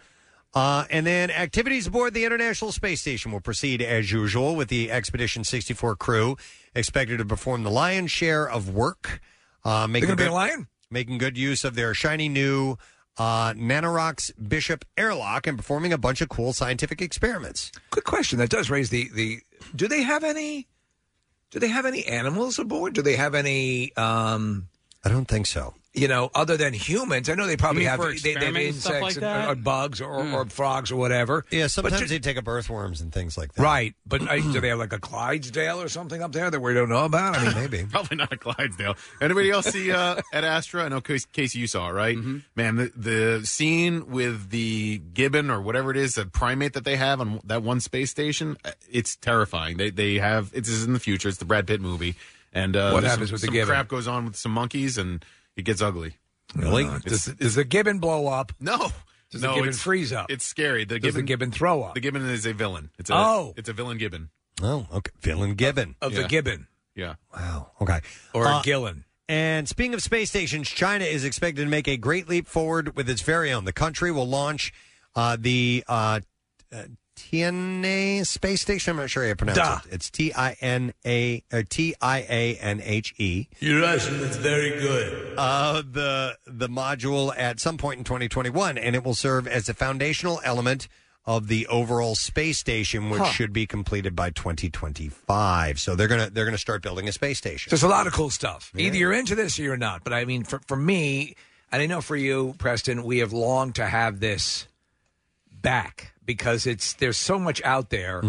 Uh, and then activities aboard the International Space Station will proceed as usual with the Expedition 64 crew expected to perform the lion's share of work. Uh, making gonna be good- a lion? Making good use of their shiny new uh, Nanorox Bishop airlock and performing a bunch of cool scientific experiments. Good question. That does raise the the. Do they have any? Do they have any animals aboard? Do they have any? um I don't think so. You know, other than humans, I know they probably mean have e, for they, they have experiments and stuff insects like that? Hmm. or, or bugs or, or frogs or whatever. Yeah, But sometimes do- they take up earthworms and things like that. Right, but I, do they have like a Clydesdale or something up there that we don't know about? (laughs) I mean, maybe probably not a Clydesdale. Anybody else see uh, at Astra? I know Cas- Casey, you saw it, right? Mm-hmm. Man, the, the scene with the gibbon or whatever it is, the primate that they have on that one space station, uh, it's terrifying. They they have it is in the future. It's the Brad Pitt movie, and uh, What there's happens some, with the some gibbon? Crap goes on with some monkeys, and it gets ugly. Really? does, does the gibbon blow up? No. Does No, the gibbon it's- freeze up? It's scary. The Does the gibbon, gibbon throw up? The gibbon is a villain. It's a, Oh. it's a villain gibbon Oh, okay. Villain Gibbon. of the gibbon. Yeah. Wow. Okay. Or a Uh, gillin. And speaking of space stations, China is expected to make a great leap forward with its very own. The country will launch uh, the uh, uh, Tianhe space station. I'm not sure how you pronounce Duh. it. It's T I N A uh, T I A N H E. Your Russian is very good. Uh, the the module at some point in 2021, and it will serve as the foundational element of the overall space station, which Huh. should be completed by 2025. So they're gonna they're gonna start building a space station. There's a lot of cool stuff. Either you're into this or you're not. But I mean, for, for me, and I know for you, Preston, we have longed to have this back because it's there's so much out there.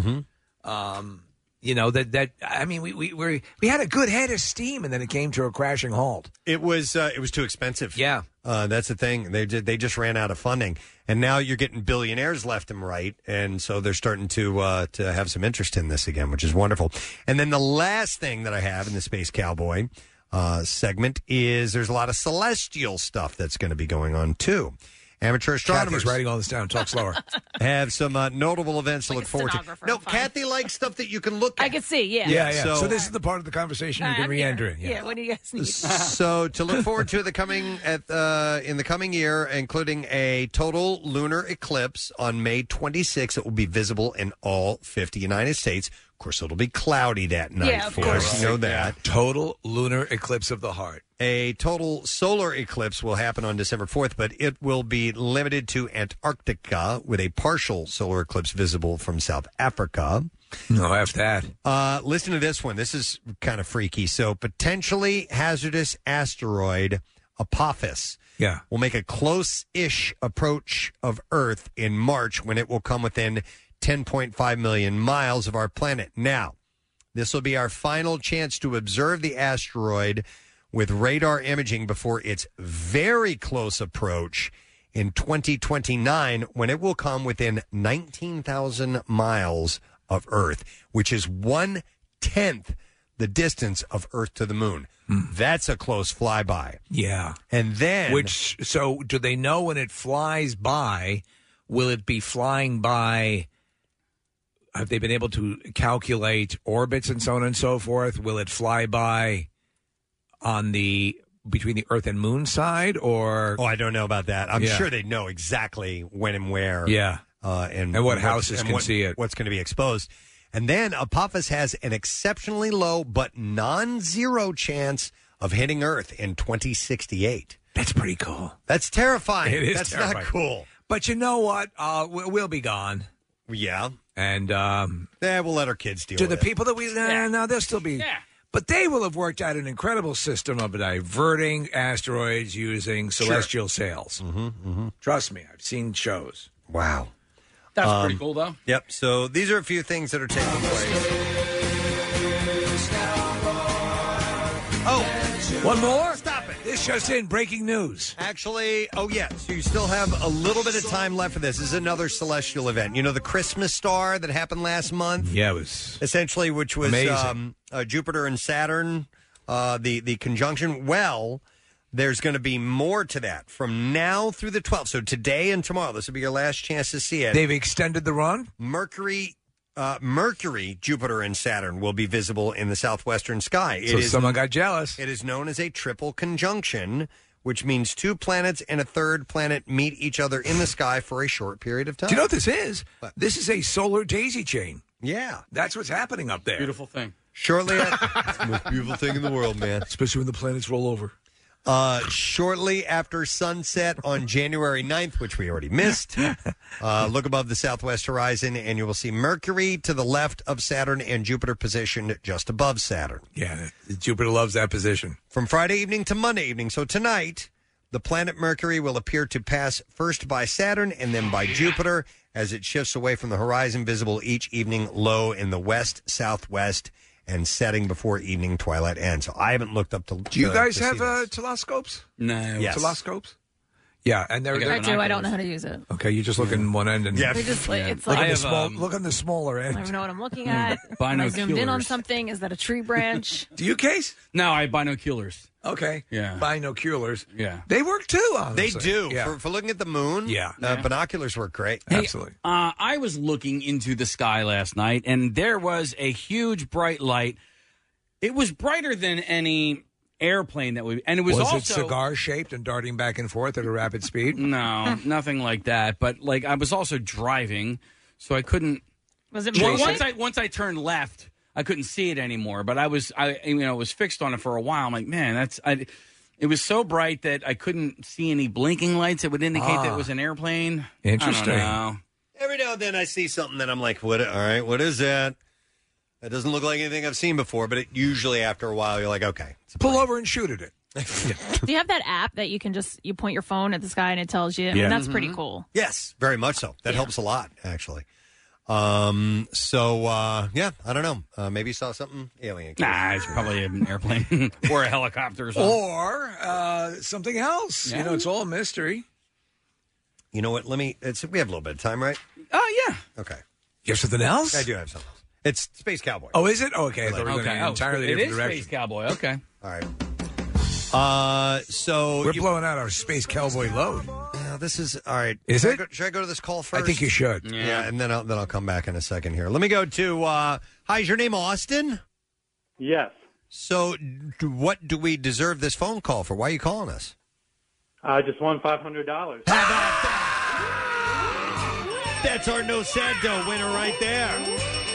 Um, you know that that I mean, we we we we had a good head of steam, and then it came to a crashing halt. It was uh, it was too expensive. Yeah, uh, that's the thing. They ju- they just ran out of funding, and now you're getting billionaires left and right, and so they're starting to uh, to have some interest in this again, which is wonderful. And then the last thing that I have in the Space Cowboy uh, segment is there's a lot of celestial stuff that's going to be going on too. Amateur astronomers Kathy's writing all this down. Talk slower. (laughs) have some uh, notable events to look forward to. No, Kathy likes stuff that you can look at. I can see, yeah. yeah, yeah. So, this is the part of the conversation you All right, can I'm re-enter here. in. (laughs) Yeah. what do you guys (laughs) need? so to look forward to the coming at uh, in the coming year, including a total lunar eclipse on May 26th, it will be visible in all 50 United States. course, it'll be cloudy that night Yeah, of for course. us. You know that. Total lunar eclipse of the heart. A total solar eclipse will happen on December 4th, but it will be limited to Antarctica with a partial solar eclipse visible from South Africa. No, F that. Uh, listen to this one. This is kind of freaky. So, potentially hazardous asteroid Apophis Yeah. will make a close ish approach of Earth in March when it will come within 10.5 million miles of our planet. Now, this will be our final chance to observe the asteroid with radar imaging before its very close approach in 2029 when it will come within 19,000 miles of Earth, which is one tenth the distance of Earth to the moon. That's a close flyby. Yeah. And then Which so do they know when it flies by? Will it be flying by? Have they been able to calculate orbits and so on and so forth? Will it fly by on the between the Earth and Moon side, or oh, I don't know about that. I'm sure they know exactly when and where. Yeah. Uh, and, And what what's- houses can what- see it. What's going to be exposed. And then Apophis has an exceptionally low but non zero chance of hitting Earth in 2068. That's pretty cool. That's terrifying. It is That's terrifying. not cool. But you know what? Uh, we- we'll be gone. Yeah. And um, yeah, we'll let our kids deal to with the it. people that we no, no, they'll still be. But they will have worked out an incredible system of diverting asteroids using Sure. celestial sails. Mm-hmm, mm-hmm. Trust me, I've seen shows. Wow. That's Um, pretty cool, though. Yep. So these are a few things that are taking place. Oh, one more? Stop it. This just in breaking news. Actually, oh, yeah. So you still have a little bit of time left for this. This is another celestial event. You know, the Christmas star that happened last month? Yeah, it was. Essentially, which was Amazing. um, uh, Jupiter and Saturn, uh, the, the conjunction. Well, there's going to be more to that from now through the 12th. So today and tomorrow, this will be your last chance to see it. They've extended the run. Mercury, uh, Mercury, Jupiter, and Saturn will be visible in the southwestern sky. It So is- someone got jealous. It is known as a triple conjunction, which means two planets and a third planet meet each other in the sky for a short period of time. Do you know what this is? This is a solar daisy chain. Yeah, that's what's happening up there. Beautiful thing. Shortly, it's the most beautiful thing in the world, man. Especially when the planets roll over. Uh, shortly after sunset on January 9th, which we already (laughs) missed, uh, look above the southwest horizon and you will see Mercury to the left of Saturn and Jupiter positioned just above Saturn. Yeah, Jupiter loves that position. From Friday evening to Monday evening, so tonight, the planet Mercury will appear to pass first by Saturn and then by Jupiter as it shifts away from the horizon, visible each evening low in the west, southwest, and setting before evening twilight ends. So I haven't looked up to. Do you to- guys to see have uh, telescopes? No. Yes. Telescopes? Yeah, and they're I do. I don't know how to (laughs) use it. Okay, you just look in one end and Yeah. They just, like, it's look, like- at I the have, small, um, look on the smaller I end. don't even know what I'm looking Hmm. (laughs) at. Am I zoomed in on Binoculars. something? Is that a tree branch? Do you case? No, I have binoculars. Okay. Yeah. Binoculars. Yeah. They work too. Honestly. They do Yeah. for, for looking at the moon. Yeah. uh, binoculars work great. Hey, uh, I was looking into the sky last night, and there was a huge bright light. It was brighter than any airplane that we, and it was, was also it cigar shaped and darting back and forth at a rapid speed? (laughs) No, nothing like that. But like, I was also driving, so I couldn't. Was it once, Jason? I once I turned left, I couldn't see it anymore. But I was, I you know, was fixed on it for a while. I'm like, man, that's I. It was so bright that I couldn't see any blinking lights. It would indicate that Ah. it was an airplane. Interesting. I don't know. Every now and then I see something that I'm like, "What? All right, what is that?" That doesn't look like anything I've seen before, but it usually after a while you're like, "Okay, pull over and shoot at it." do you have that app that you can just you point your phone at the sky and it tells you? I mean, Yeah. that's Mhm. pretty cool. Yes, very much so. That helps a lot, actually. Um. So uh, yeah, I don't know. Uh, maybe you saw something alien. Nah, it's probably an airplane (laughs) or a helicopter or something. Or uh, something else. You know, it's all a mystery. You know what? Let me. It's we have a little bit of time, right? Oh yeah. Okay. You have something else? I do have something. else. It's Space Cowboy. Oh, is it? Oh, okay. I thought we were going Okay. in an Oh, entirely it different is direction. Space Cowboy. Okay. All (laughs) right. Uh, so we're blowing out our space cowboy load. Now, this is all right. Is should I it? go, should I go to this call I first? think you should. Yeah, and then I'll, then I'll come back in a second here. Let me go to. Uh, hi, is your name Austin? Yes. So, d- what do we deserve this phone call for? Why are you calling us? I Uh, just won five hundred dollars. That's our no sad dough winner right there.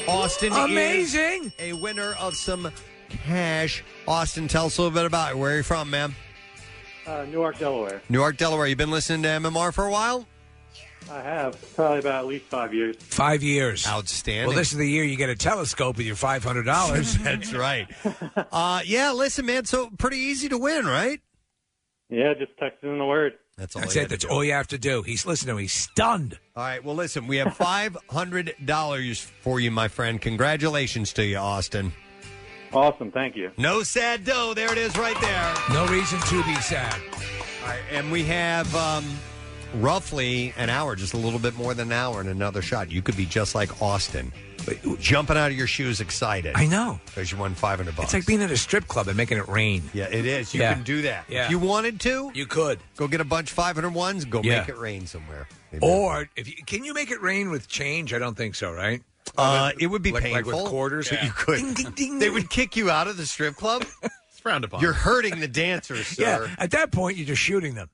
Austin is Amazing. a winner of some cash. Austin, tell us a little bit about it. Where are you from, man? Uh, Newark, Delaware. Newark, Delaware. You've been listening to MMR for a while? I have probably about at least five years. Five years. Outstanding. Well, this is the year you get a telescope with your five hundred dollars. (laughs) That's right. Uh, yeah, listen, man. So pretty easy to win, right? Yeah, just texting in the word. That's all (laughs) That's you it. had to That's all you have to do. He's listening. He's stunned. All right. Well, listen, we have five hundred dollars for you, my friend. Congratulations to you, Austin. Awesome. Thank you. No sad dough. There it is, right there. No reason to be sad. All right, and we have um, roughly an hour, just a little bit more than an hour, and another shot. You could be just like Austin, jumping out of your shoes, excited. I know. because you won five hundred bucks. It's like being at a strip club and making it rain. Yeah, it is. You can do that. Yeah. If you wanted to, you could go get a bunch five hundred ones. Go Yeah. make it rain somewhere. Or if you, can you make it rain with change? I don't think so, right? Uh, it would be like, painful. Like with quarters, but you could. They would kick you out of the strip (laughs) club. It's frowned upon. You're hurting the dancers, sir. Yeah, at that point, you're just shooting them.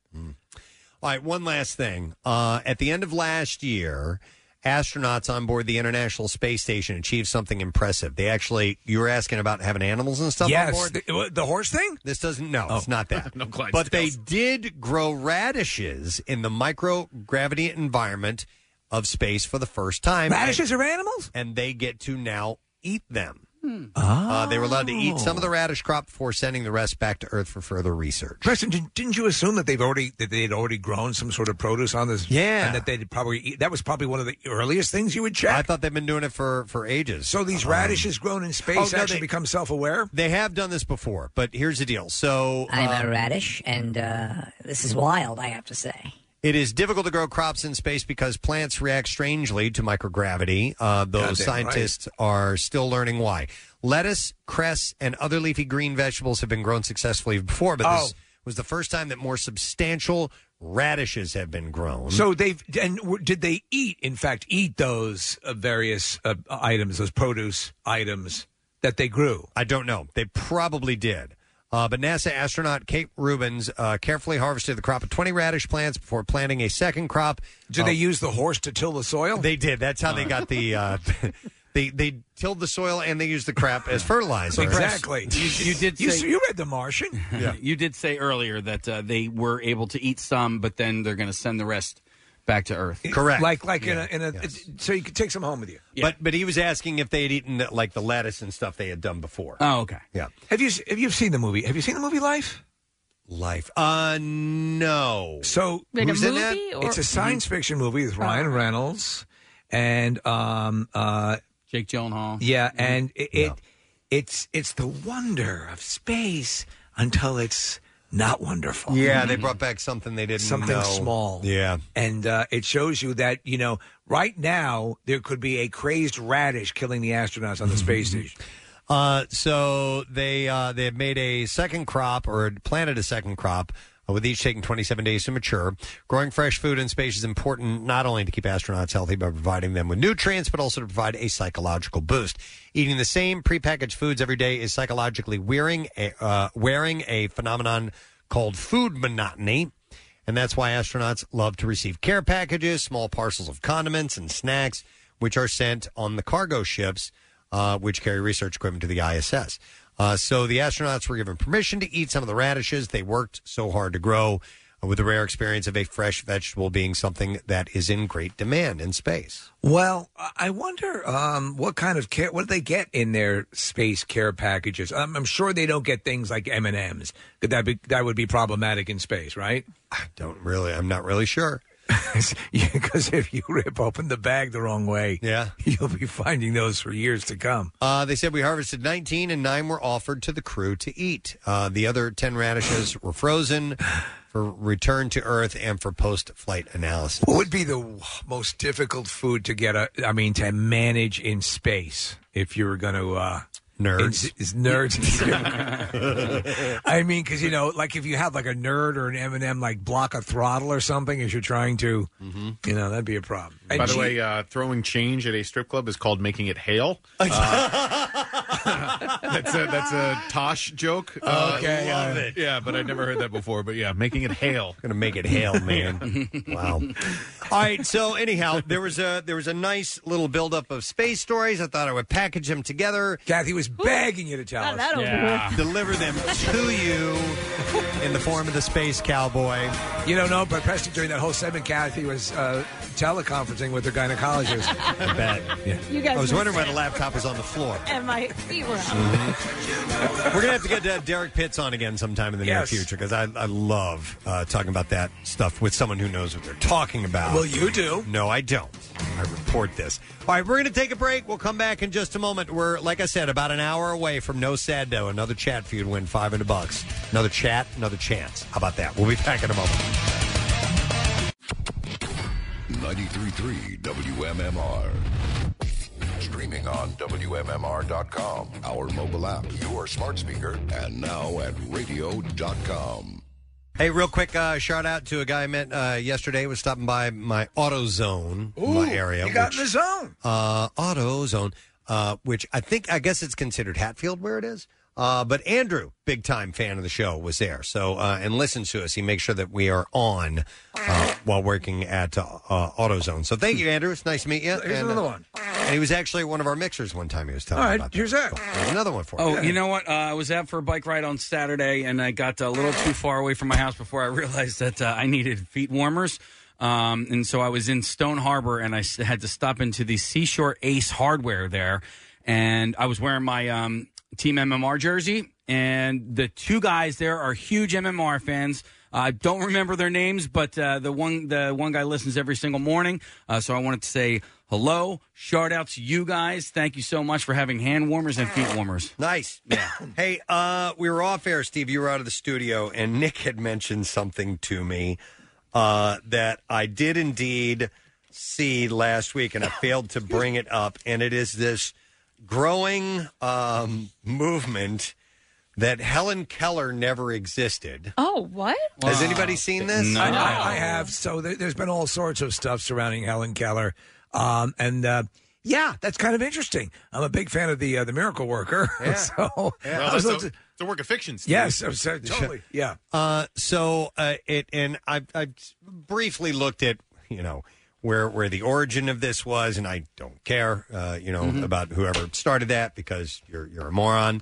All right, one last thing. Uh, at the end of last year, astronauts on board the International Space Station achieved something impressive. They actually, you were asking about having animals and stuff on yes, board. the, what, the horse thing. This doesn't. No, it's not that. (laughs) No Clydesdales. but they did grow radishes in the microgravity environment of space for the first time. Radishes are animals? And they get to now eat them. Hmm. Uh, they were allowed to eat some of Oh. the radish crop before sending the rest back to Earth for further research. Preston, didn't, didn't you assume that they've already that they had already grown some sort of produce on this? Yeah. and that they'd probably eat, that was probably one of the earliest things you would check. I thought they've been doing it for for ages. So these Um, radishes grown in space oh, no, actually they- become self-aware. They have done this before, but here's the deal. So I'm a um, radish, and uh, this is wild, I have to say. It is difficult to grow crops in space because plants react strangely to microgravity. Uh, those Goddamn scientists are still learning why. Lettuce, cress, and other leafy green vegetables have been grown successfully before, but this Oh. was the first time that more substantial radishes have been grown. So they've and w- did they eat? In fact, eat those uh, various uh, items, those produce items that they grew. I don't know. They probably did. Uh, but NASA astronaut Kate Rubens uh, carefully harvested the crop of 20 radish plants before planting a second crop. Did Uh, they use the horse to till the soil? They did. That's how they got (laughs) the. Uh, (laughs) They, they tilled the soil and they used the crap as fertilizer. Exactly. You, (laughs) you did. You, say- you read The Martian. You did say earlier that uh, they were able to eat some, but then they're going to send the rest back to Earth. Like like in a, in a so you could take some home with you. But but he was asking if they had eaten the, like the lettuce and stuff they had done before. Oh, okay. Yeah. Have you s- have you seen the movie? Have you seen the movie Life? Life. Uh, no. So Like a Who's in that? movie or- it's a science Mhm. fiction movie with Ryan Reynolds and um uh Jake Gyllenhaal. Yeah, and it, it it's it's the wonder of space until it's not wonderful. Yeah, they brought back something they didn't something know. small. Yeah. and uh, it shows you that you know right now there could be a crazed radish killing the astronauts on Mm-hmm. the space station. Uh, so they uh, they have made a second crop or planted a second crop. uh, With each taking 27 days to mature, growing fresh food in space is important not only to keep astronauts healthy by providing them with nutrients, but also to provide a psychological boost. Eating the same prepackaged foods every day is psychologically wearing a, uh, wearing a phenomenon called food monotony. And that's why astronauts love to receive care packages, small parcels of condiments and snacks, which are sent on the cargo ships, uh, which carry research equipment to the ISS. Uh, so the astronauts were given permission to eat some of the radishes they worked so hard to grow, uh, with the rare experience of a fresh vegetable being something that is in great demand in space. Well, I- I wonder um, what kind of care. What do they get in their space care packages? I'm, I'm sure they don't get things like M and M's. Could that be that would be problematic in space, right? I don't really. I'm not really (laughs) sure. Because if you rip open the bag the wrong way, yeah, (laughs) you'll be finding those for years to come. Uh, they said we harvested 19 and nine were offered to the crew to eat. Uh, the other 10 radishes were frozen for return to Earth and for post flight analysis. What would be the most difficult food to get? A, I mean, to manage in space if you were going to uh, Nerds. ins- is nerds. (laughs) I mean, because you know, like if you have like a nerd or an M and M, like block a throttle or something, as you're trying to, Mm-hmm. you know, that'd be a problem. By the way, uh, throwing change at a strip club is called making it hail. (laughs) Uh, that's a that's a Tosh joke. Okay, uh, Love (laughs) it. Yeah, but I never heard that before. But yeah, making it hail. Gonna make it hail, man. wow. All right. So anyhow, there was a there was a nice little buildup of space stories. I thought I would package them together. Kathy was begging you to tell us. Oh, that'll Yeah. do it. Deliver them to you in the form of the space cowboy. You don't know, but Preston, during that whole segment, Kathy was uh, teleconferencing with her gynecologist. (laughs) I bet. You guys I was were- wondering why the laptop was on the floor. (laughs) and my feet were up. (laughs) We're gonna have to get uh, Derek Pitts on again sometime in the Yes. near future because I, I love uh, talking about that stuff with someone who knows what they're talking about. Well, you do. No, I don't. I report this. All right, we're gonna take a break. We'll come back in just a moment. We're like I said, about an hour away from No Sad Dough. Another chat for you to win five hundred bucks. Another chat, another chance. How about that? We'll be (laughs) back in a moment. 93.3 WMMR. Streaming on WMMR.com, our mobile app, your smart speaker, and now at radio.com. Hey, real quick, uh, shout out to a guy I met uh, yesterday. Was stopping by my AutoZone, in my area. You got which- in the zone. uh, AutoZone, uh, which I think I guess it's considered Hatfield where it is. Uh, but Andrew, big time fan of the show, was there. So uh, and listens to us. He makes sure that we are on uh, while working at uh, uh, AutoZone. So thank you, Andrew. It's nice to meet you. Here's And, uh, another one. And he was actually one of our mixers one time. He was All telling me right, about. here's that. There's another one for Oh, you. you know what? Uh, I was out for a bike ride on Saturday, and I got a little too far away from my house before I (laughs) realized that uh, I needed feet warmers. Um, and so I was in Stone Harbor, and I s- had to stop into the Seashore Ace Hardware there, and I was wearing my um, Team MMR jersey. And the two guys there are huge MMR fans. I don't remember their names, but uh, the one the one guy listens every single morning. Uh, so I wanted to say hello, shout out to you guys. Thank you so much for having hand warmers and feet warmers. (laughs) Nice. Yeah. (coughs) hey, uh, we were off air, Steve. You were out of the studio, and Nick had mentioned something to me uh, that I did indeed see last week, and I failed to bring it up. And it is this growing um, movement that Helen Keller never existed. Oh, what? Has anybody seen this? I, I- I have. So there, there's been all sorts of stuff surrounding Helen Keller, um, and uh, yeah, that's kind of interesting. I'm a big fan of the uh, the Miracle Worker. (laughs) (laughs) Yeah. so Well, I was that's a- looking- it's a work of fiction. Steve. yes, I'm sorry, totally. Yeah. Uh, so uh, it and I I briefly looked at you know where where the origin of this was, and I don't care uh, you know Mhm. about whoever started that because you're you're a moron.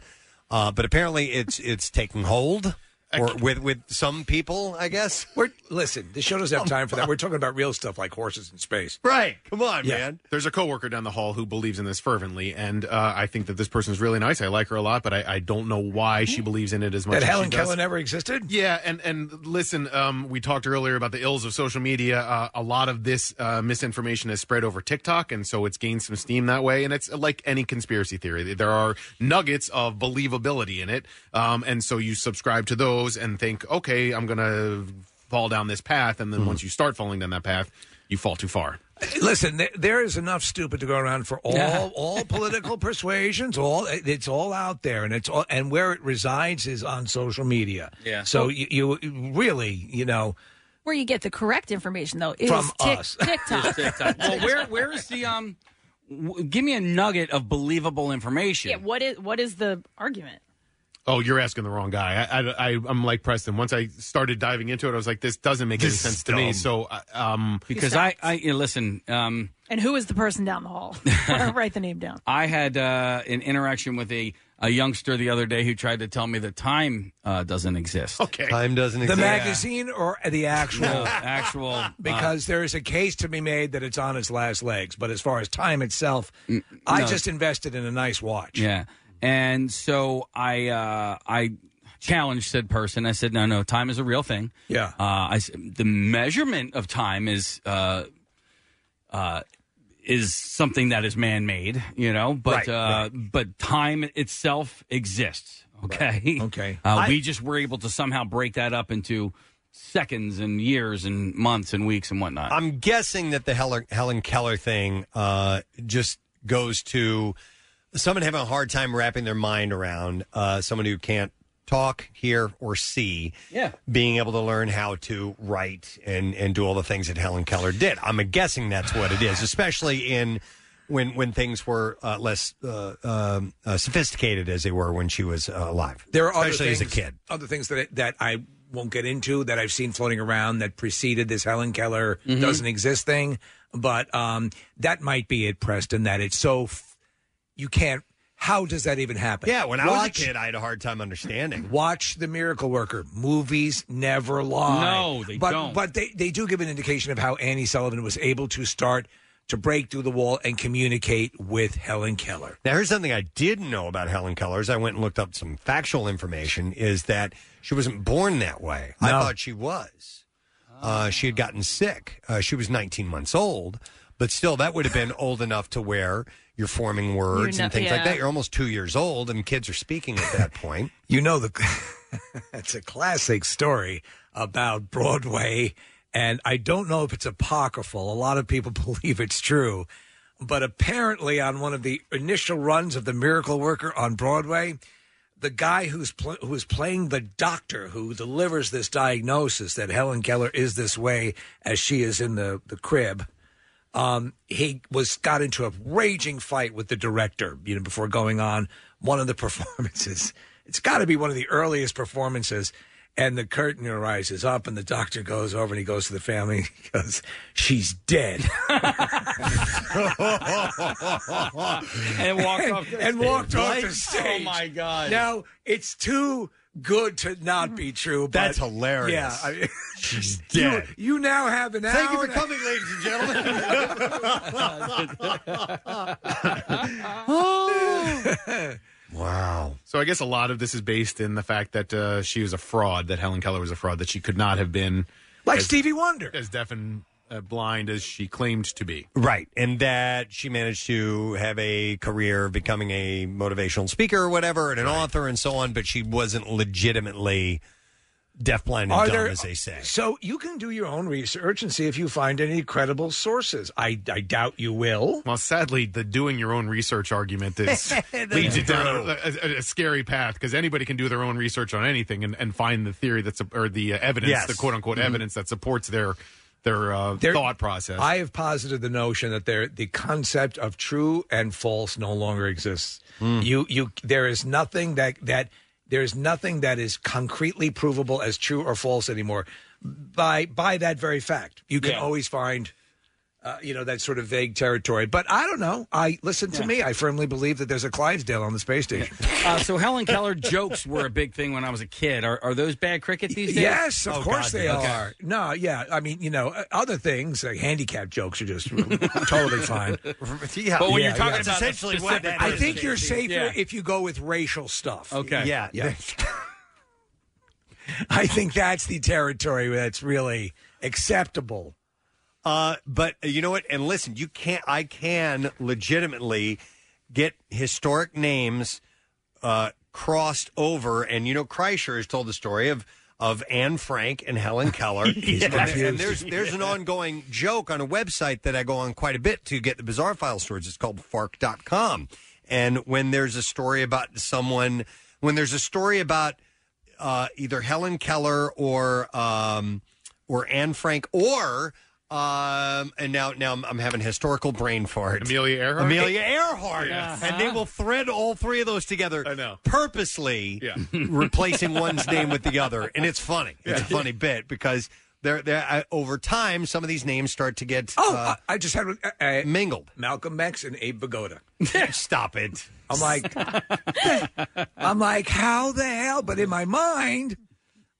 Uh, but apparently it's it's taking hold or with with some people, I guess. We're listen. The show doesn't have time for that. We're talking about real stuff like horses in space. Right. Come on, man. There's a coworker down the hall who believes in this fervently, and uh, I think that this person is really nice. I like her a lot, but I, I don't know why she believes in it as much That as Helen she does. Keller never existed. Yeah, and and listen, um, we talked earlier about the ills of social media. Uh, a lot of this uh, misinformation is spread over TikTok, and so it's gained some steam that way. And it's like any conspiracy theory; there are nuggets of believability in it, um, and so you subscribe to those and think, okay, I'm gonna fall down this path, Hmm. and then once you start falling down that path, you fall too far. Listen, there, there is enough stupid to go around for all Yeah. (laughs) all political persuasions. All it's all out there, and it's all and where it resides is on social media. Yeah. So you, you really, you know, Where you get the correct information, though, is From tick, us. TikTok. (laughs) well, where where is the um? W- give me a nugget of believable information. yeah, what is what is the argument? Oh, you're asking the wrong guy. I, I, I, I'm like Preston. Once I started diving into it, I was like, this doesn't make any This sense is to me. dumb. So, I- um, Because I, I you know, listen. Um, And who is the person down (laughs) the hall? Write the name down. I had uh, an interaction with a, a youngster the other day who tried to tell me that time uh, doesn't exist. Okay, time doesn't the magazine or the actual No, (laughs) actual uh, because there is a case to be made that it's on its last legs. But as far as time itself, I no. just invested in a nice watch. Yeah. And so I uh, I challenged said person. I said, no, no, time is a real thing. Yeah. Uh, I s- the measurement of time is uh, uh, is something that is man made, you know, Right, but uh, but time itself exists. Okay. Okay. Uh, I- we just were able to somehow break that up into seconds and years and months and weeks and whatnot. I'm guessing that the Helen, Helen Keller thing uh, just goes to someone having a hard time wrapping their mind around uh, someone who can't talk, hear, or see. Yeah. Being able to learn how to write and and do all the things that Helen Keller did. I'm guessing that's what it is, especially in when when things were uh, less uh, um, uh, sophisticated as they were when she was uh, alive. There are especially other things, as a kid. Other things that that I won't get into that I've seen floating around that preceded this Helen Keller Mm-hmm. doesn't exist thing. But um, that might be it, Preston. That it's so f- you can't. How does that even happen? Yeah, when I was a Watch- kid, I had a hard time understanding. Watch The Miracle Worker. Movies never lie. No, they but, don't. But they, they do give an indication of how Annie Sullivan was able to start to break through the wall and communicate with Helen Keller. Now, here's something I didn't know about Helen Keller. As I went and looked up some factual information, is that she wasn't born that way. I No. thought she was. Uh, she had gotten sick. Uh, she was 19 months old, but still, that would have been old enough to where you're forming words You're and not- things like yeah. that. You're almost two years old, and kids are speaking at (laughs) that point. You know the (laughs) That's a classic story about Broadway, and I don't know if it's apocryphal. A lot of people (laughs) believe it's true, but apparently, on one of the initial runs of The Miracle Worker on Broadway, the guy who's pl- who's playing the doctor who delivers this diagnosis that Helen Keller is this way as she is in the the crib. Um, he was got into a raging fight with the director, you know, before going on one of the (laughs) performances. It's got to be one of the earliest performances. And the curtain rises up, and the doctor goes over and he goes to the family. And he goes, "She's (laughs) dead," (laughs) and And- and walked off the stage. Oh my god! Now it's too good to not be true. But That's hilarious. Yeah, I- she's dead. (laughs) You, you now have an Thank you hour for and a- coming, ladies and (laughs) Oh. wow. So I guess a lot of this is based in the fact that uh, she was a fraud, that Helen Keller was a fraud, that she could not have been like Stevie Wonder, as deaf and uh, blind as she claimed to be. Right. And that she managed to have a career of becoming a motivational speaker or whatever and an author and so on, but she wasn't legitimately deafblind and dumb, as they say. So you can do your own research and see if you find any credible sources. I, I doubt you will. Well, sadly, the doing your own research argument is (laughs) That's (laughs) leads you down true. a, a- a scary path because anybody can do their own research on anything and, and find the theory that's or the uh, evidence, Yes. the quote unquote Mhm. evidence that supports their their, uh, thought process. I have posited the notion that there the concept of true and false no longer exists. Hmm. You you there is nothing that that there is nothing that is concretely provable as true or false anymore. By by that very fact, you can Yeah. always find uh, you know that sort of vague territory. But I don't know. I listen to Yeah. me. I firmly believe that there's a Clivesdale on the space station. (laughs) Uh, so Helen Keller jokes were a big thing when I was a kid. Are, are those bad cricket these days? Yes, of Oh, course God, they okay. are. No, yeah. I mean, you know, uh, other things, like handicap jokes are just (laughs) totally fine. (laughs) Yeah. But when you're talking about essentially what that I is. think you're safer Yeah. if you go with racial stuff. Okay. Yeah. (laughs) I think that's the territory that's really acceptable. Uh, but you know what? And listen, you can't. I can legitimately get historic names uh, crossed over, and you know, Kreischer has told the story of of Anne Frank and Helen Keller. He's And there- confused. And there's there's an Yeah. ongoing joke on a website that I go on quite a bit to get the bizarre file stories. It's called Fark.com. And when there's a story about someone, when there's a story about uh, either Helen Keller or um, or Anne Frank or um, and now now I'm, I'm having historical brain fart. Amelia Earhart? Amelia Earhart, Yes. and they will thread all three of those together. I know. purposely (laughs) replacing one's name with the other, and it's funny. It's a funny bit because they're, they're I, over time some of these names start to get Oh, uh, I, I just had uh, mingled. Malcolm X and Abe Vigoda. (laughs) Stop it. (laughs) I'm like, I'm like, how the hell? But in my mind,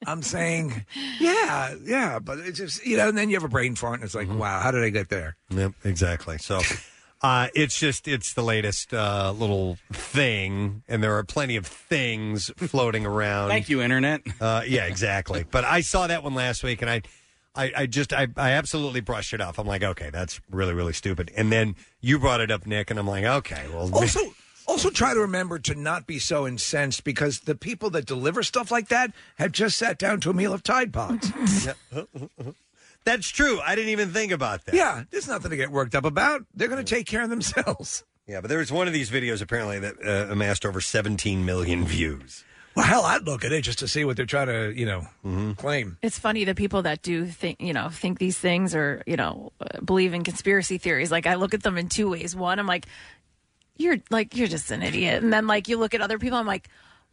I'm saying, yeah, yeah. But it's just, you know, and then you have a brain fart and it's like, wow, how did I get there? Mm-hmm. Yep, exactly. So (laughs) uh, it's just it's the latest uh, little thing, and there are plenty of things floating around. Thank you, Internet. Uh, yeah, exactly. But I saw that one last week, and I, I, I just I, I absolutely brushed it off. I'm like, okay, that's really really stupid. And then you brought it up, Nick, and I'm like, okay, well, Also, also try to remember to not be so incensed because the people that deliver stuff like that have just sat down to a meal of Tide Pods. (laughs) that's true. I didn't even think about that. Yeah, there's nothing to get worked up about. They're going to take care of themselves. (laughs) (laughs) yeah. But there was one of these videos apparently that uh, amassed over 17 million views. Well, hell, I'd look at it just to see what they're trying to, you know, Mm-hmm. claim. It's funny the people that do think, you know, think these things or, you know, uh, believe in conspiracy theories. Like I look at them in two ways. One, I'm like, you're like, you're just an idiot. And then like you look at other people, I'm like,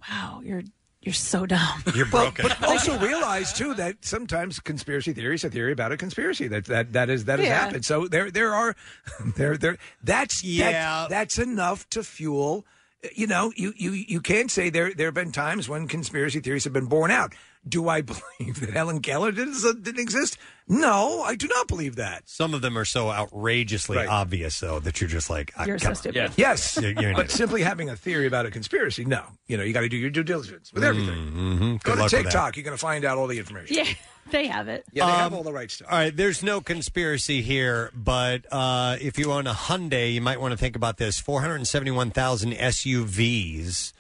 wow, you're, You're so dumb. You're broken. But also realize too that sometimes conspiracy theory is a theory about a conspiracy. That that that is that has Yeah. happened. So there there are (laughs) there there that's Yeah. that's, that's enough to fuel. You know, you you you can't say there there have been times when conspiracy theories have been borne out. Do I (laughs) believe that Helen Keller didn't didn't exist? No, I do not believe that. Some of them are so outrageously Right. obvious, though, that you're just like, ah, You're so come on. stupid. Yeah. Yes. You're- you're an But idiot. simply having a theory about a conspiracy, no. You know, you got to do your due diligence with everything. Mhm. Go Good to luck with that. TikTok. You're going to find out all the information. Yeah, (laughs) they have it. Yeah, they have Um, all the right stuff. All right, there's no conspiracy here, but uh, if you own a Hyundai, you might want to think about this. 471,000 SUVs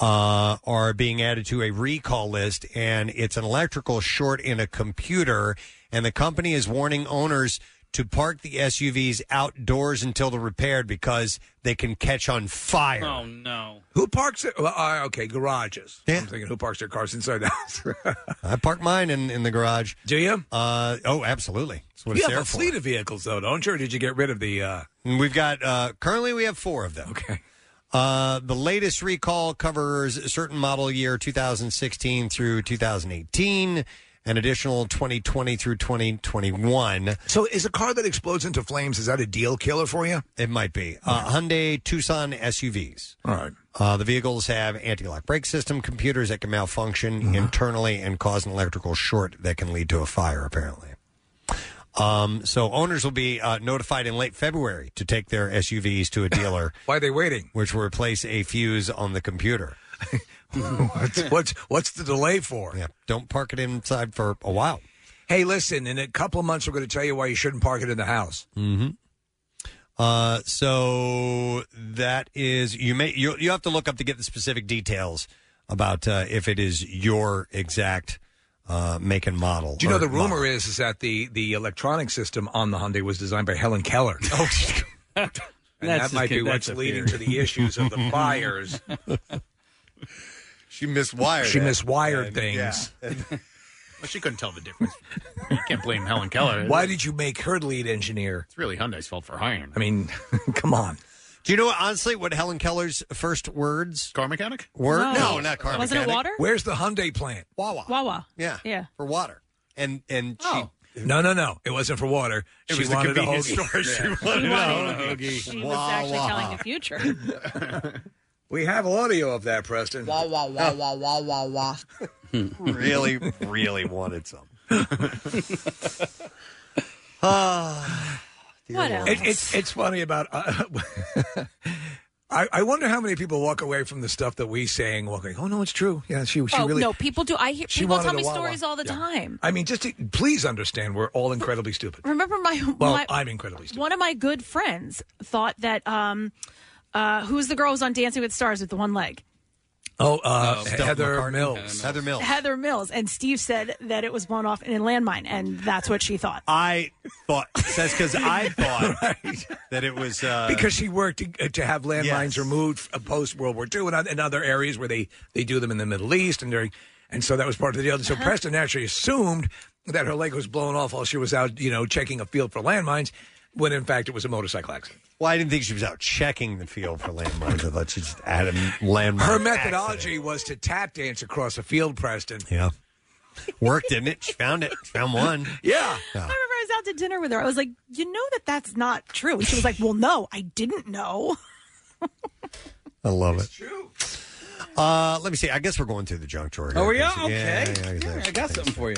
uh, are being added to a recall list, and it's an electrical short in a computer, and the company is warning owners to park the SUVs outdoors until they're repaired because they can catch on fire. Oh no! Who parks it? Well, uh, okay, garages. I'm thinking who parks their cars inside the house. (laughs) I park mine in, in the garage. Do you? Uh, oh, absolutely. That's what you it's have there a for. fleet of vehicles, though, don't you? Or did you get rid of the? Uh... And We've got uh, currently we have four of them. Okay. Uh, the latest recall covers a certain model year 2016 through 2018, an additional 2020 through 2021. So, is a car that explodes into flames is that a deal killer for you? It might be uh, Hyundai Tucson SUVs. All right. Uh, the vehicles have anti-lock brake system computers that can malfunction Mm-hmm. internally and cause an electrical short that can lead to a fire. Apparently, um, so owners will be uh, notified in late February to take their SUVs to a dealer. (laughs) Why are they waiting? Which will replace a fuse on the (laughs) computer. what's, what's what's the delay for? Yeah, don't park it inside for a while. Hey, listen. In a couple of months, we're going to tell you why you shouldn't park it in the house. Mm-hmm. Uh, so that is you may you you have to look up to get the specific details about uh, if it is your exact uh, make and model. Do you know or the model. rumor is is that the the electronic system on the Hyundai was designed by (laughs) Helen Keller? Oh, (laughs) and That's that a might be kid- what's that's a leading to theory. the issues (laughs) of (laughs) the fires. She miswired. She it. miswired And, things. yeah. (laughs) well, she couldn't tell the difference. You can't blame Helen Keller. Why did you make her lead engineer? It's really Hyundai's fault for hiring. I mean, come on. Do you know honestly what Helen Keller's first words? Car mechanic. Were No. no, not car Wasn't it mechanic. water? Where's the Hyundai plant? Wawa. Wawa. Yeah. Yeah. For water. And and oh. No, no, no. It wasn't for water. It she was the wanted a convenience hoagie. store. (laughs) She She wanted a wanted a hoagie. hoagie. She was actually telling the future. We have audio of that, Preston. Oh. Wah wah wah wah wah wah wah. (laughs) Hmm. really, really wanted some. Ah, dear What Lord. else? It, it's it's funny about. Uh, (laughs) I, I wonder how many people walk away from the stuff that we say and walk like, oh no, it's true. Yeah, she she oh really. no, people do. I hear She people wanted tell a me Wawa. stories all the Yeah. time. I mean, just to, please understand, we're all incredibly stupid. Remember my Well, my, I'm incredibly stupid. One of my good friends thought that um, uh, who's the girl who's on Dancing with Stars with the one leg? Oh, uh, Stella Heather McCartney. Mills. Heather Mills. Heather Mills. And Steve said that it was blown off in a landmine, and that's what she thought. I thought that's because I (laughs) thought that it was uh, because she worked to, uh, to have landmines removed uh, post World War II and, oth- and other areas where they, they do them in the Middle East and during, and so that was part of the deal. Uh-huh. So Preston actually assumed that her leg was blown off while she was out, you know, checking a field for landmines, when in fact it was a motorcycle accident. Well, I didn't think she was out checking the field for landmines. I thought she just had a landmine. Her accident. methodology was to tap dance across a field, Preston. Yeah. worked, didn't it? She found it. She found one. Yeah. I remember I was out to dinner with her. I was like, you know that that's not true. And she was like, well, no, I didn't know. I love it. Uh, let me see. I guess we're going through the junk drawer. Oh, here. Yeah, yeah. Okay. yeah, yeah. Here, I got something for you.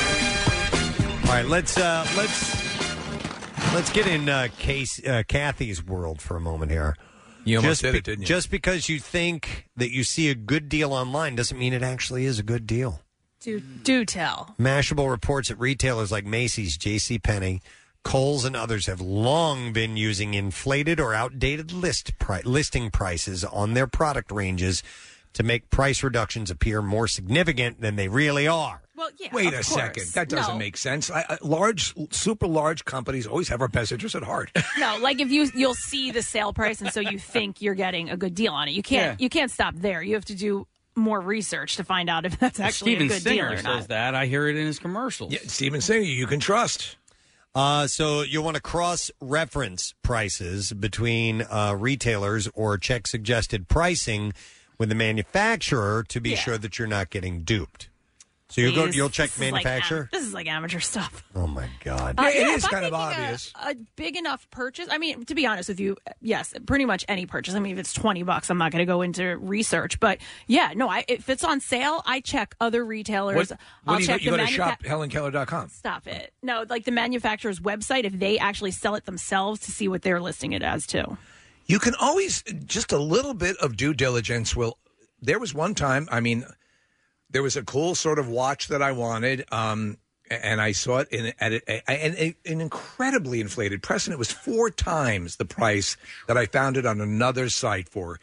All right, let's uh, let's let's get in uh, case uh, Kathy's world for a moment here. You just almost did it, didn't you? Just because you think that you see a good deal online doesn't mean it actually is a good deal. Do, do tell. Mashable reports that retailers like Macy's, JCPenney, Kohl's, and others have long been using inflated or outdated list pri- listing prices on their product ranges to make price reductions appear more significant than they really are. Well, yeah. Wait of a course. second. That doesn't No. make sense. I, I, large, super large companies always have our best interests at heart. No, like if you you'll see the sale price, and so you think you're getting a good deal on it. You can't Yeah. you can't stop there. You have to do more research to find out if that's actually Steven a good Singer deal or says not. that. I hear it in his commercials. Yeah, Steven Singer, you can trust. Uh, so you'll want to cross reference prices between uh, retailers or check suggested pricing with the manufacturer to be sure that you're not getting duped. So you go, Please, you'll check this is like am- manufacturer. this is like amateur stuff. oh my god, Uh, yeah, if I'm making a- A, big enough purchase. I mean, to be honest with you, yes, pretty much any purchase. I mean, if it's twenty bucks, I'm not going to go into research. But yeah, no, I, if it's on sale, I check other retailers. What, what I'll do you, check you the go to manufa- shop helenkeller.com. Stop it. No, like the manufacturer's website, if they actually sell it themselves to see what they're listing it as too. You can always just a little bit of due diligence will. There was one time, I mean, there was a cool sort of watch that I wanted, um, a- and I saw it in at a, a, an, a- an incredibly inflated price, and it was four times the price that I found it on another site for.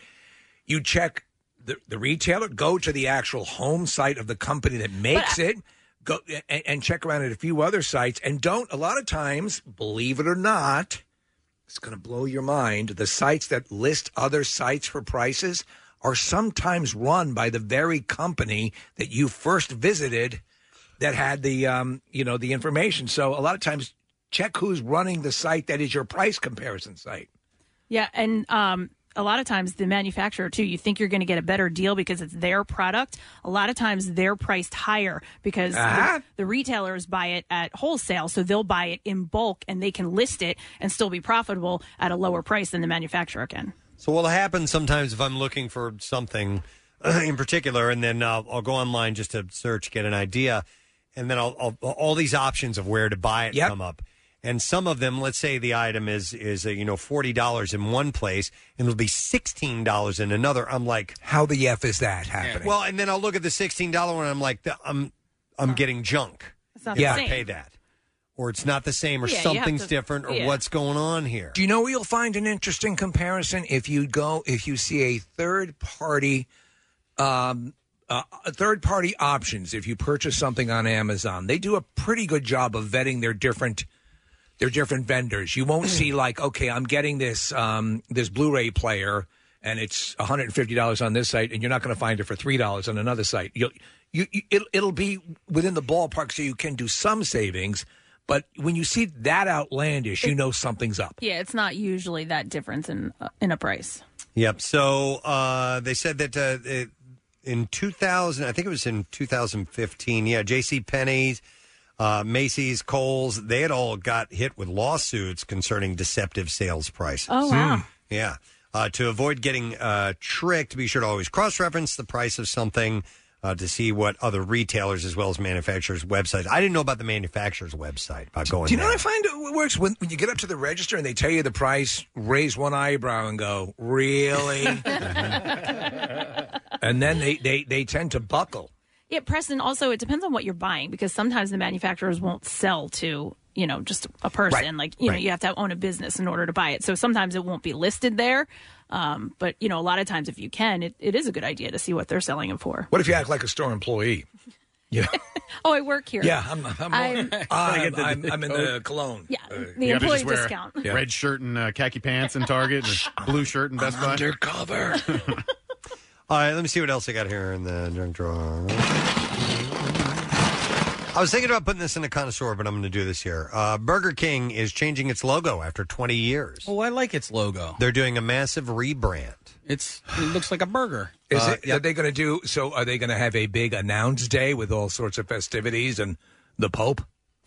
You check the, the retailer, go to the actual home site of the company that makes it. Go and, and check around at a few other sites, and don't. A lot of times, believe it or not, it's going to blow your mind. The sites that list other sites for prices are sometimes run by the very company that you first visited that had the um, you know the information. So a lot of times check who's running the site that is your price comparison site. Yeah, and um, a lot of times the manufacturer too. You think you're going to get a better deal because it's their product. A lot of times they're priced higher because the- Uh-huh. the, retailers buy it at wholesale, so they'll buy it in bulk and they can list it and still be profitable at a lower price than the manufacturer can. So what'll happen sometimes if I'm looking for something (clears throat) in particular, and then uh, I'll go online just to search, get an idea, and then I'll, I'll all these options of where to buy it come up. And some of them, let's say the item is is uh, you know forty dollars in one place, and it'll be sixteen dollars in another. I'm like, how the f is that happening? Well, and then I'll look at the sixteen dollar one, and I'm like, "Th- I'm I'm getting junk. It's not if the I same. pay that, or it's not the same, or Yeah, you have something's to- different, or yeah. what's going on here. Do you know where you'll find an interesting comparison if you go if you see a third party, um, uh, third party options if you purchase something on Amazon? They do a pretty good job of vetting their different their different vendors. You won't see like okay, I'm getting this um, this Blu-ray player and it's 150 dollars on this site, and you're not going to find it for three dollars on another site. You'll, you, you it'll, it'll be within the ballpark, so you can do some savings. But when you see that outlandish, you know something's up. Yeah, it's not usually that difference in uh, in a price. Yep. So uh, they said that uh, it, in 2000, I think it was in 2015. Yeah, J.C. Penney's, uh, Macy's, Kohl's, they had all got hit with lawsuits concerning deceptive sales prices. Oh, wow. Hmm. Yeah. Uh, to avoid getting uh, tricked, be sure to always cross-reference the price of something. Uh, to see what other retailers as well as manufacturers' websites. I didn't know about the manufacturer's website by going. Do you know there. what I find it works when, when you get up to the register and they tell you the price, raise one eyebrow and go, really? and then they, they, they tend to buckle. Yeah, Preston. Also, it depends on what you're buying because sometimes the manufacturers won't sell to you know just a person. Right. Like you know, Right. you have to own a business in order to buy it. So sometimes it won't be listed there. Um, but you know, a lot of times if you can, it, it is a good idea to see what they're selling it for. What if you act like a store employee? Yeah, Oh, I work here. yeah. I'm Uh, I'm, I'm, I'm- I'm, I'm in the cologne. Yeah, the You gotta employee just wear a discount. Red shirt and uh, khaki pants in Target, and a blue shirt in Best Buy. (laughs) Undercover. All right, let me see what else I got here in the junk drawer. I was thinking about putting this in the connoisseur, but I'm going to do this here. Uh, Burger King is changing its logo after 20 years. Oh, I like its logo. They're doing a massive rebrand. It's it looks like a burger. Uh, Is it, Are they going to do so? Are they going to have a big announce day with all sorts of festivities and the Pope?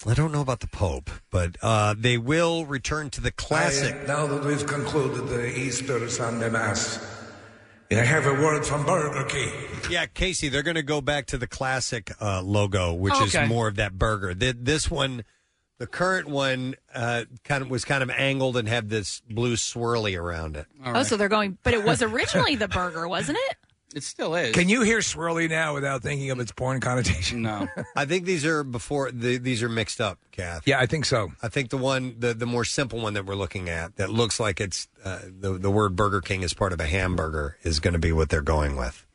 I don't know about the Pope, but uh, they will return to the uh, classic. now that we've concluded the Easter Sunday Mass, I have a word from Burger King. Yeah, Casey, they're going to go back to the classic uh, logo, which Oh, okay. is more of that burger. Th this one, the current one, uh, kind of was kind of angled and had this blue swirly around it. Oh, so they're going. But it was (laughs) originally the burger, wasn't it? It still is. Can you hear swirly now without thinking of its porn connotation? (laughs) No. I think these are before the, these are mixed up, Kath. Yeah, I think so. I think the one, the, the more simple one that we're looking at, that looks like it's uh, the the word Burger King is part of a hamburger, is going to be what they're going with.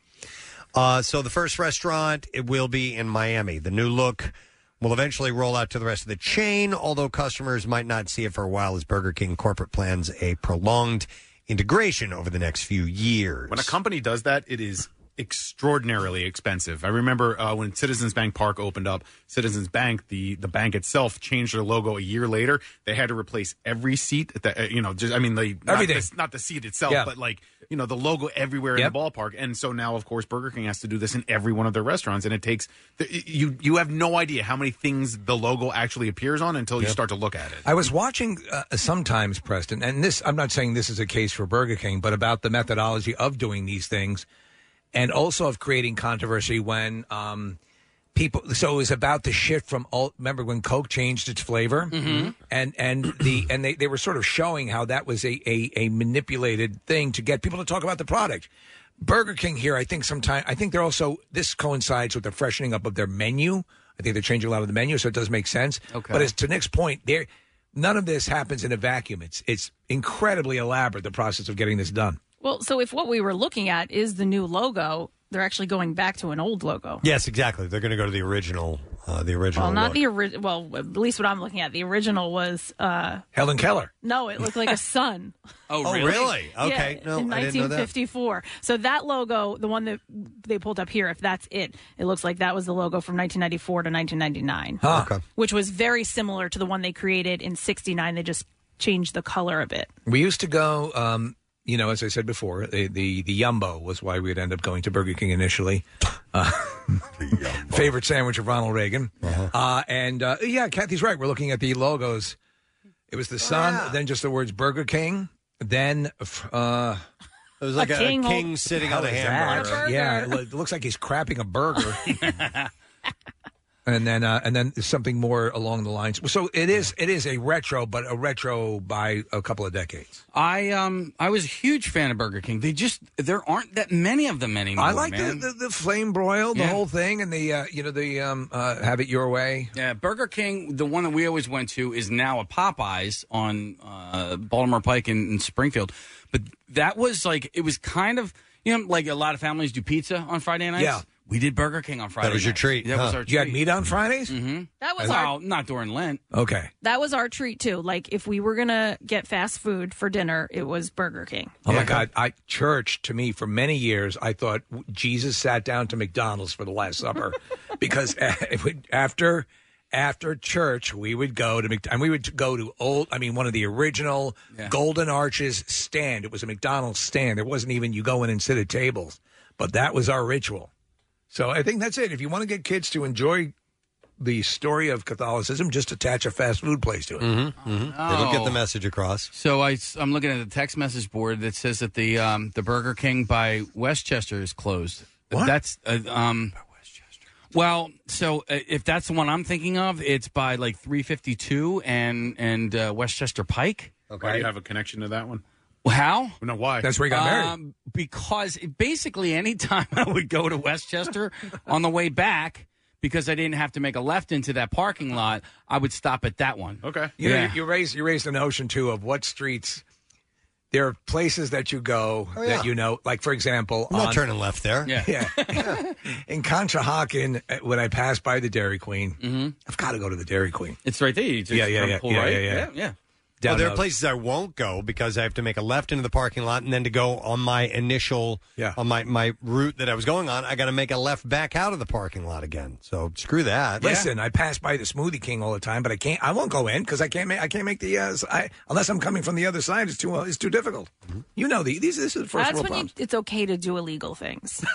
Uh, so the first restaurant it will be in Miami. The new look will eventually roll out to the rest of the chain, although customers might not see it for a while as Burger King corporate plans a prolonged integration over the next few years. When a company does that, it is extraordinarily expensive. I remember uh, when Citizens Bank Park opened up, Citizens Bank, the the bank itself changed their logo a year later. They had to replace every seat at the, uh, you know, just I mean the not, Everything. the, not the seat itself, Yeah. but like, you know, the logo everywhere in the ballpark. And so now of course Burger King has to do this in every one of their restaurants and it takes the, you you have no idea how many things the logo actually appears on until you start to look at it. I was watching uh, sometimes, Preston, and this, I'm not saying this is a case for Burger King, but about the methodology of doing these things and also of creating controversy when um, people, so it was about the shift from, all, remember when Coke changed its flavor? Mhm. And and the and they, they were sort of showing how that was a, a, a manipulated thing to get people to talk about the product. Burger King here, I think sometimes I think they're also this coincides with the freshening up of their menu. I think they're changing a lot of the menu, so it does make sense. Okay. But as to Nick's point, there none of this happens in a vacuum. It's it's incredibly elaborate the process of getting this done. Well, so if what we were looking at is the new logo, they're actually going back to an old logo. Yes, exactly. They're going to go to the original, uh, the Oh, original. Well, not look. the original. Well, at least what I'm looking at, the original was. uh Helen Keller. No, it (laughs) looked like a sun. Oh, Oh, really? really? Okay. Yeah, No, in I didn't know that. 1954. So that logo, the one that they pulled up here, if that's it, it looks like that was the logo from 1994 to 1999, Okay. which was very similar to the one they created in '69. They just changed the color a bit. We used to go, um, you know, as I said before, the, the the Yumbo was why we'd end up going to Burger King initially. Uh, (laughs) favorite sandwich of Ronald Reagan. Uh-huh. uh and uh, yeah, Kathy's right. We're looking at the logos. It was the sun, then just the words Burger King, then. Uh, it was like A a- a king king hold- sitting on a hamburger. On a burger. Yeah, it lo- it looks like he's crapping (laughs) a burger. and then uh, and then something more along the lines. So it is it is a retro, but a retro by a couple of decades. I um I was a huge fan of Burger King. They just there aren't that many of them anymore. I like the, man. the, the flame broil, the Yeah. whole thing, and the uh, you know the um, uh, have it your way. Yeah, Burger King, the one that we always went to, is now a Popeyes on uh, Baltimore Pike in, in Springfield. But that was like it was kind of you know like a lot of families do pizza on Friday nights. Yeah. we did Burger King on Friday. was your nights. treat, That was huh? our. Treat. You had meat on Fridays. Oh. Mm-hmm. That was our- well, not during Lent. Okay. That was our treat too. Like if we were gonna get fast food for dinner, it was Burger King. Oh my God! I church to me for many years. I thought w- Jesus sat down to McDonald's for the Last Supper (laughs) because a- it would- after after church we would go to Mc, and we would go to old. I mean, one of the original Golden Arches stand. It was a McDonald's stand. There wasn't even you go in and sit at tables, but that was our ritual. So I think that's it. If you want to get kids to enjoy the story of Catholicism, just attach a fast food place to it. Mm-hmm. Oh. Mm-hmm. It'll get the message across. So I, am looking at the text message board that says that the um, the Burger King by Westchester is closed. What? That's uh, um. Well, so uh, if that's the one I'm thinking of, it's by like 352 and and uh, Westchester Pike. Why do you have a connection to that one? How? No, why? Um, because it- basically, anytime (laughs) I would go to Westchester (laughs) on the way back, because I didn't have to make a left into that parking lot, I would stop at that one. Okay. You know, Yeah. you, you raised you raised a notion too of what streets. There are places that you go Oh, yeah. that you know, like for example, I'm not on- turning left there. Yeah. (laughs) in Conshohocken, uh, when I pass by the Dairy Queen, I've got to go to the Dairy Queen. Mm-hmm. It's right there. You just yeah, yeah, turn yeah, pull yeah, right. yeah, yeah, Yeah, yeah. Well, Down there are the- places I won't go because I have to make a left into the parking lot, and then to go on my initial, yeah. on my, my route that I was going on, I got to make a left back out of the parking lot again. So screw that. Listen, I pass by the Smoothie King all the time, but I can't. I won't go in because I can't make. I can't make the. Uh, s- I, unless I'm coming from the other side, it's too. Uh, it's too difficult. Mm-hmm. You know the, these. This is the first That's world when you, problems. it's okay to do illegal things. (laughs)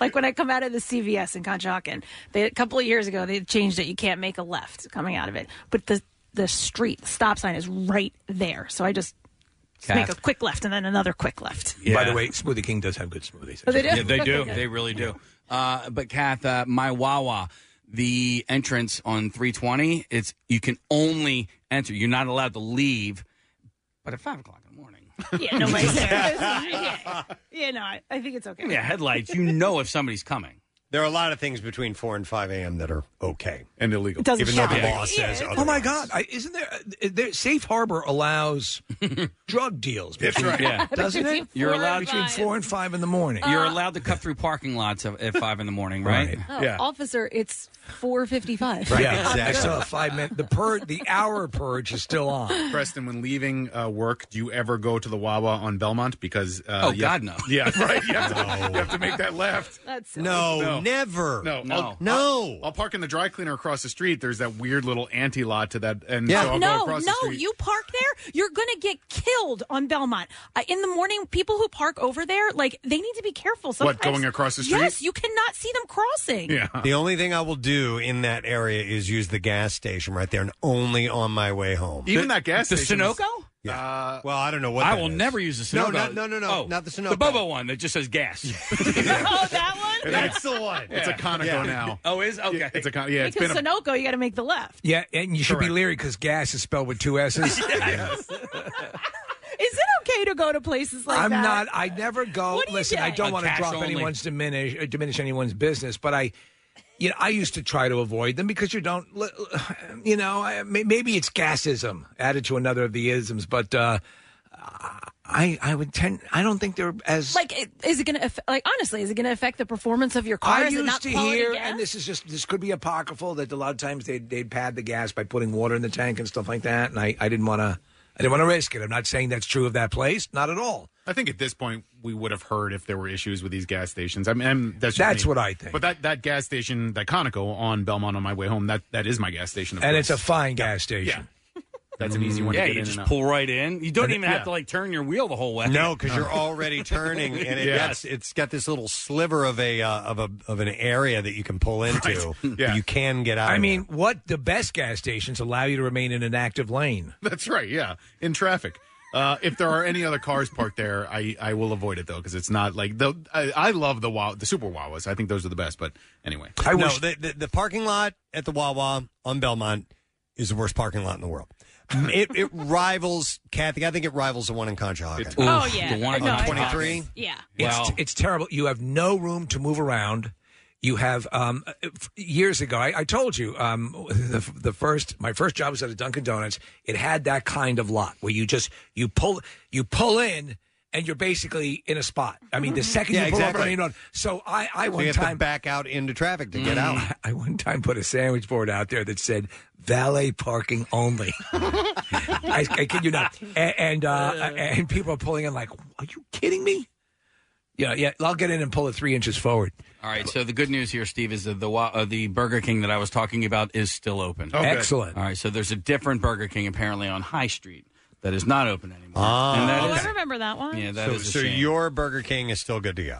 like when I come out of the CVS in Conshohocken, they, a couple of years ago they changed it. You can't make a left coming out of it, but the the street the stop sign is right there. So I just make (laughs) a quick left and then another quick left. (laughs) By the way, Smoothie King does have good smoothies. Oh, they do? Yeah, they do. Okay. They really do. Uh, but Kath, uh, my Wawa, the entrance on 320, it's you can only enter. You're not allowed to leave. But at five o'clock in the morning, yeah, (laughs) nobody's there. yeah, yeah, no, I, I think it's okay. give me a headlights. You know if somebody's coming. There are a lot of things between 4 and 5 a.m. that are okay. And illegal. Doesn't even though the count. law says Oh my God! I, isn't there, uh, there? Safe harbor allows drug deals. That's between- right. Yeah. doesn't Between it? You're four allowed- and between five. four and five in the morning. You're allowed to cut through parking lots of- at five in the morning, right? Oh, Officer, it's 455. (laughs) I saw a five minute. The pur- the hour purge is still on. (laughs) Preston, when leaving uh, work, do you ever go to the Wawa on Belmont? Because uh, Oh, you- God, no. (laughs) Yeah, right. You have, to, you have to make that left. That's No, never. No, No. I'll, No. I'll, I'll park in the dry cleaner across the street. There's that weird little ante lot to that, and Mm. so I'll go no, across no, the street. you park there, you're going to get killed on Belmont. Uh, in the morning, people who park over there, like, they need to be careful. Sometimes, What, going across the street? Yes, you cannot see them crossing. The only thing I will do in that area is use the gas station right there and only on my way home. Even that gas the station. is- Sunoco? Yeah. well, I don't know what I that will is. never use the No, Sunoco. Oh. not- no, no, no, not the Sunoco. The Bobo one that just says gas. (laughs) (laughs) oh, that one? That's the one. It's a Conoco now. (laughs) Oh, is okay. it's a con- yeah. because Sunoco, you got to make the left. Yeah, and you should be leery because gas is spelled with two s's. Is it okay to go to places like I'm that? not. I never go. What do you Listen, I get? don't On want to cash drop only. (laughs) anyone's diminish uh, diminish anyone's business, but I, you know, I used to try to avoid them because you don't, li- (sighs) you know, I- may- maybe it's gasism added to another of the isms, but uh, I I would tend. I don't think they're as Like, it- is it going to, like, honestly, is it going to affect the performance of your car? I is used it not to quality hear, gas? and this is just this could be apocryphal that a lot of times they'd they'd pad the gas by putting water in the tank and stuff like that, and I I didn't want to I didn't want to risk it. I'm not saying that's true of that place, not at all. I think at this point we would have heard if there were issues with these gas stations. I mean, I'm- that's just That's me. what I think. But that, that gas station, that Conoco on Belmont on my way home, that, that is my gas station. Of And course. it's a fine gas station. (laughs) That's an easy one. Yeah, to get you in just and out. pull right in. You don't And- even have yeah. to like turn your wheel the whole way. (laughs) No, because you're already turning, and it, Yes. gets- it's got this little sliver of a uh, of a of an area that you can pull into. Yeah. you can get out. I of mean, what the best gas stations allow you to remain in an active lane. That's right. Yeah, in traffic. Uh, if there are any other cars parked there, I, I will avoid it though because it's not like the I, I love the wow the super Wawas. I think those are the best. But anyway, I no, the, the, the parking lot at the Wawa on Belmont is the worst parking lot in the world. it, it rivals Kathy. I think it rivals the one in Conshohocken. Oh, Oof, yeah. the one in No, I- twenty three. Yeah. It's, it's terrible. You have no room to move around. You have um, f- years ago. I, I told you um, the, the first my first job was at a Dunkin' Donuts. It had that kind of lot where you just you pull you pull in and you're basically in a spot. I mean, the second Yeah, you pull exactly. up, you know. So I I So you one have to time back out into traffic to get out. (laughs) I one time put a sandwich board out there that said valet parking only. I, I kid you (laughs) not. And and, uh, and people are pulling in like, are you kidding me? Yeah, yeah. I'll get in and pull it three inches forward. All right. So the good news here, Steve, is that the Wa- uh, the Burger King that I was talking about is still open. Oh, good. Excellent. All right. So there's a different Burger King apparently on High Street that is not open anymore. Ah. and that oh, is- I remember that one. Yeah, that So, is a so shame. your Burger King is still good to go.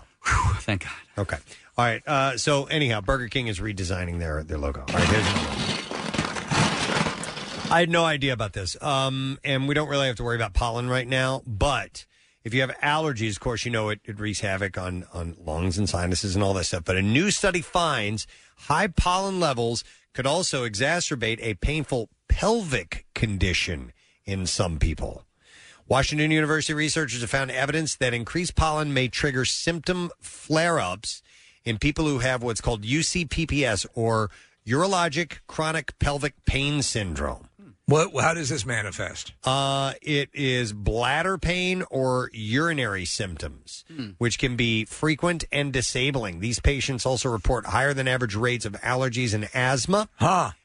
thank God. Okay. All right. Uh, so anyhow, Burger King is redesigning their their logo. All right. Here's another one. I had no idea about this, um, and we don't really have to worry about pollen right now. But if you have allergies, of course, you know it, it wreaks havoc on on lungs and sinuses and all that stuff. But a new study finds high pollen levels could also exacerbate a painful pelvic condition in some people. Washington University researchers have found evidence that increased pollen may trigger symptom flare ups in people who have what's called UCPPS or urologic chronic pelvic pain syndrome. What? How does this manifest? Uh, it is bladder pain or urinary symptoms, Hmm. which can be frequent and disabling. These patients also report higher than average rates of allergies and asthma.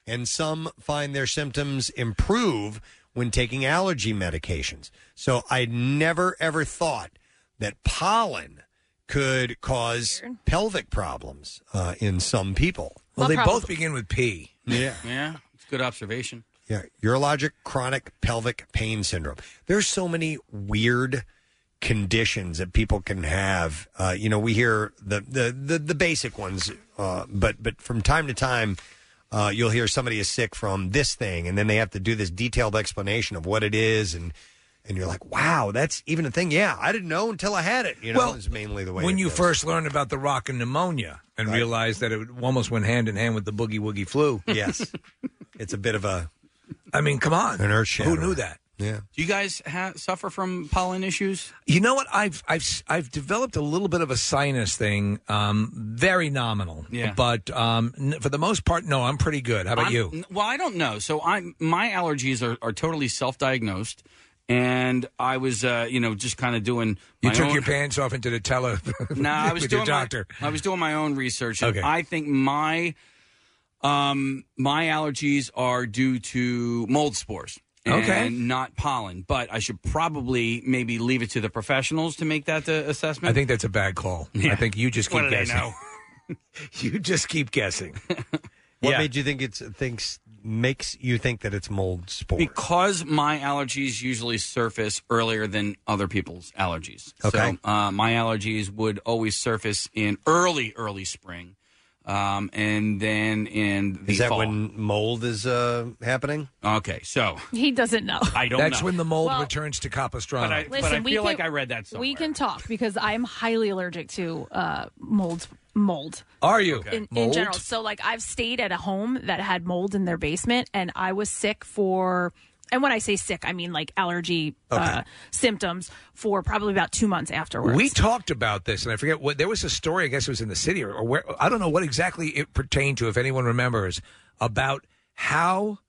And some find their symptoms improve when taking allergy medications. So I never ever thought that pollen could cause pelvic problems uh, in some people. Well, they both begin with P. Yeah. Yeah. It's a good observation. Yeah, urologic chronic pelvic pain syndrome. There's so many weird conditions that people can have. Uh, you know, we hear the the the, the basic ones, uh, but but from time to time. Uh, you'll hear somebody is sick from this thing, and then they have to do this detailed explanation of what it is, and and you're like, wow, that's even a thing. Yeah, I didn't know until I had it. You know, Well, is mainly the way when it you goes. first learned about the rock and pneumonia and realized that it almost went hand in hand with the (laughs) boogie woogie flu. Yes. it's a bit of a. I mean, come on. An earth Who knew that? Yeah. Do you guys ha- suffer from pollen issues? You know what? I've I've I've developed a little bit of a sinus thing, um, very nominal. Yeah. But um, n- for the most part, no, I'm pretty good. How about I'm- you? n- Well, I don't know. So I my allergies are, are totally self diagnosed, and I was uh, you know just kind of doing. You my took own- your pants off into the tele. (laughs) No, I was with your doing doctor. My, I was doing my own research. and Okay. I think my um my allergies are due to mold spores. And Okay. not pollen, but I should probably maybe leave it to the professionals to make that the assessment. I think that's a bad call. I think you just keep What do they guessing. know? (laughs) you just keep (laughs) guessing. What made you think it's thinks makes you think that it's mold spore? Because my allergies usually surface earlier than other people's allergies. Okay. So uh, my allergies would always surface in early, early spring, um, and then in the Is that fall. when mold is uh, happening? Okay, so He doesn't know. I don't. That's know. when the mold Well- returns to Capistrano. But I- Listen, we feel can, like I read that We can talk because I'm highly allergic to uh, mold. Mold. Are you? in, in general. So, like, I've stayed at a home that had mold in their basement, and I was sick for, and when I say sick, I mean like allergy uh, Okay. symptoms for probably about two months afterwards. We talked about this, and I forget what. There was a story, I guess it was in the city, or, or where I don't know what exactly it pertained to, if anyone remembers, about how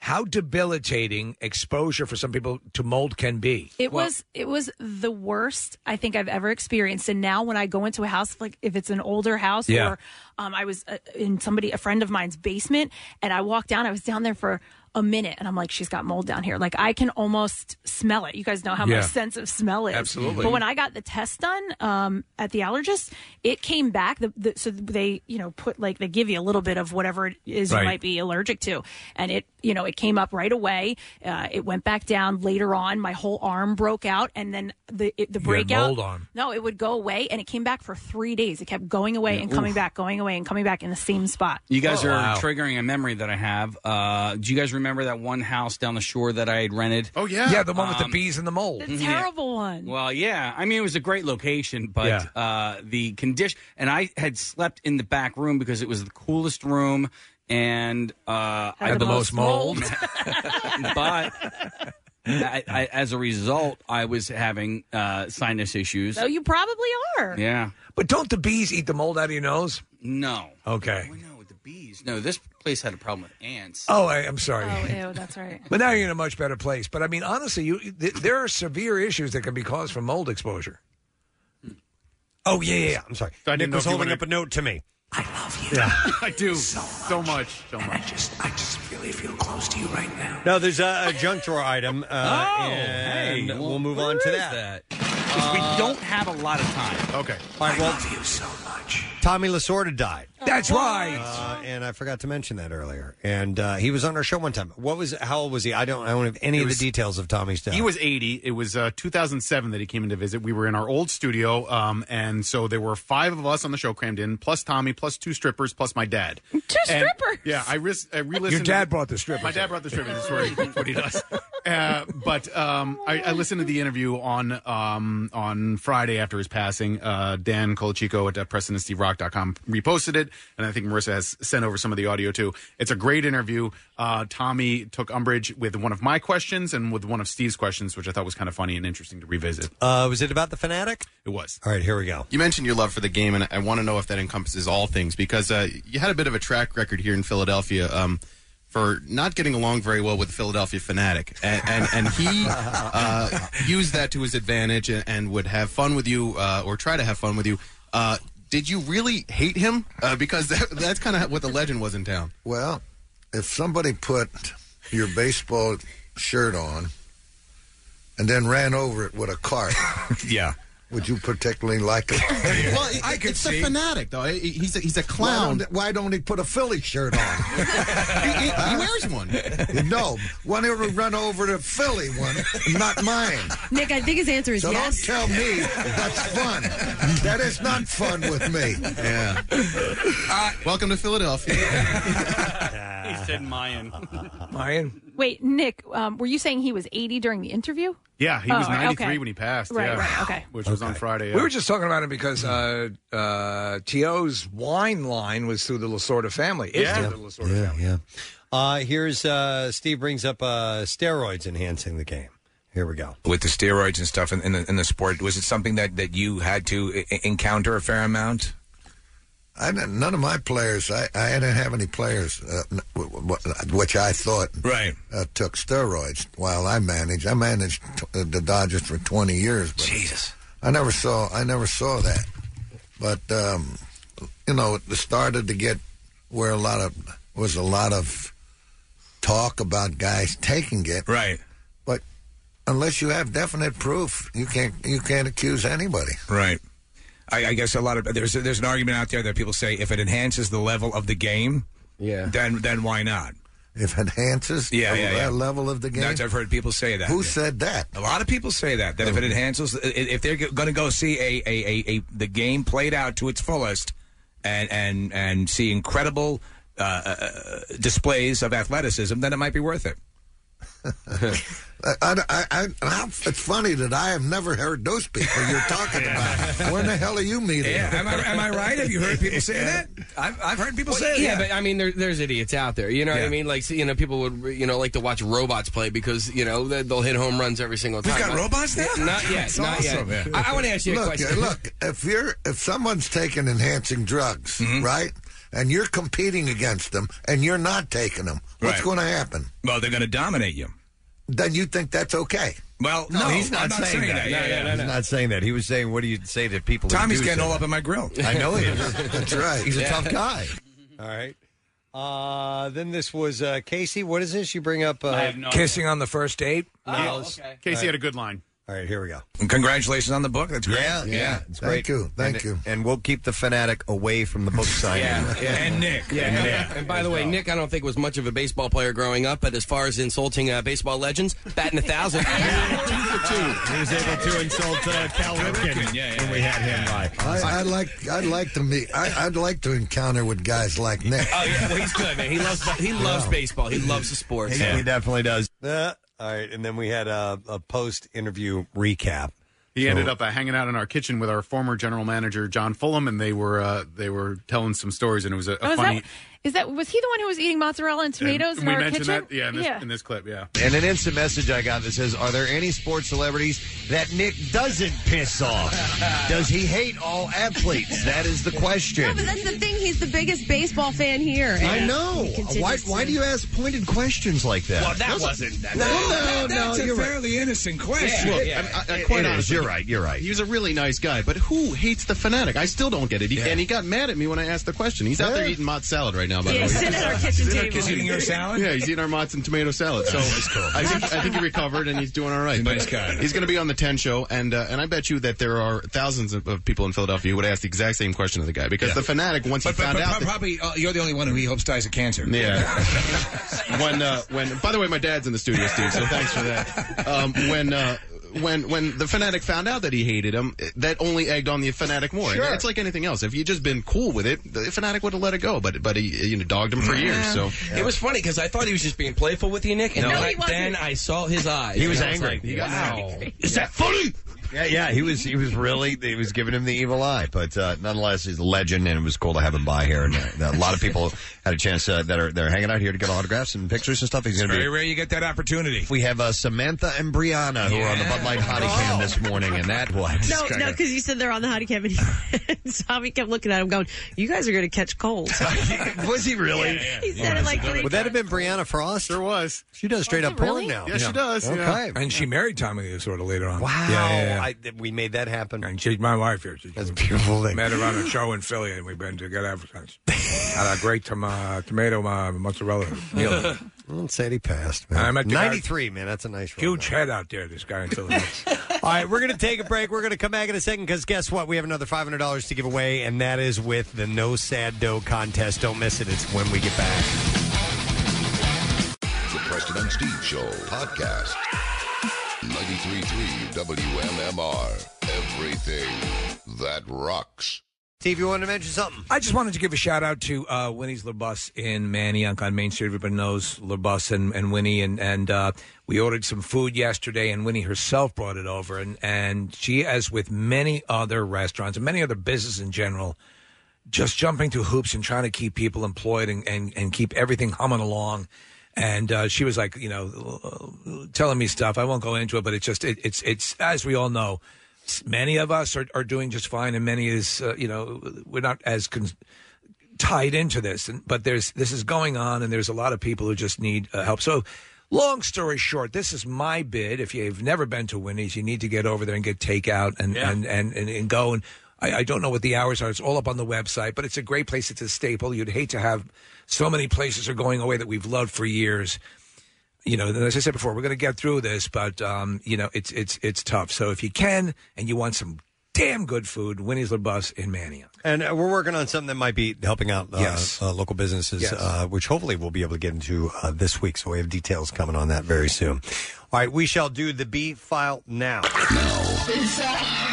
how debilitating exposure for some people to mold can be. It was it was the worst I think I've ever experienced. And now when I go into a house, like if it's an older house, Yeah. or um, I was uh, in somebody a friend of mine's basement, and I walked down. I was down there for a minute, and I'm like, she's got mold down here. Like I can almost smell it. You guys know how Yeah. my sense of smell is. Absolutely. But when I got the test done um, at the allergist, it came back. The, the, so they you know put like they give you a little bit of whatever it is Right. you might be allergic to. And it, you know, it came up right away. Uh, it went back down later on. My whole arm broke out, and then the it, the You had breakout. mold on. No, it would go away, and it came back for three days. It kept going away and coming Oof. back, going away and coming back in the same spot. You guys Oh, are wow. triggering a memory that I have. Uh, do you guys remember that one house down the shore that I had rented? Oh yeah, the one with the Um, bees and the mold. (laughs) the terrible one. Well, yeah. I mean, it was a great location, but uh, the condition. And I had slept in the back room because it was the coolest room, and uh, I Had the most (laughs) mold. (laughs) but (laughs) I, I, as a result, I was having uh, sinus issues. So you probably are. Yeah. But don't the bees eat the mold out of your nose? No. Okay. No, this place had a problem with ants. Oh, I, I'm sorry. ew, that's right. (laughs) But now you're in a much better place. But I mean, honestly, you th- there are severe issues that can be caused from mold exposure. Oh yeah, yeah. yeah. I'm sorry. Hmm. I didn't Nick know was if you holding wanted- up a note to me. (laughs) Yeah. I do so much, so much. I just, I just really feel close to you right now. No, there's a, a junk drawer item. Uh, Oh, and hey, we'll move where on to is that. Because we don't have a lot of time. Okay. All right, well, you so much. Tommy Lasorda died. That's right. Uh, and I forgot to mention that earlier. And uh, he was on our show one time. What was? How old was he? I don't. I don't have any He of was- the details of Tommy's death. He was 80. It was uh, 2007 that he came in to visit. We were in our old studio, um, and so there were five of us on the show crammed in, plus Tommy, plus two strippers, plus my dad. Two strippers? Yeah, I, ris- I re-listened. Your dad brought the strippers. My dad brought the strippers. That's what he- that's what he does. (laughs) Uh, but um, I, I listened to the interview on um, on Friday after his passing. Uh, Dan Colachico at uh, PrestonandSteveRock.com reposted it, and I think Marissa has sent over some of the audio too. It's a great interview. Uh, Tommy took umbrage with one of my questions and with one of Steve's questions, which I thought was kind of funny and interesting to revisit. Uh, was it about the fanatic? It was. All right, here we go. (laughs) You mentioned your love for the game, and I want to know if that encompasses all things because uh, you had a bit of a track record here in Philadelphia um, for not getting along very well with the Philadelphia fanatic, and and, and (laughs) he uh, used that to his advantage and, and would have fun with you uh, or try to have fun with you. Uh, did you really hate him? Uh, because that, that's kind of what the legend was in (laughs) town. Well, if somebody put your baseball shirt on and then ran over it with a cart, yeah, would you particularly like it? (laughs) Well, it, I it's a fanatic, though. He- He's a, he's a Why clown. don't, why don't he put a Philly shirt on? he, he- he wears one. no, one ever run over the Philly one, not mine. Nick, I think his answer is So yes. don't tell me that's fun. That is not fun with me. Yeah. Welcome to Philadelphia. He said Mayan. (laughs) Mayan. Wait, Nick, um, were you saying he was 80 during the interview? Yeah, he Oh, was all right, 93 okay. when he passed. Right, yeah. right, okay. Which was on Friday. uh, We yeah. were just talking about it because uh, uh, To's wine line was through the Lasorda family. Is Yeah. through the Lasorda family. yeah. Uh, here's uh, Steve brings up uh, steroids enhancing the game. Here we go. with the steroids and stuff in, in, the, in the sport? Was it something that, that you had to I- encounter a fair amount? I didn't, none of my players. I, I didn't have any players, uh, n- w- w- which I thought right uh, took steroids. While I managed, I managed t- uh, the Dodgers for twenty years. But Jesus, I never saw. I never saw that. But um, you know, it started to get where a lot of was a lot of talk about guys taking it. Right. But unless you have definite proof, you can't you can't accuse anybody. Right. I, I guess a lot of there's there's an argument out there that people say if it enhances the level of the game, yeah, then then why not? If enhances, yeah, Oh, the yeah, yeah. level of the game. That's, I've heard people say that. Who said that? A lot of people say that that if it enhances, i- if they're going to go see a, a, a, a the game played out to its fullest, and and and see incredible uh, uh, displays of athleticism, then it might be worth it. (laughs) I, I, I, I, how- it's funny that I have never heard those people you're talking about. When the hell are you meeting? Yeah, am I, am I right? Have you heard (laughs) people say that? I've, I've heard people say yeah, that. but I mean, there, there's idiots out there. You know what Yeah. I mean? Like, see, you know, people would, you know, like to watch robots play because you know they- they'll hit home runs every single We've time. got I- robots now? Not yet. That's not awesome, yet. man. I, I want to ask you a look, question. Look, if you're if someone's taking enhancing drugs, Mm-hmm. right, and you're competing against them, and you're not taking them, what's Right. going to happen? Well, they're going to dominate you. Then you think that's okay? Well, No, he's not, saying, that. Yeah, yeah, He's no. not saying that. He was saying, "What do you say to people?" who Tommy's do getting say all that? up in my grill. I know he (laughs) is. He's a Yeah. tough guy. All right. Uh, then this was uh, Casey. What is this? You bring up uh, Oh, Kissing on the first date. Casey had a good line. All right, here we go. Congratulations on the book. That's great. Yeah, yeah, it's Thank great. you, thank And- you. And we'll keep the fanatic away from the book (laughs) signing. Yeah, yeah. (laughs) And Nick. Yeah, And and, Nick. and by the way, Nick, I don't think was much of a baseball player growing up, but as far as insulting uh, baseball legends, batting (laughs) a thousand. two for two. He was able to insult uh, Cal Ripken when we had him by. I, I'd like I'd like to meet I, I'd like to encounter with guys like Nick. Uh, Oh yeah, well, (laughs) he's good, man. He loves he loves baseball. He loves the sport. He, he definitely does. Uh, all right, and then we had a, a post interview recap. He So- ended up uh, hanging out in our kitchen with our former general manager John Fulham, and they were uh, they were telling some stories, and it was a, a Oh, is funny. that is that was he the one who was eating mozzarella and tomatoes and in we our mentioned kitchen? that, yeah, in this, in this clip, yeah. And an instant message I got that says, "Are there any sports celebrities that Nick doesn't piss off? Does he hate all athletes? That is the No, question." but that's the thing. He's the biggest baseball fan here. I and know. he continues Why? to- Why do you ask pointed questions like that? Well, that Those- wasn't No, no, that's no, a you're right. fairly innocent question. Look, I, I, I, quite It is. honestly, You're right. You're right. He was a really nice guy, but who hates the fanatic? I still don't get it. He, Yeah. And he got mad at me when I asked the question. He's out there Yeah. eating mott salad right now. By Yeah, the way, sitting at our kitchen Sitting at table. kitchen- Eating your salad? Yeah, he's eating our mozz and tomato salad. So That's cool. I think I think he recovered and he's doing all right. Nice But guy. He's going to be on the Ten Show, and uh, and I bet you that there are thousands of, of people in Philadelphia who would ask the exact same question of the guy because Yeah. the fanatic once But, he but, found but out. that- probably uh, you're the only one who he hopes dies of cancer. (laughs) yeah. when uh, when by the way, my dad's in the studio, Steve. So thanks for that. Um, when uh, when when the fanatic found out that he hated him, it- that only egged on the fanatic more. Sure. It's like anything else. If you just been cool with it, the fanatic would have let it go. But but he you know dogged him for years. So it was funny because I thought he was just being playful with you, Nick, and No. then, No, he I, then I saw his eyes. He and was I angry. like, He got wow. Is that funny? Yeah, Uh, yeah. He was. He was really. He was giving him the evil eye. But uh, nonetheless, he's a legend, and it was cool to have him by here. And uh, a lot of people had a chance uh, that are they're hanging out here to get autographs and pictures and stuff. He's going to Very be. rare you get that opportunity. We have uh, Samantha and Brianna who are on the Bud Light Hottie Cam this morning, and that was No, no, because you said they're on the hottie cam, (laughs) and he- Tommy kept looking at him, going, "You guys are going to catch (laughs) cold." was he really? He said it like three Would that have been Brianna Frost? Sure was. She does straight up porn now. Yeah. Okay. And she married Tommy sort of later on. Wow. Yeah, yeah, yeah. I, th- we made that happen. And she's my wife here. She's That's a beautiful thing. Met her on a show in Philly, and we've been together ever (laughs) since. Had a great tom- uh, tomato uh, mozzarella. meal. (laughs) Well, Sadie passed, I man. met the guy- 93, man. That's a nice one. Huge head out there, this guy in Philly. All right, we're going to take a break. We're going to come back in a second because guess what? We have another $500 to give away, and that is with the No Sad Dough contest. Don't miss it. It's when we get back. The Preston and Steve Show podcast. 93.3 WMMR. Everything that rocks. Steve, you wanted to mention something? I just wanted to give a shout out to uh, Winnie's LaBus in Manioc on Main Street. Everybody knows LaBus and, and Winnie, and and uh, we ordered some food yesterday, and Winnie herself brought it over, and and she, as with many other restaurants and many other businesses in general, just jumping through hoops and trying to keep people employed and and, and keep everything humming along. and uh, she was like, you know, telling me stuff. I won't go into it, but it's just it, it's it's as we all know, s- many of us are, are doing just fine, and many is uh, you know we're not as con- tied into this. And, but there's this is going on, and there's a lot of people who just need uh, help. So. Long story short, this is my bid. If you've never been to Winnie's, you need to get over there and get takeout and and, and, and, and go. And I, I don't know what the hours are. It's all up on the website, but it's a great place. It's a staple. You'd hate to have so many places are going away that we've loved for years. You know, as I said before, we're going to get through this, but um, you know, it's it's it's tough. So if you can and you want some damn good food, Winnie's LaBus in Mania. And uh, we're working on something that might be helping out uh, Yes. uh, local businesses, Yes. uh, which hopefully we'll be able to get into uh, this week. So we have details coming on that very soon. All right, we shall do the B file now.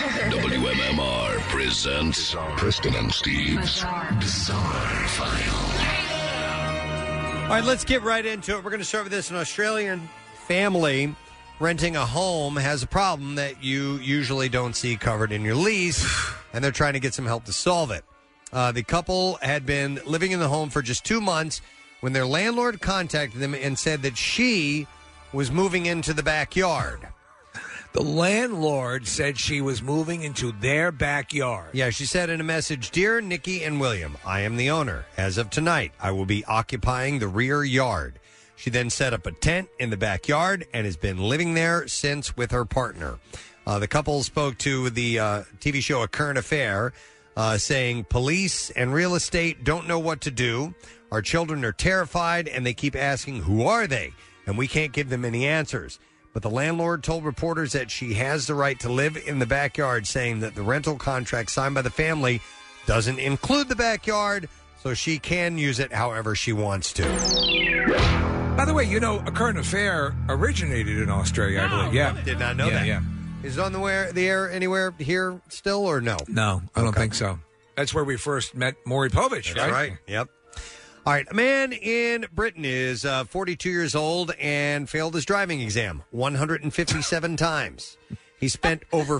WMMR presents Preston and Steve's Bizarre File. All right, let's get right into it. We're going to start with this. An Australian family renting a home has a problem that you usually don't see covered in your lease, and they're trying to get some help to solve it. Uh, the couple had been living in the home for just two months when their landlord contacted them and said that she was moving into the backyard. The landlord said she was moving into their backyard. Yeah, she said in a message Dear Nikki and William, I am the owner. As of tonight, I will be occupying the rear yard. She then set up a tent in the backyard and has been living there since with her partner. Uh, the couple spoke to the uh, TV show A Current Affair, uh, saying, Police and real estate don't know what to do. Our children are terrified and they keep asking, Who are they? And we can't give them any answers. But the landlord told reporters that she has the right to live in the backyard, saying that the rental contract signed by the family doesn't include the backyard, so she can use it however she wants to. By the way, you know, a current affair originated in Australia, I believe. Yeah, did not know yeah, that. Yeah, Is it on the, where, the air anywhere here still or no? no, I don't think so. That's where we first met Maury Povich, That's right. Yep. All right, a man in Britain is uh, 42 years old and failed his driving exam 157 times. He spent over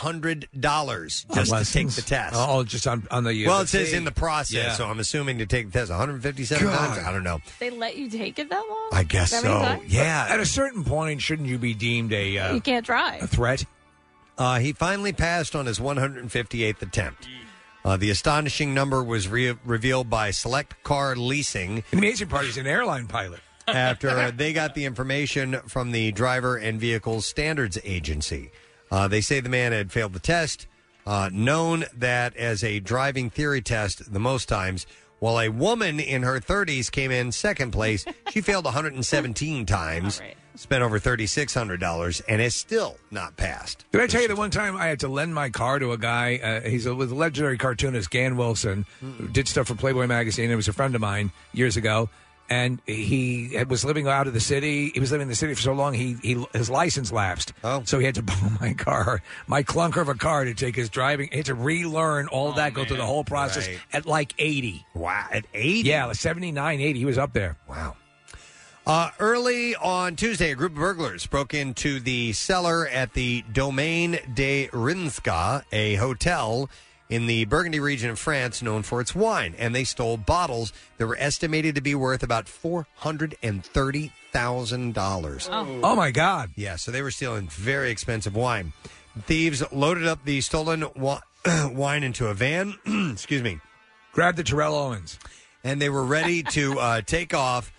$4,800 just to take the test. Oh, just on on the. uh, well, the it says fee. in the process, Yeah. so I'm assuming to take the test 157 times. I don't know. They let you take it that long? I guess That many so. times? Yeah. At a certain point, shouldn't you be deemed a uh, You can't drive. threat? Uh, he finally passed on his 158th attempt. Uh, the astonishing number was re- revealed by Select Car Leasing The amazing part is an airline pilot. after they got the information from the Driver and Vehicles Standards Agency. Uh, they say the man had failed the test, uh, known that as a driving theory test the most times, while a woman in her 30s came in second place. She failed 117 times, spent over $3,600, and is still not passed. Did I tell you the one time I had to lend my car to a guy? Uh, he's a, was a legendary cartoonist, Gan Wilson, who did stuff for Playboy magazine. It was a friend of mine years ago, and he had- was living out of the city. He was living in the city for so long, he, he his license lapsed. Oh, so he had to (laughs) borrow my car, my clunker of a car, to take his driving. He had to relearn all that, go through the whole process Right. at like eighty. Wow, at eighty? Yeah, like 79, 80. He was up there. Wow. Uh, early on Tuesday, a group of burglars broke into the cellar at the Domaine de Rinska, a hotel in the Burgundy region of France known for its wine, and they stole bottles that were estimated to be worth about $430,000. Oh. Oh, my God. Yeah, so they were stealing very expensive wine. Thieves loaded up the stolen wi- (clears throat) wine into a van. (clears throat) Excuse me. Grabbed the Terrell Owens. And they were ready to uh, take off,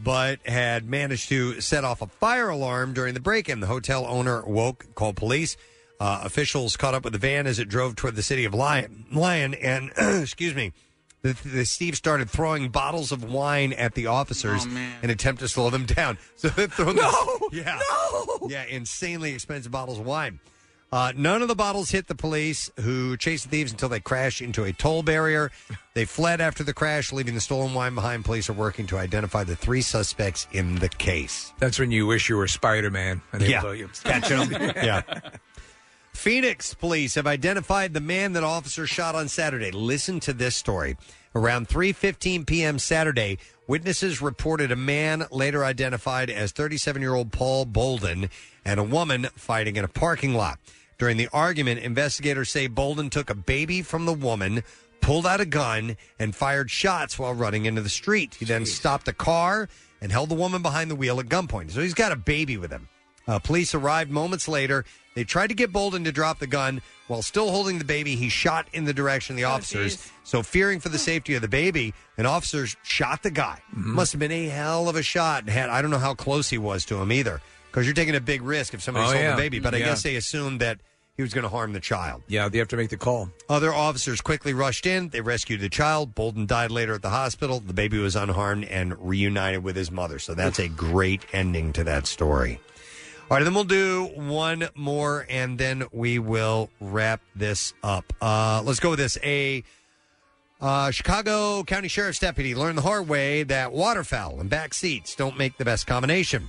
but had managed to set off a fire alarm during the break in. The hotel owner woke, called police. Uh, officials caught up with the van as it drove toward the city of Lyon. Lyon and, (clears throat) excuse me, the, the Steve started throwing bottles of wine at the Oh, officers in an attempt to slow them down. (laughs) So they're throwing No! (laughs) yeah, yeah, insanely expensive bottles of wine. Uh, none of the bottles hit the police, who chased the thieves until they crashed into a toll barrier. They fled after the crash, leaving the stolen wine behind. Police are working to identify the three suspects in the case. That's when you wish you were Spider Man. Yeah. Catching (laughs) 'em. Yeah. Phoenix police have identified the man that officer shot on Saturday. Listen to this story. Around 3:15 p.m. Saturday, witnesses reported a man later identified as 37-year-old Paul Bolden and a woman fighting in a parking lot. During the argument, investigators say Bolden took a baby from the woman, pulled out a gun and fired shots while running into the street. He then stopped a car and held the woman behind the wheel at gunpoint. So he's got a baby with him. Uh, police arrived moments later. They tried to get Bolden to drop the gun while still holding the baby. He shot in the direction of Oh, the officers. so, fearing for the safety of the baby, an officer shot the guy. Mm-hmm. Must have been a hell of a shot. And had I don't know how close he was to him either, because you're taking a big risk if somebody's Oh, holding yeah. a baby. But I Yeah. guess they assumed that he was going to harm the child. Yeah, they have to make the call. Other officers quickly rushed in. They rescued the child. Bolden died later at the hospital. The baby was unharmed and reunited with his mother. So that's a great ending to that story. All right, then we'll do one more and then we will wrap this up. Uh, let's go with this. A uh, Chicago County Sheriff's deputy learned the hard way that waterfowl and back seats don't make the best combination.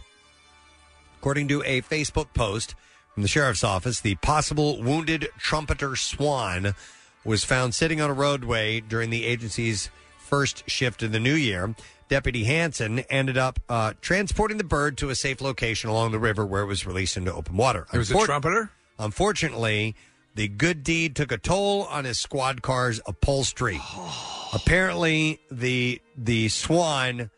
According to a Facebook post from the sheriff's office, the possible wounded trumpeter swan was found sitting on a roadway during the agency's first shift in the new year. Deputy Hansen ended up uh, transporting the bird to a safe location along the river where it was released into open water. It was a trumpeter? Unfortunately, the good deed took a toll on his squad car's (sighs) upholstery. Apparently, the the swan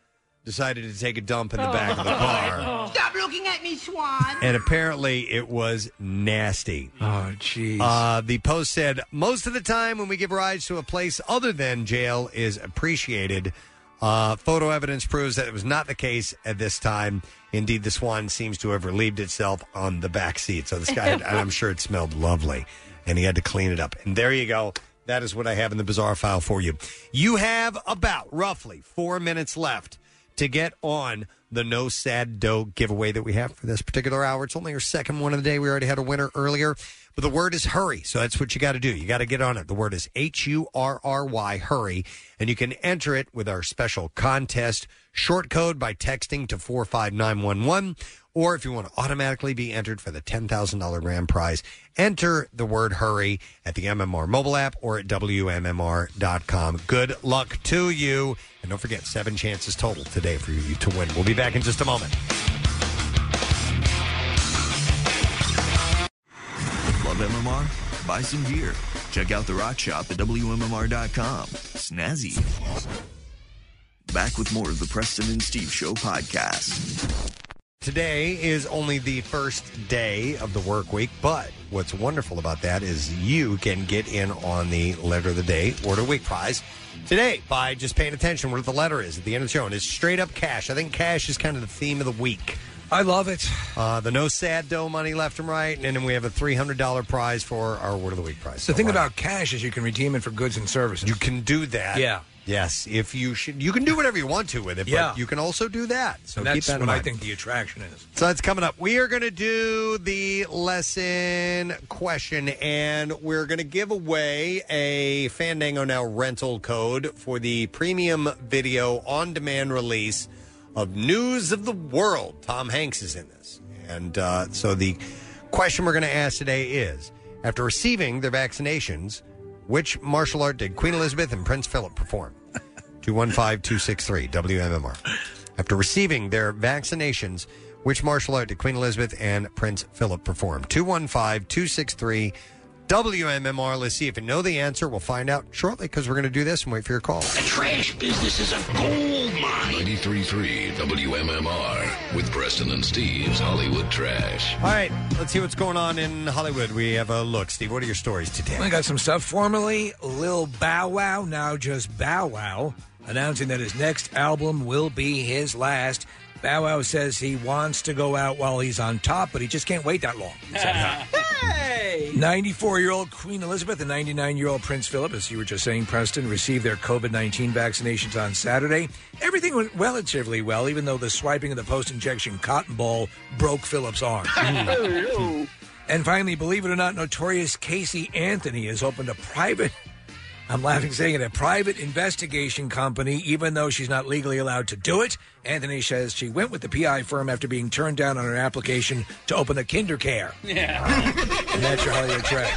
decided to take a dump in the back of (laughs) Oh, the car Stop looking at me, Swan. and apparently it was nasty. Oh, jeez. Uh, the post said most of the time when we give rides to a place other than jail is appreciated. Uh, photo evidence proves that it was not the case at this time. Indeed, the swan seems to have relieved itself on the back seat. So this guy, had, and I'm sure it smelled lovely, and he had to clean it up. And there you go. That is what I have in the bizarre file for you. You have about roughly four minutes left to get on the No Sad Dough giveaway that we have for this particular hour. It's only our second one of the day. We already had a winner earlier, but the word is hurry. So that's what you got to do. You got to get on it. The word is H U R R Y, hurry. And you can enter it with our special contest short code by texting to 45911. Or if you want to automatically be entered for the $10,000 grand prize, enter the word hurry at the MMR mobile app or at WMMR.com. Good luck to you. And don't forget, seven chances total today for you to win. We'll be back in just a moment. Love MMR? Buy some gear. Check out the rock shop at WMMR.com. Snazzy. Back with more of the Preston and Steve Show podcast. Today is only the first day of the work week, but what's wonderful about that is you can get in on the letter of the day or the week prize today by just paying attention what the letter is at the end of the show. And it's straight up cash. I think cash is kind of the theme of the week. I love it. Uh, the no sad dough money left and right, and then we have a three hundred dollar prize for our word of the week prize. The thing All right. about cash is you can redeem it for goods and services. You can do that. Yeah. Yes, if you should, you can do whatever you want to with it. Yeah. but you can also do that. So and keep that's that in what I mind. think the attraction is. So that's coming up. We are going to do the lesson question, and we're going to give away a Fandango Now rental code for the premium video on demand release of News of the World. Tom Hanks is in this. And uh, so the question we're going to ask today is after receiving their vaccinations, which martial art did Queen Elizabeth and Prince Philip perform? 215 263 WMMR. After receiving their vaccinations, which martial art did Queen Elizabeth and Prince Philip perform? 215 263 WMMR. Let's see if you know the answer. We'll find out shortly because we're going to do this and wait for your call. The trash business is a gold mine. 93.3 WMMR with Preston and Steve's Hollywood Trash. All right, let's see what's going on in Hollywood. We have a look. Steve, what are your stories today? We got some stuff. Formerly Lil Bow Wow, now just Bow Wow, announcing that his next album will be his last. Bow Wow says he wants to go out while he's on top, but he just can't wait that long. hey! 94 year old Queen Elizabeth and 99 year old Prince Philip, as you were just saying, Preston, received their COVID 19 vaccinations on Saturday. Everything went relatively well, even though the swiping of the post injection cotton ball broke Philip's arm. and finally, believe it or not, notorious Casey Anthony has opened a private. I'm laughing saying it. A private investigation company, even though she's not legally allowed to do it. Anthony says she went with the PI firm after being turned down on her application to open a kinder care. Yeah. And that's your Hollywood track.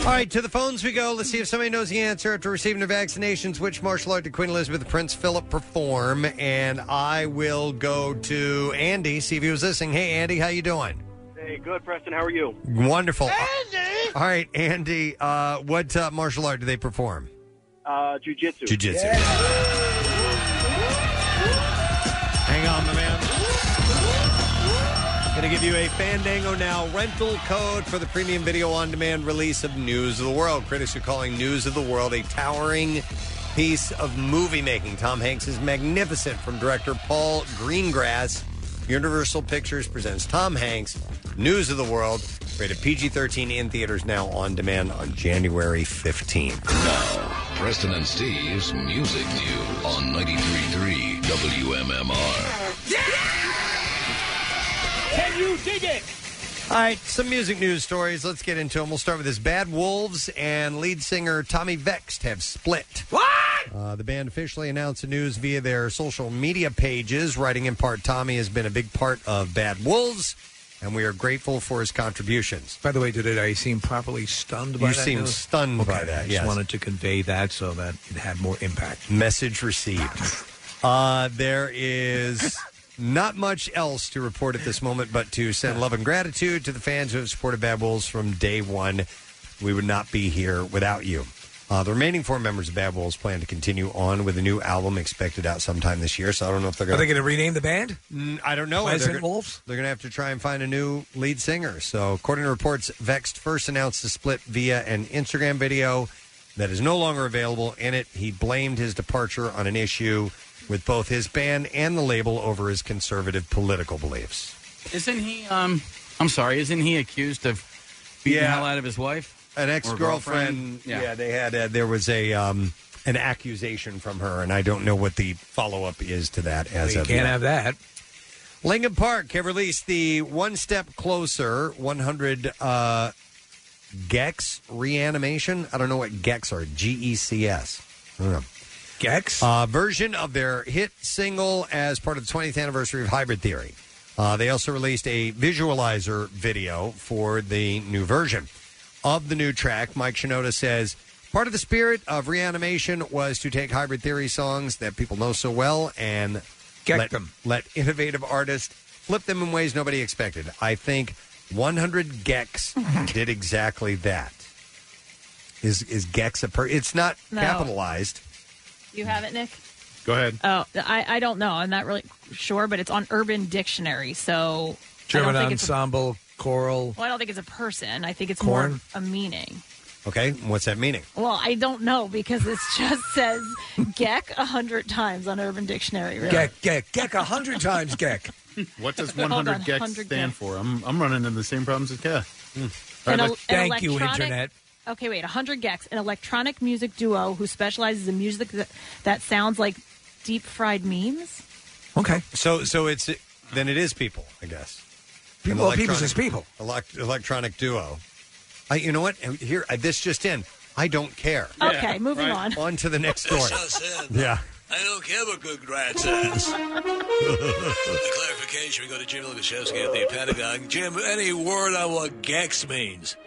All right, to the phones we go. Let's see if somebody knows the answer after receiving their vaccinations. Which martial art did Queen Elizabeth and Prince Philip perform? And I will go to Andy, see if he was listening. Hey, Andy, how you doing? Hey, good, Preston. How are you? Wonderful. Andy! All right, Andy, uh, what uh, martial art do they perform? Uh, jujitsu. Jiu-jitsu. Hang on, my man. Going to give you a Fandango Now rental code for the premium video on demand release of News of the World. Critics are calling News of the World a towering piece of movie making. Tom Hanks is magnificent from director Paul Greengrass. Universal Pictures presents Tom Hanks, News of the World, rated PG 13 in theaters now on demand on January 15th. Preston and Steve's Music News on 93.3 WMMR. Can you dig it? All right, some music news stories. Let's get into them. We'll start with this. Bad Wolves and lead singer Tommy Vext have split. What? Uh, the band officially announced the news via their social media pages, writing in part, Tommy has been a big part of Bad Wolves, and we are grateful for his contributions. By the way, did I seem properly stunned by You that? seem news? stunned Okay, by that, I yes. just wanted to convey that so that it had more impact. Message received. Uh, there is not much else to report at this moment, but to send love and gratitude to the fans who have supported Bad Wolves from day one. We would not be here without you. Uh, the remaining four members of Bad Wolves plan to continue on with a new album expected out sometime this year. So I don't know if they're Are going they going to rename the band? I don't know. Pleasant Oh, They're gonna- Wolves? They're going to have to try and find a new lead singer. So, according to reports, Vexed first announced the split via an Instagram video that is no longer available. In it, he blamed his departure on an issue with both his band and the label over his conservative political beliefs. Isn't he? Um, I'm sorry. Isn't he accused of beating the hell out of his wife? An Or ex girlfriend. Yeah. they had. Uh, there was a um, an accusation from her, and I don't know what the follow up is to that. As you of can't yet. have that. Lincoln Park have released the One Step Closer 100 uh, Gex reanimation. I don't know what Gex are. G E C S. I don't know. Gex? Uh, version of their hit single as part of the 20th anniversary of Hybrid Theory. Uh, they also released a visualizer video for the new version of the new track. Mike Shinoda says part of the spirit of reanimation was to take Hybrid Theory songs that people know so well and Get let, them. let innovative artists flip them in ways nobody expected. I think 100 (laughs) Gex did exactly that. Is is Gex a per? It's not No. capitalized. You have it, Nick? Go ahead. Oh, I, I don't know. I'm not really sure, but it's on Urban Dictionary. So I German don't think it's a- ensemble, choral. well, I don't think it's a person. I think it's more Corn? of a meaning. Okay, what's that meaning? Well, I don't know because it (laughs) just says Gek a hundred times on Urban Dictionary. Really. Gek, Gek, Gek, a hundred times Gek. (laughs) What does Hold 100 on, gex 100 stand gex. for? I'm, I'm running into the same problems as Kev. Hmm. An All right, el- an let's- electronic- Okay, wait. 100 Gex, an electronic music duo who specializes in music that, that sounds like deep fried memes. Okay. So so it's then it is people, I guess. People- An well, people's is people. elec- electronic duo. I, you know what? Here, I, this just in. I don't care. Okay, Yeah, moving right. on. On to the next story. That's so sad. yeah. I don't care about good (laughs) rat's ass. For clarification, we go to Jim Lukashevsky at the Pentagon. Jim, any word on what Gex means?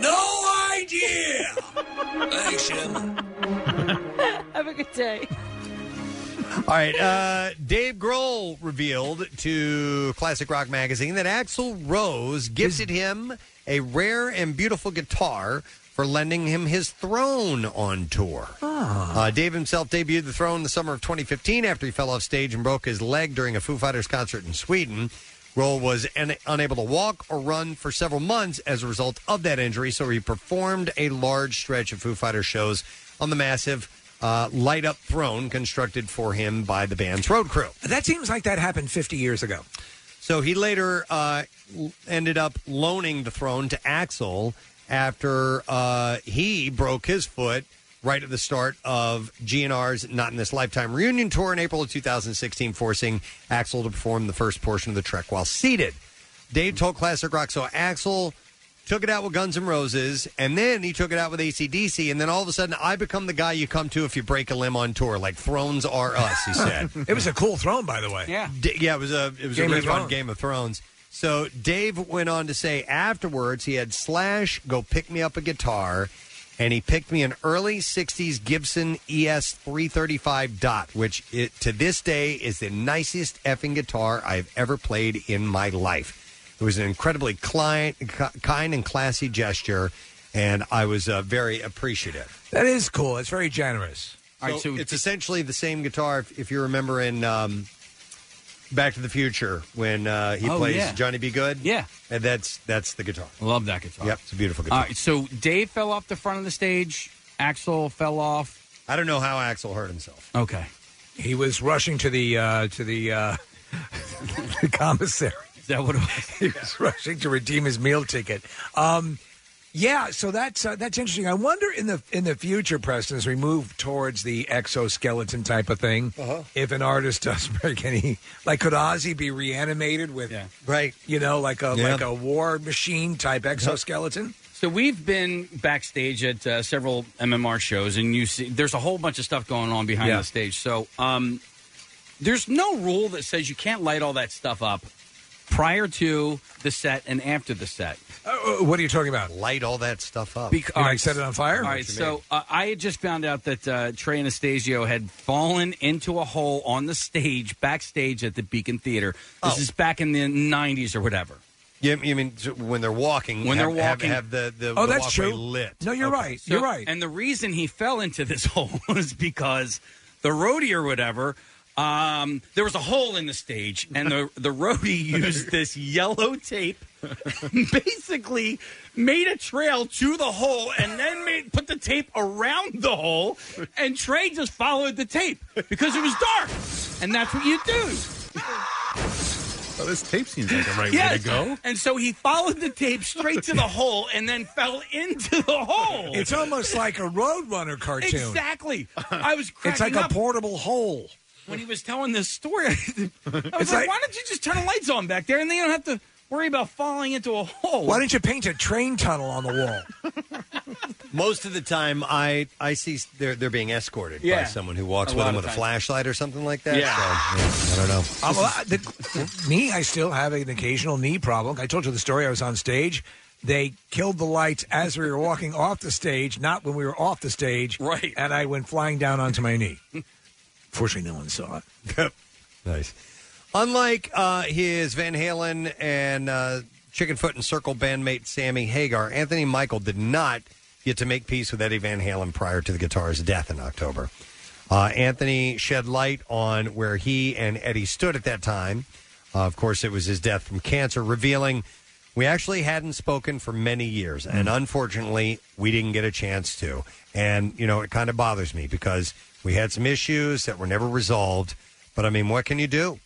No idea! Thanks, Jim. (laughs) Have a good day. All right. Uh, Dave Grohl revealed to Classic Rock Magazine that Axl Rose gifted him a rare and beautiful guitar for lending him his throne on tour. Uh, Dave himself debuted the throne the summer of 2015 after he fell off stage and broke his leg during a Foo Fighters concert in Sweden. Roll was un- unable to walk or run for several months as a result of that injury, so he performed a large stretch of Foo Fighters shows on the massive uh, light up throne constructed for him by the band's road crew. That seems like that happened 50 years ago. So he later uh, l- ended up loaning the throne to Axel after uh, he broke his foot right at the start of GNR's Not in This Lifetime reunion tour in April of 2016, forcing Axel to perform the first portion of the trek while seated. Dave told Classic Rock, so Axel took it out with Guns N' Roses, and then he took it out with ACDC, and then all of a sudden, I become the guy you come to if you break a limb on tour, like Thrones Are Us, he said. (laughs) it was a cool throne, by the way. Yeah. yeah, it was a it was Game a of really fun Thrones. Game of Thrones. So Dave went on to say afterwards he had Slash go pick me up a guitar, and he picked me an early '60s Gibson E ES 335 Dot, which it, to this day is the nicest effing guitar I've ever played in my life. It was an incredibly client, ki- kind and classy gesture, and I was uh, very appreciative. That is cool. It's very generous. So it's essentially the same guitar. If, if you remember in um, Back to the Future when uh, he Oh, plays yeah. Johnny B. Good, yeah, and that's that's the guitar. Love that guitar. Yep, it's a beautiful All guitar. right, so Dave fell off the front of the stage. Axel fell off. I don't know how Axel hurt himself. Okay. He was rushing to the uh, to the, uh, (laughs) the commissary. Is that what it was? he was rushing to redeem his meal ticket. Um, yeah, so that's uh, that's interesting. I wonder in the in the future, Preston, as we move towards the exoskeleton type of thing, if an artist does (laughs) break any, like could Ozzy be reanimated with, right? You know, like a Yeah. like a war machine type exoskeleton. So we've been backstage at uh, several MMR shows, and you see there's a whole bunch of stuff going on behind Yeah. the stage. So um, there's no rule that says you can't light all that stuff up prior to the set and after the set. Uh, uh, what are you talking about? Light all that stuff up. Bec- you like set it on fire? All right, so uh, I had just found out that uh, Trey Anastasio had fallen into a hole on the stage, backstage at the Beacon Theater. This is back in the '90s or whatever. Oh. You, you mean so when they're walking? When they're have- have- walking, Oh, have, the the the walkway lit. No, you're right. So- You're right. And the reason he fell into this (laughs) hole is because the roadie or whatever, um, there was a hole in the stage, and the the roadie (laughs) used this yellow tape, and (laughs) basically made a trail to the hole, and then made put the tape around the hole, and Trey just followed the tape because it was dark, and that's what you do. Oh, this tape seems like the right way Yes. to go. And so he followed the tape straight to the hole and then fell into the hole. It's almost like a Roadrunner cartoon. Exactly. I was cracking It's like up a portable hole. when he was telling this story. (laughs) I was like, like- why don't you just turn the lights on back there and then you don't have to worry about falling into a hole? Why didn't you paint a train tunnel on the (laughs) wall? Most of the time, I I see s- they're they're being escorted by Yeah. someone who walks A with lot them with of a times. flashlight or something like that. So, Yeah. yeah, I don't know. Uh, well, I- the, me, I still have an occasional knee problem. I told you the story. I was on stage. They killed the lights as we were walking off the stage, not when we were off the stage. Right. And I went flying down onto my knee. Fortunately, no one saw it. nice. Unlike uh, his Van Halen and uh, Chickenfoot and Circle bandmate Sammy Hagar, Anthony Michael did not get to make peace with Eddie Van Halen prior to the guitarist's death in October. Uh, Anthony shed light on where he and Eddie stood at that time. Uh, of course, it was his death from cancer, revealing we actually hadn't spoken for many years, and unfortunately, we didn't get a chance to. And, you know, it kind of bothers me because we had some issues that were never resolved. But I mean, what can you do?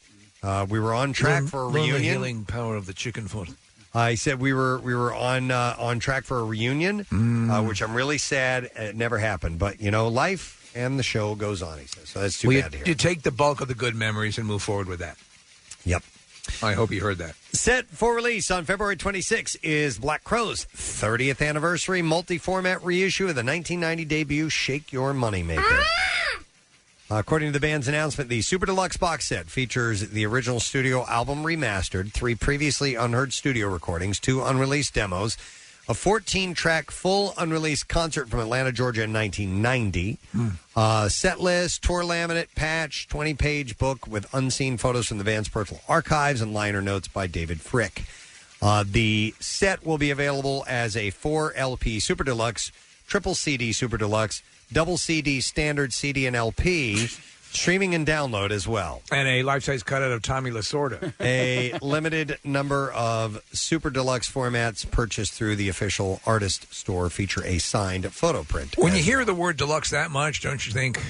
Uh, we were on track for a Learn the reunion. healing power of the chicken foot. I Uh, said we were we were on uh, on track for a reunion, uh, Mm. which I'm really sad it never happened. But you know, life and the show goes on. He says, so that's too Well, you- bad to hear. you take the bulk of the good memories and move forward with that. Yep. I hope you heard that. Set for release on February 26 is Black Crow's 30th anniversary multi-format reissue of the 1990 debut "Shake Your Moneymaker." Uh, According to the band's announcement, the Super Deluxe box set features the original studio album remastered, three previously unheard studio recordings, two unreleased demos, a 14 track full unreleased concert from Atlanta, Georgia in 1990, uh, set list, tour laminate, patch, 20 page book with unseen photos from the band's personal archives, and liner notes by David Frick. Uh, the set will be available as a 4 LP Super Deluxe, Triple CD Super Deluxe, Double CD Standard CD and LP, streaming and download as well. And a life size cutout of Tommy Lasorda. (laughs) (laughs) A limited number of Super Deluxe formats purchased through the official artist store feature a signed photo print. When you hear the word deluxe that much, don't you think,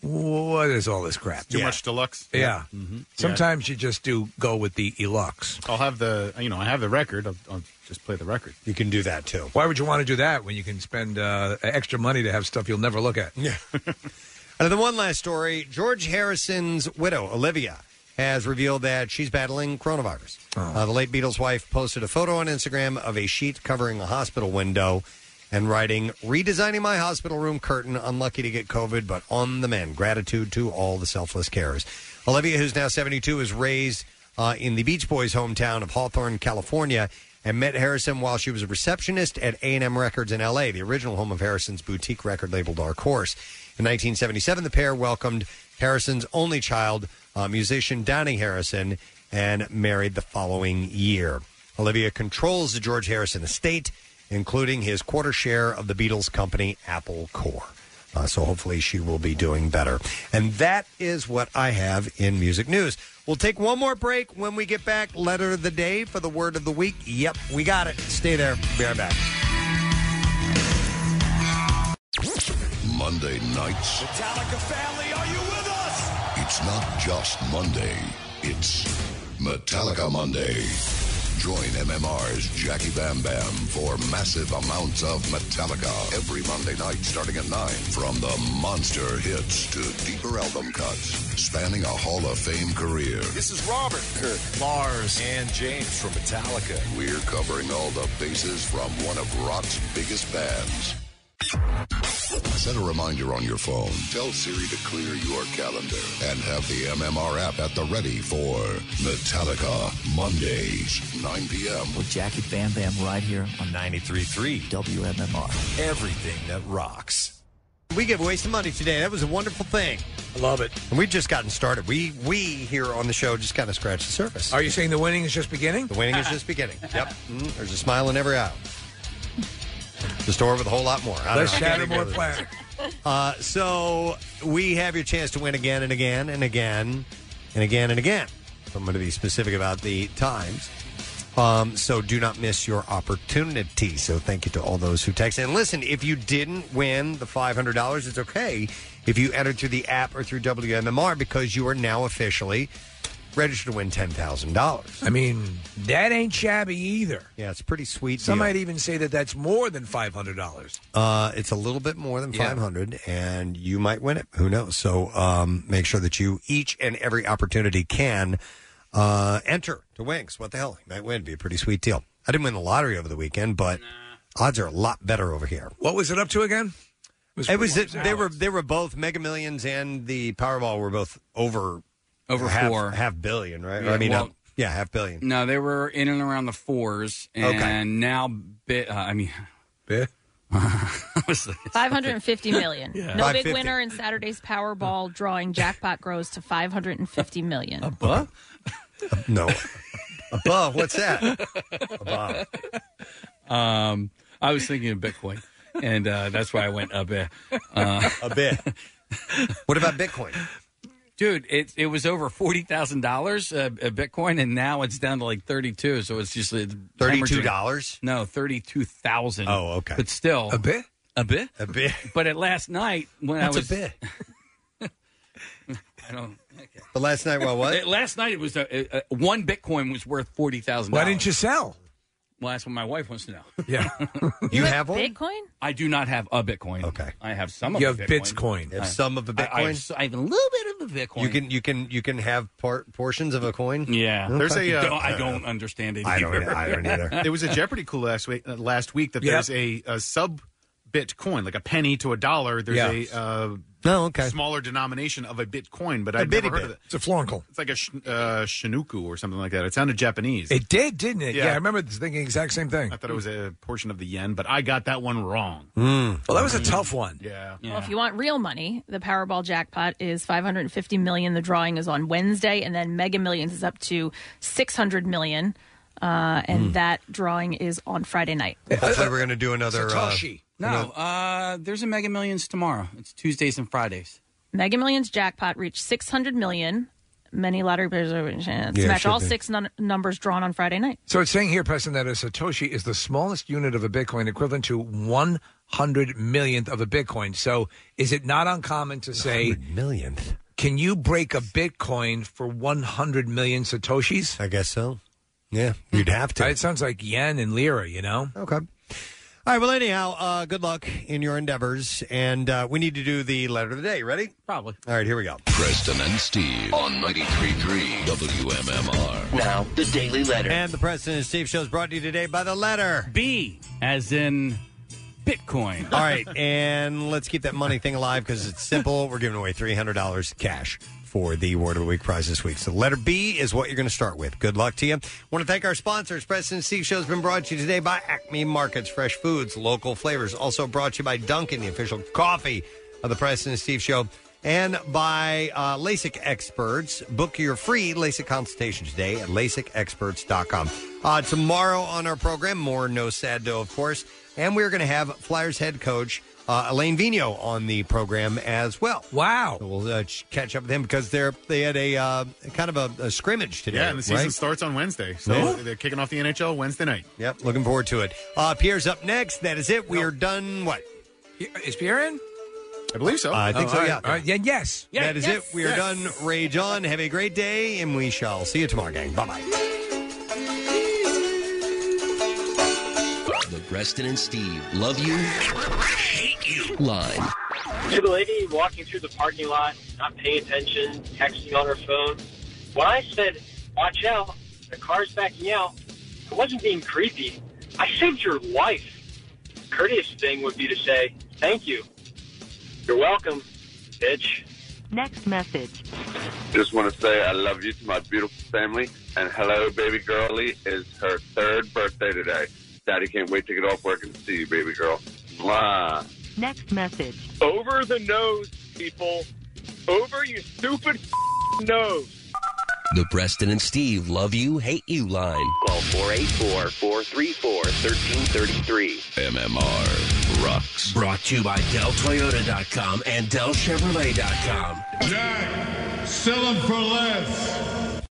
what is all this crap? Too much deluxe. Mm-hmm. Yeah. Sometimes you just do go with the elux. I'll have the you know I have the record. I'll, I'll just play the record. You can do that (laughs) too. Why would you want to do that when you can spend uh, extra money to have stuff you'll never look at? Yeah. And then one last story George Harrison's widow, Olivia, has revealed that she's battling coronavirus. Uh, the late Beatles' wife posted a photo on Instagram of a sheet covering a hospital window and writing, Redesigning my hospital room curtain. Unlucky to get COVID, but on the men. Gratitude to all the selfless carers. Olivia, who's now 72, is raised uh, in the Beach Boys' hometown of Hawthorne, California, and met Harrison while she was a receptionist at A&M Records in L.A., the original home of Harrison's boutique record label Dark Horse. In 1977, the pair welcomed Harrison's only child, uh, musician Donnie Harrison, and married the following year. Olivia controls the George Harrison estate including his quarter share of the Beatles company, Apple Corps. Uh, so hopefully she will be doing better. And that is what I have in music news. We'll take one more break when we get back. Letter of the day for the word of the week. Yep, we got it. Stay there. Be right back. Monday nights, Metallica family, are you with us? it's not just Monday, it's Metallica Monday. Join MMR's Jackie Bam Bam for massive amounts of Metallica every Monday night starting at 9. From the monster hits to deeper album cuts, spanning a Hall of Fame career. This is Robert, Kurt, Lars, and James from Metallica. We're covering all the bases from one of rock's biggest bands. Set a reminder on your phone. Tell Siri to clear your calendar and have the MMR app at the ready for Metallica Mondays, 9 p.m. With Jackie Bam Bam right here on 93.3 WMMR. Everything that rocks. We gave away some money today. That was a wonderful thing. I love it. And we've just gotten started. We we here on the show just kind of scratched the surface. (laughs) Are you saying the winning is just beginning? The winning is just (laughs) beginning. Yep. Mm, there's a smile in every aisle. The store with a whole lot more. I don't Let's know. I shatter can't more agree with fire. this. Uh, so we have your chance to win again and again and again and again and again. I'm going to be specific about the times. Um, so do not miss your opportunity. So thank you to all those who text. And listen, if you didn't win the $500, it's okay if you entered through the app or through WMMR because you are now officially registered to win $10,000. I mean, that ain't shabby either. Yeah, it's pretty sweet. Some deal. might even say that that's more than five hundred dollars. Uh, it's a little bit more than Yeah. 500, and you might win it. Who knows? So um, make sure that you each and every opportunity can uh, enter to Winks. What the hell? You might win. Be a pretty sweet deal. I didn't win the lottery over the weekend, but odds are a lot better over here. What was it up to again? was It was pretty much they were they were both Mega Millions and the Powerball were both over Over half, four. half billion, right? Yeah, I mean, well- uh, yeah, half billion. No, they were in and around the fours, and Okay. now bit. Uh, I mean, (laughs) bit. Five hundred and fifty million. Yeah. No 550. big winner in Saturday's Powerball drawing. Jackpot grows to five hundred and fifty million. What? no. Above, what's that? Um, I was thinking of Bitcoin, and uh, that's why I went a bit. Uh, a bit. What about Bitcoin? Dude, it it was over forty thousand uh, dollars Bitcoin, and now it's down to like thirty two. So it's just it's $32? hemorrhaging. No, thirty two thousand. Oh, okay. But still, A bit? a bit, a bit. But at last night when What's I a was bit? I don't. But last night, what (laughs) was? Uh, Last night it was uh, uh, one Bitcoin was worth forty thousand. Why didn't you sell? Well, that's what my wife wants to know. (laughs) Yeah, you have one. Bitcoin? I do not have a Bitcoin. Okay, I have some. of You a have Bitcoin. You have I- some of a I- I, Bitcoin? have s- I have a little bit of a Bitcoin. You can you can you can have part portions of a coin. Yeah, Okay. Don't- I don't understand it. uh, I don't. either. I don't either. (laughs) there was a Jeopardy clue last week. Uh, last week that Yep. there's a, a sub bitcoin, like a penny to a dollar. There's Yeah. a uh, oh, okay. smaller denomination of a bitcoin, but A i I'd bitty never heard bit. of it. It's a florincle. It's like a sh- uh, shinuku or something like that. It sounded Japanese. It did, didn't it? Yeah, Yeah. I remember thinking the exact same thing. I thought it was a portion of the yen, but I got that one wrong. Hmm. Well, that was a tough one. Yeah. Well, if you want real money, the Powerball jackpot is 550 million. The drawing is on Wednesday, and then Mega Millions is up to 600 million, uh, and that drawing is on Friday night. (laughs) Hopefully, we're going to do another. uh, No, uh, there's a Mega Millions tomorrow. It's Tuesdays and Fridays. Mega Millions jackpot reached 600 million. Many lottery players are yeah, Yeah, match should all be. six nun- numbers drawn on Friday night. So it's saying here, Preston, that a Satoshi is the smallest unit of a Bitcoin, equivalent to 100 millionth of a Bitcoin. So is it not uncommon to say millionth? Can you break a Bitcoin for 100 million Satoshis? I guess so. Yeah, you'd have to. It sounds like yen and lira, you know? Okay. All right. Well, anyhow, uh, good luck in your endeavors, and uh, we need to do the letter of the day. Ready? Probably. All right. Here we go. Preston and Steve on 93.3 WMMR. Now, the Daily Letter. And the Preston and Steve show is brought to you today by the letter B, as in Bitcoin. All right, and let's keep that money thing alive because it's simple. We're giving away three hundred dollars cash for the Word of the Week prize this week. So letter B is what you're going to start with. Good luck to you. Want to thank our sponsors. President Steve Show has been brought to you today by Acme Markets, fresh foods, local flavors. Also brought to you by Dunkin', the official coffee of the President Steve Show. And by uh, LASIK experts. Book your free LASIK consultation today at LASIKexperts.com. Uh, tomorrow on our program, more No Sad Dough, of course. And we're going to have Flyers head coach uh, Elaine Vino on the program as well. Wow. we'll uh, ch- catch up with him because they're, they had a uh, kind of a, a scrimmage today. Yeah, and the season right? starts on Wednesday. So Yeah. they're kicking off the NHL Wednesday night. Yep, looking forward to it. Uh, Pierre's up next. That is it. We are done. What? Is Pierre in? I believe so. Uh, I think Oh, so, all right, yeah. all right. Yeah, yes. Yeah, that is yes. it. We are Yes. done. Rage on. Have a great day, and we shall see you tomorrow, gang. Bye bye. The Preston and Steve love you, hate you line. To the lady walking through the parking lot, not paying attention, texting on her phone, when I said, watch out, the car's backing out, I wasn't being creepy. I saved your life. Courteous thing would be to say, thank you. You're welcome, bitch. Next message. Just want to say I love you to my beautiful family. And hello, baby girlie is her third birthday today. Daddy can't wait to get off work and see you, baby girl. Mwah. Next message. Over the nose, people. Over your stupid nose. The Preston and Steve love you, hate you line. Call 484 434 1333. MMR rocks. Brought to you by DellToyota.com and DellChevrolet.com. Jack, sell them for less.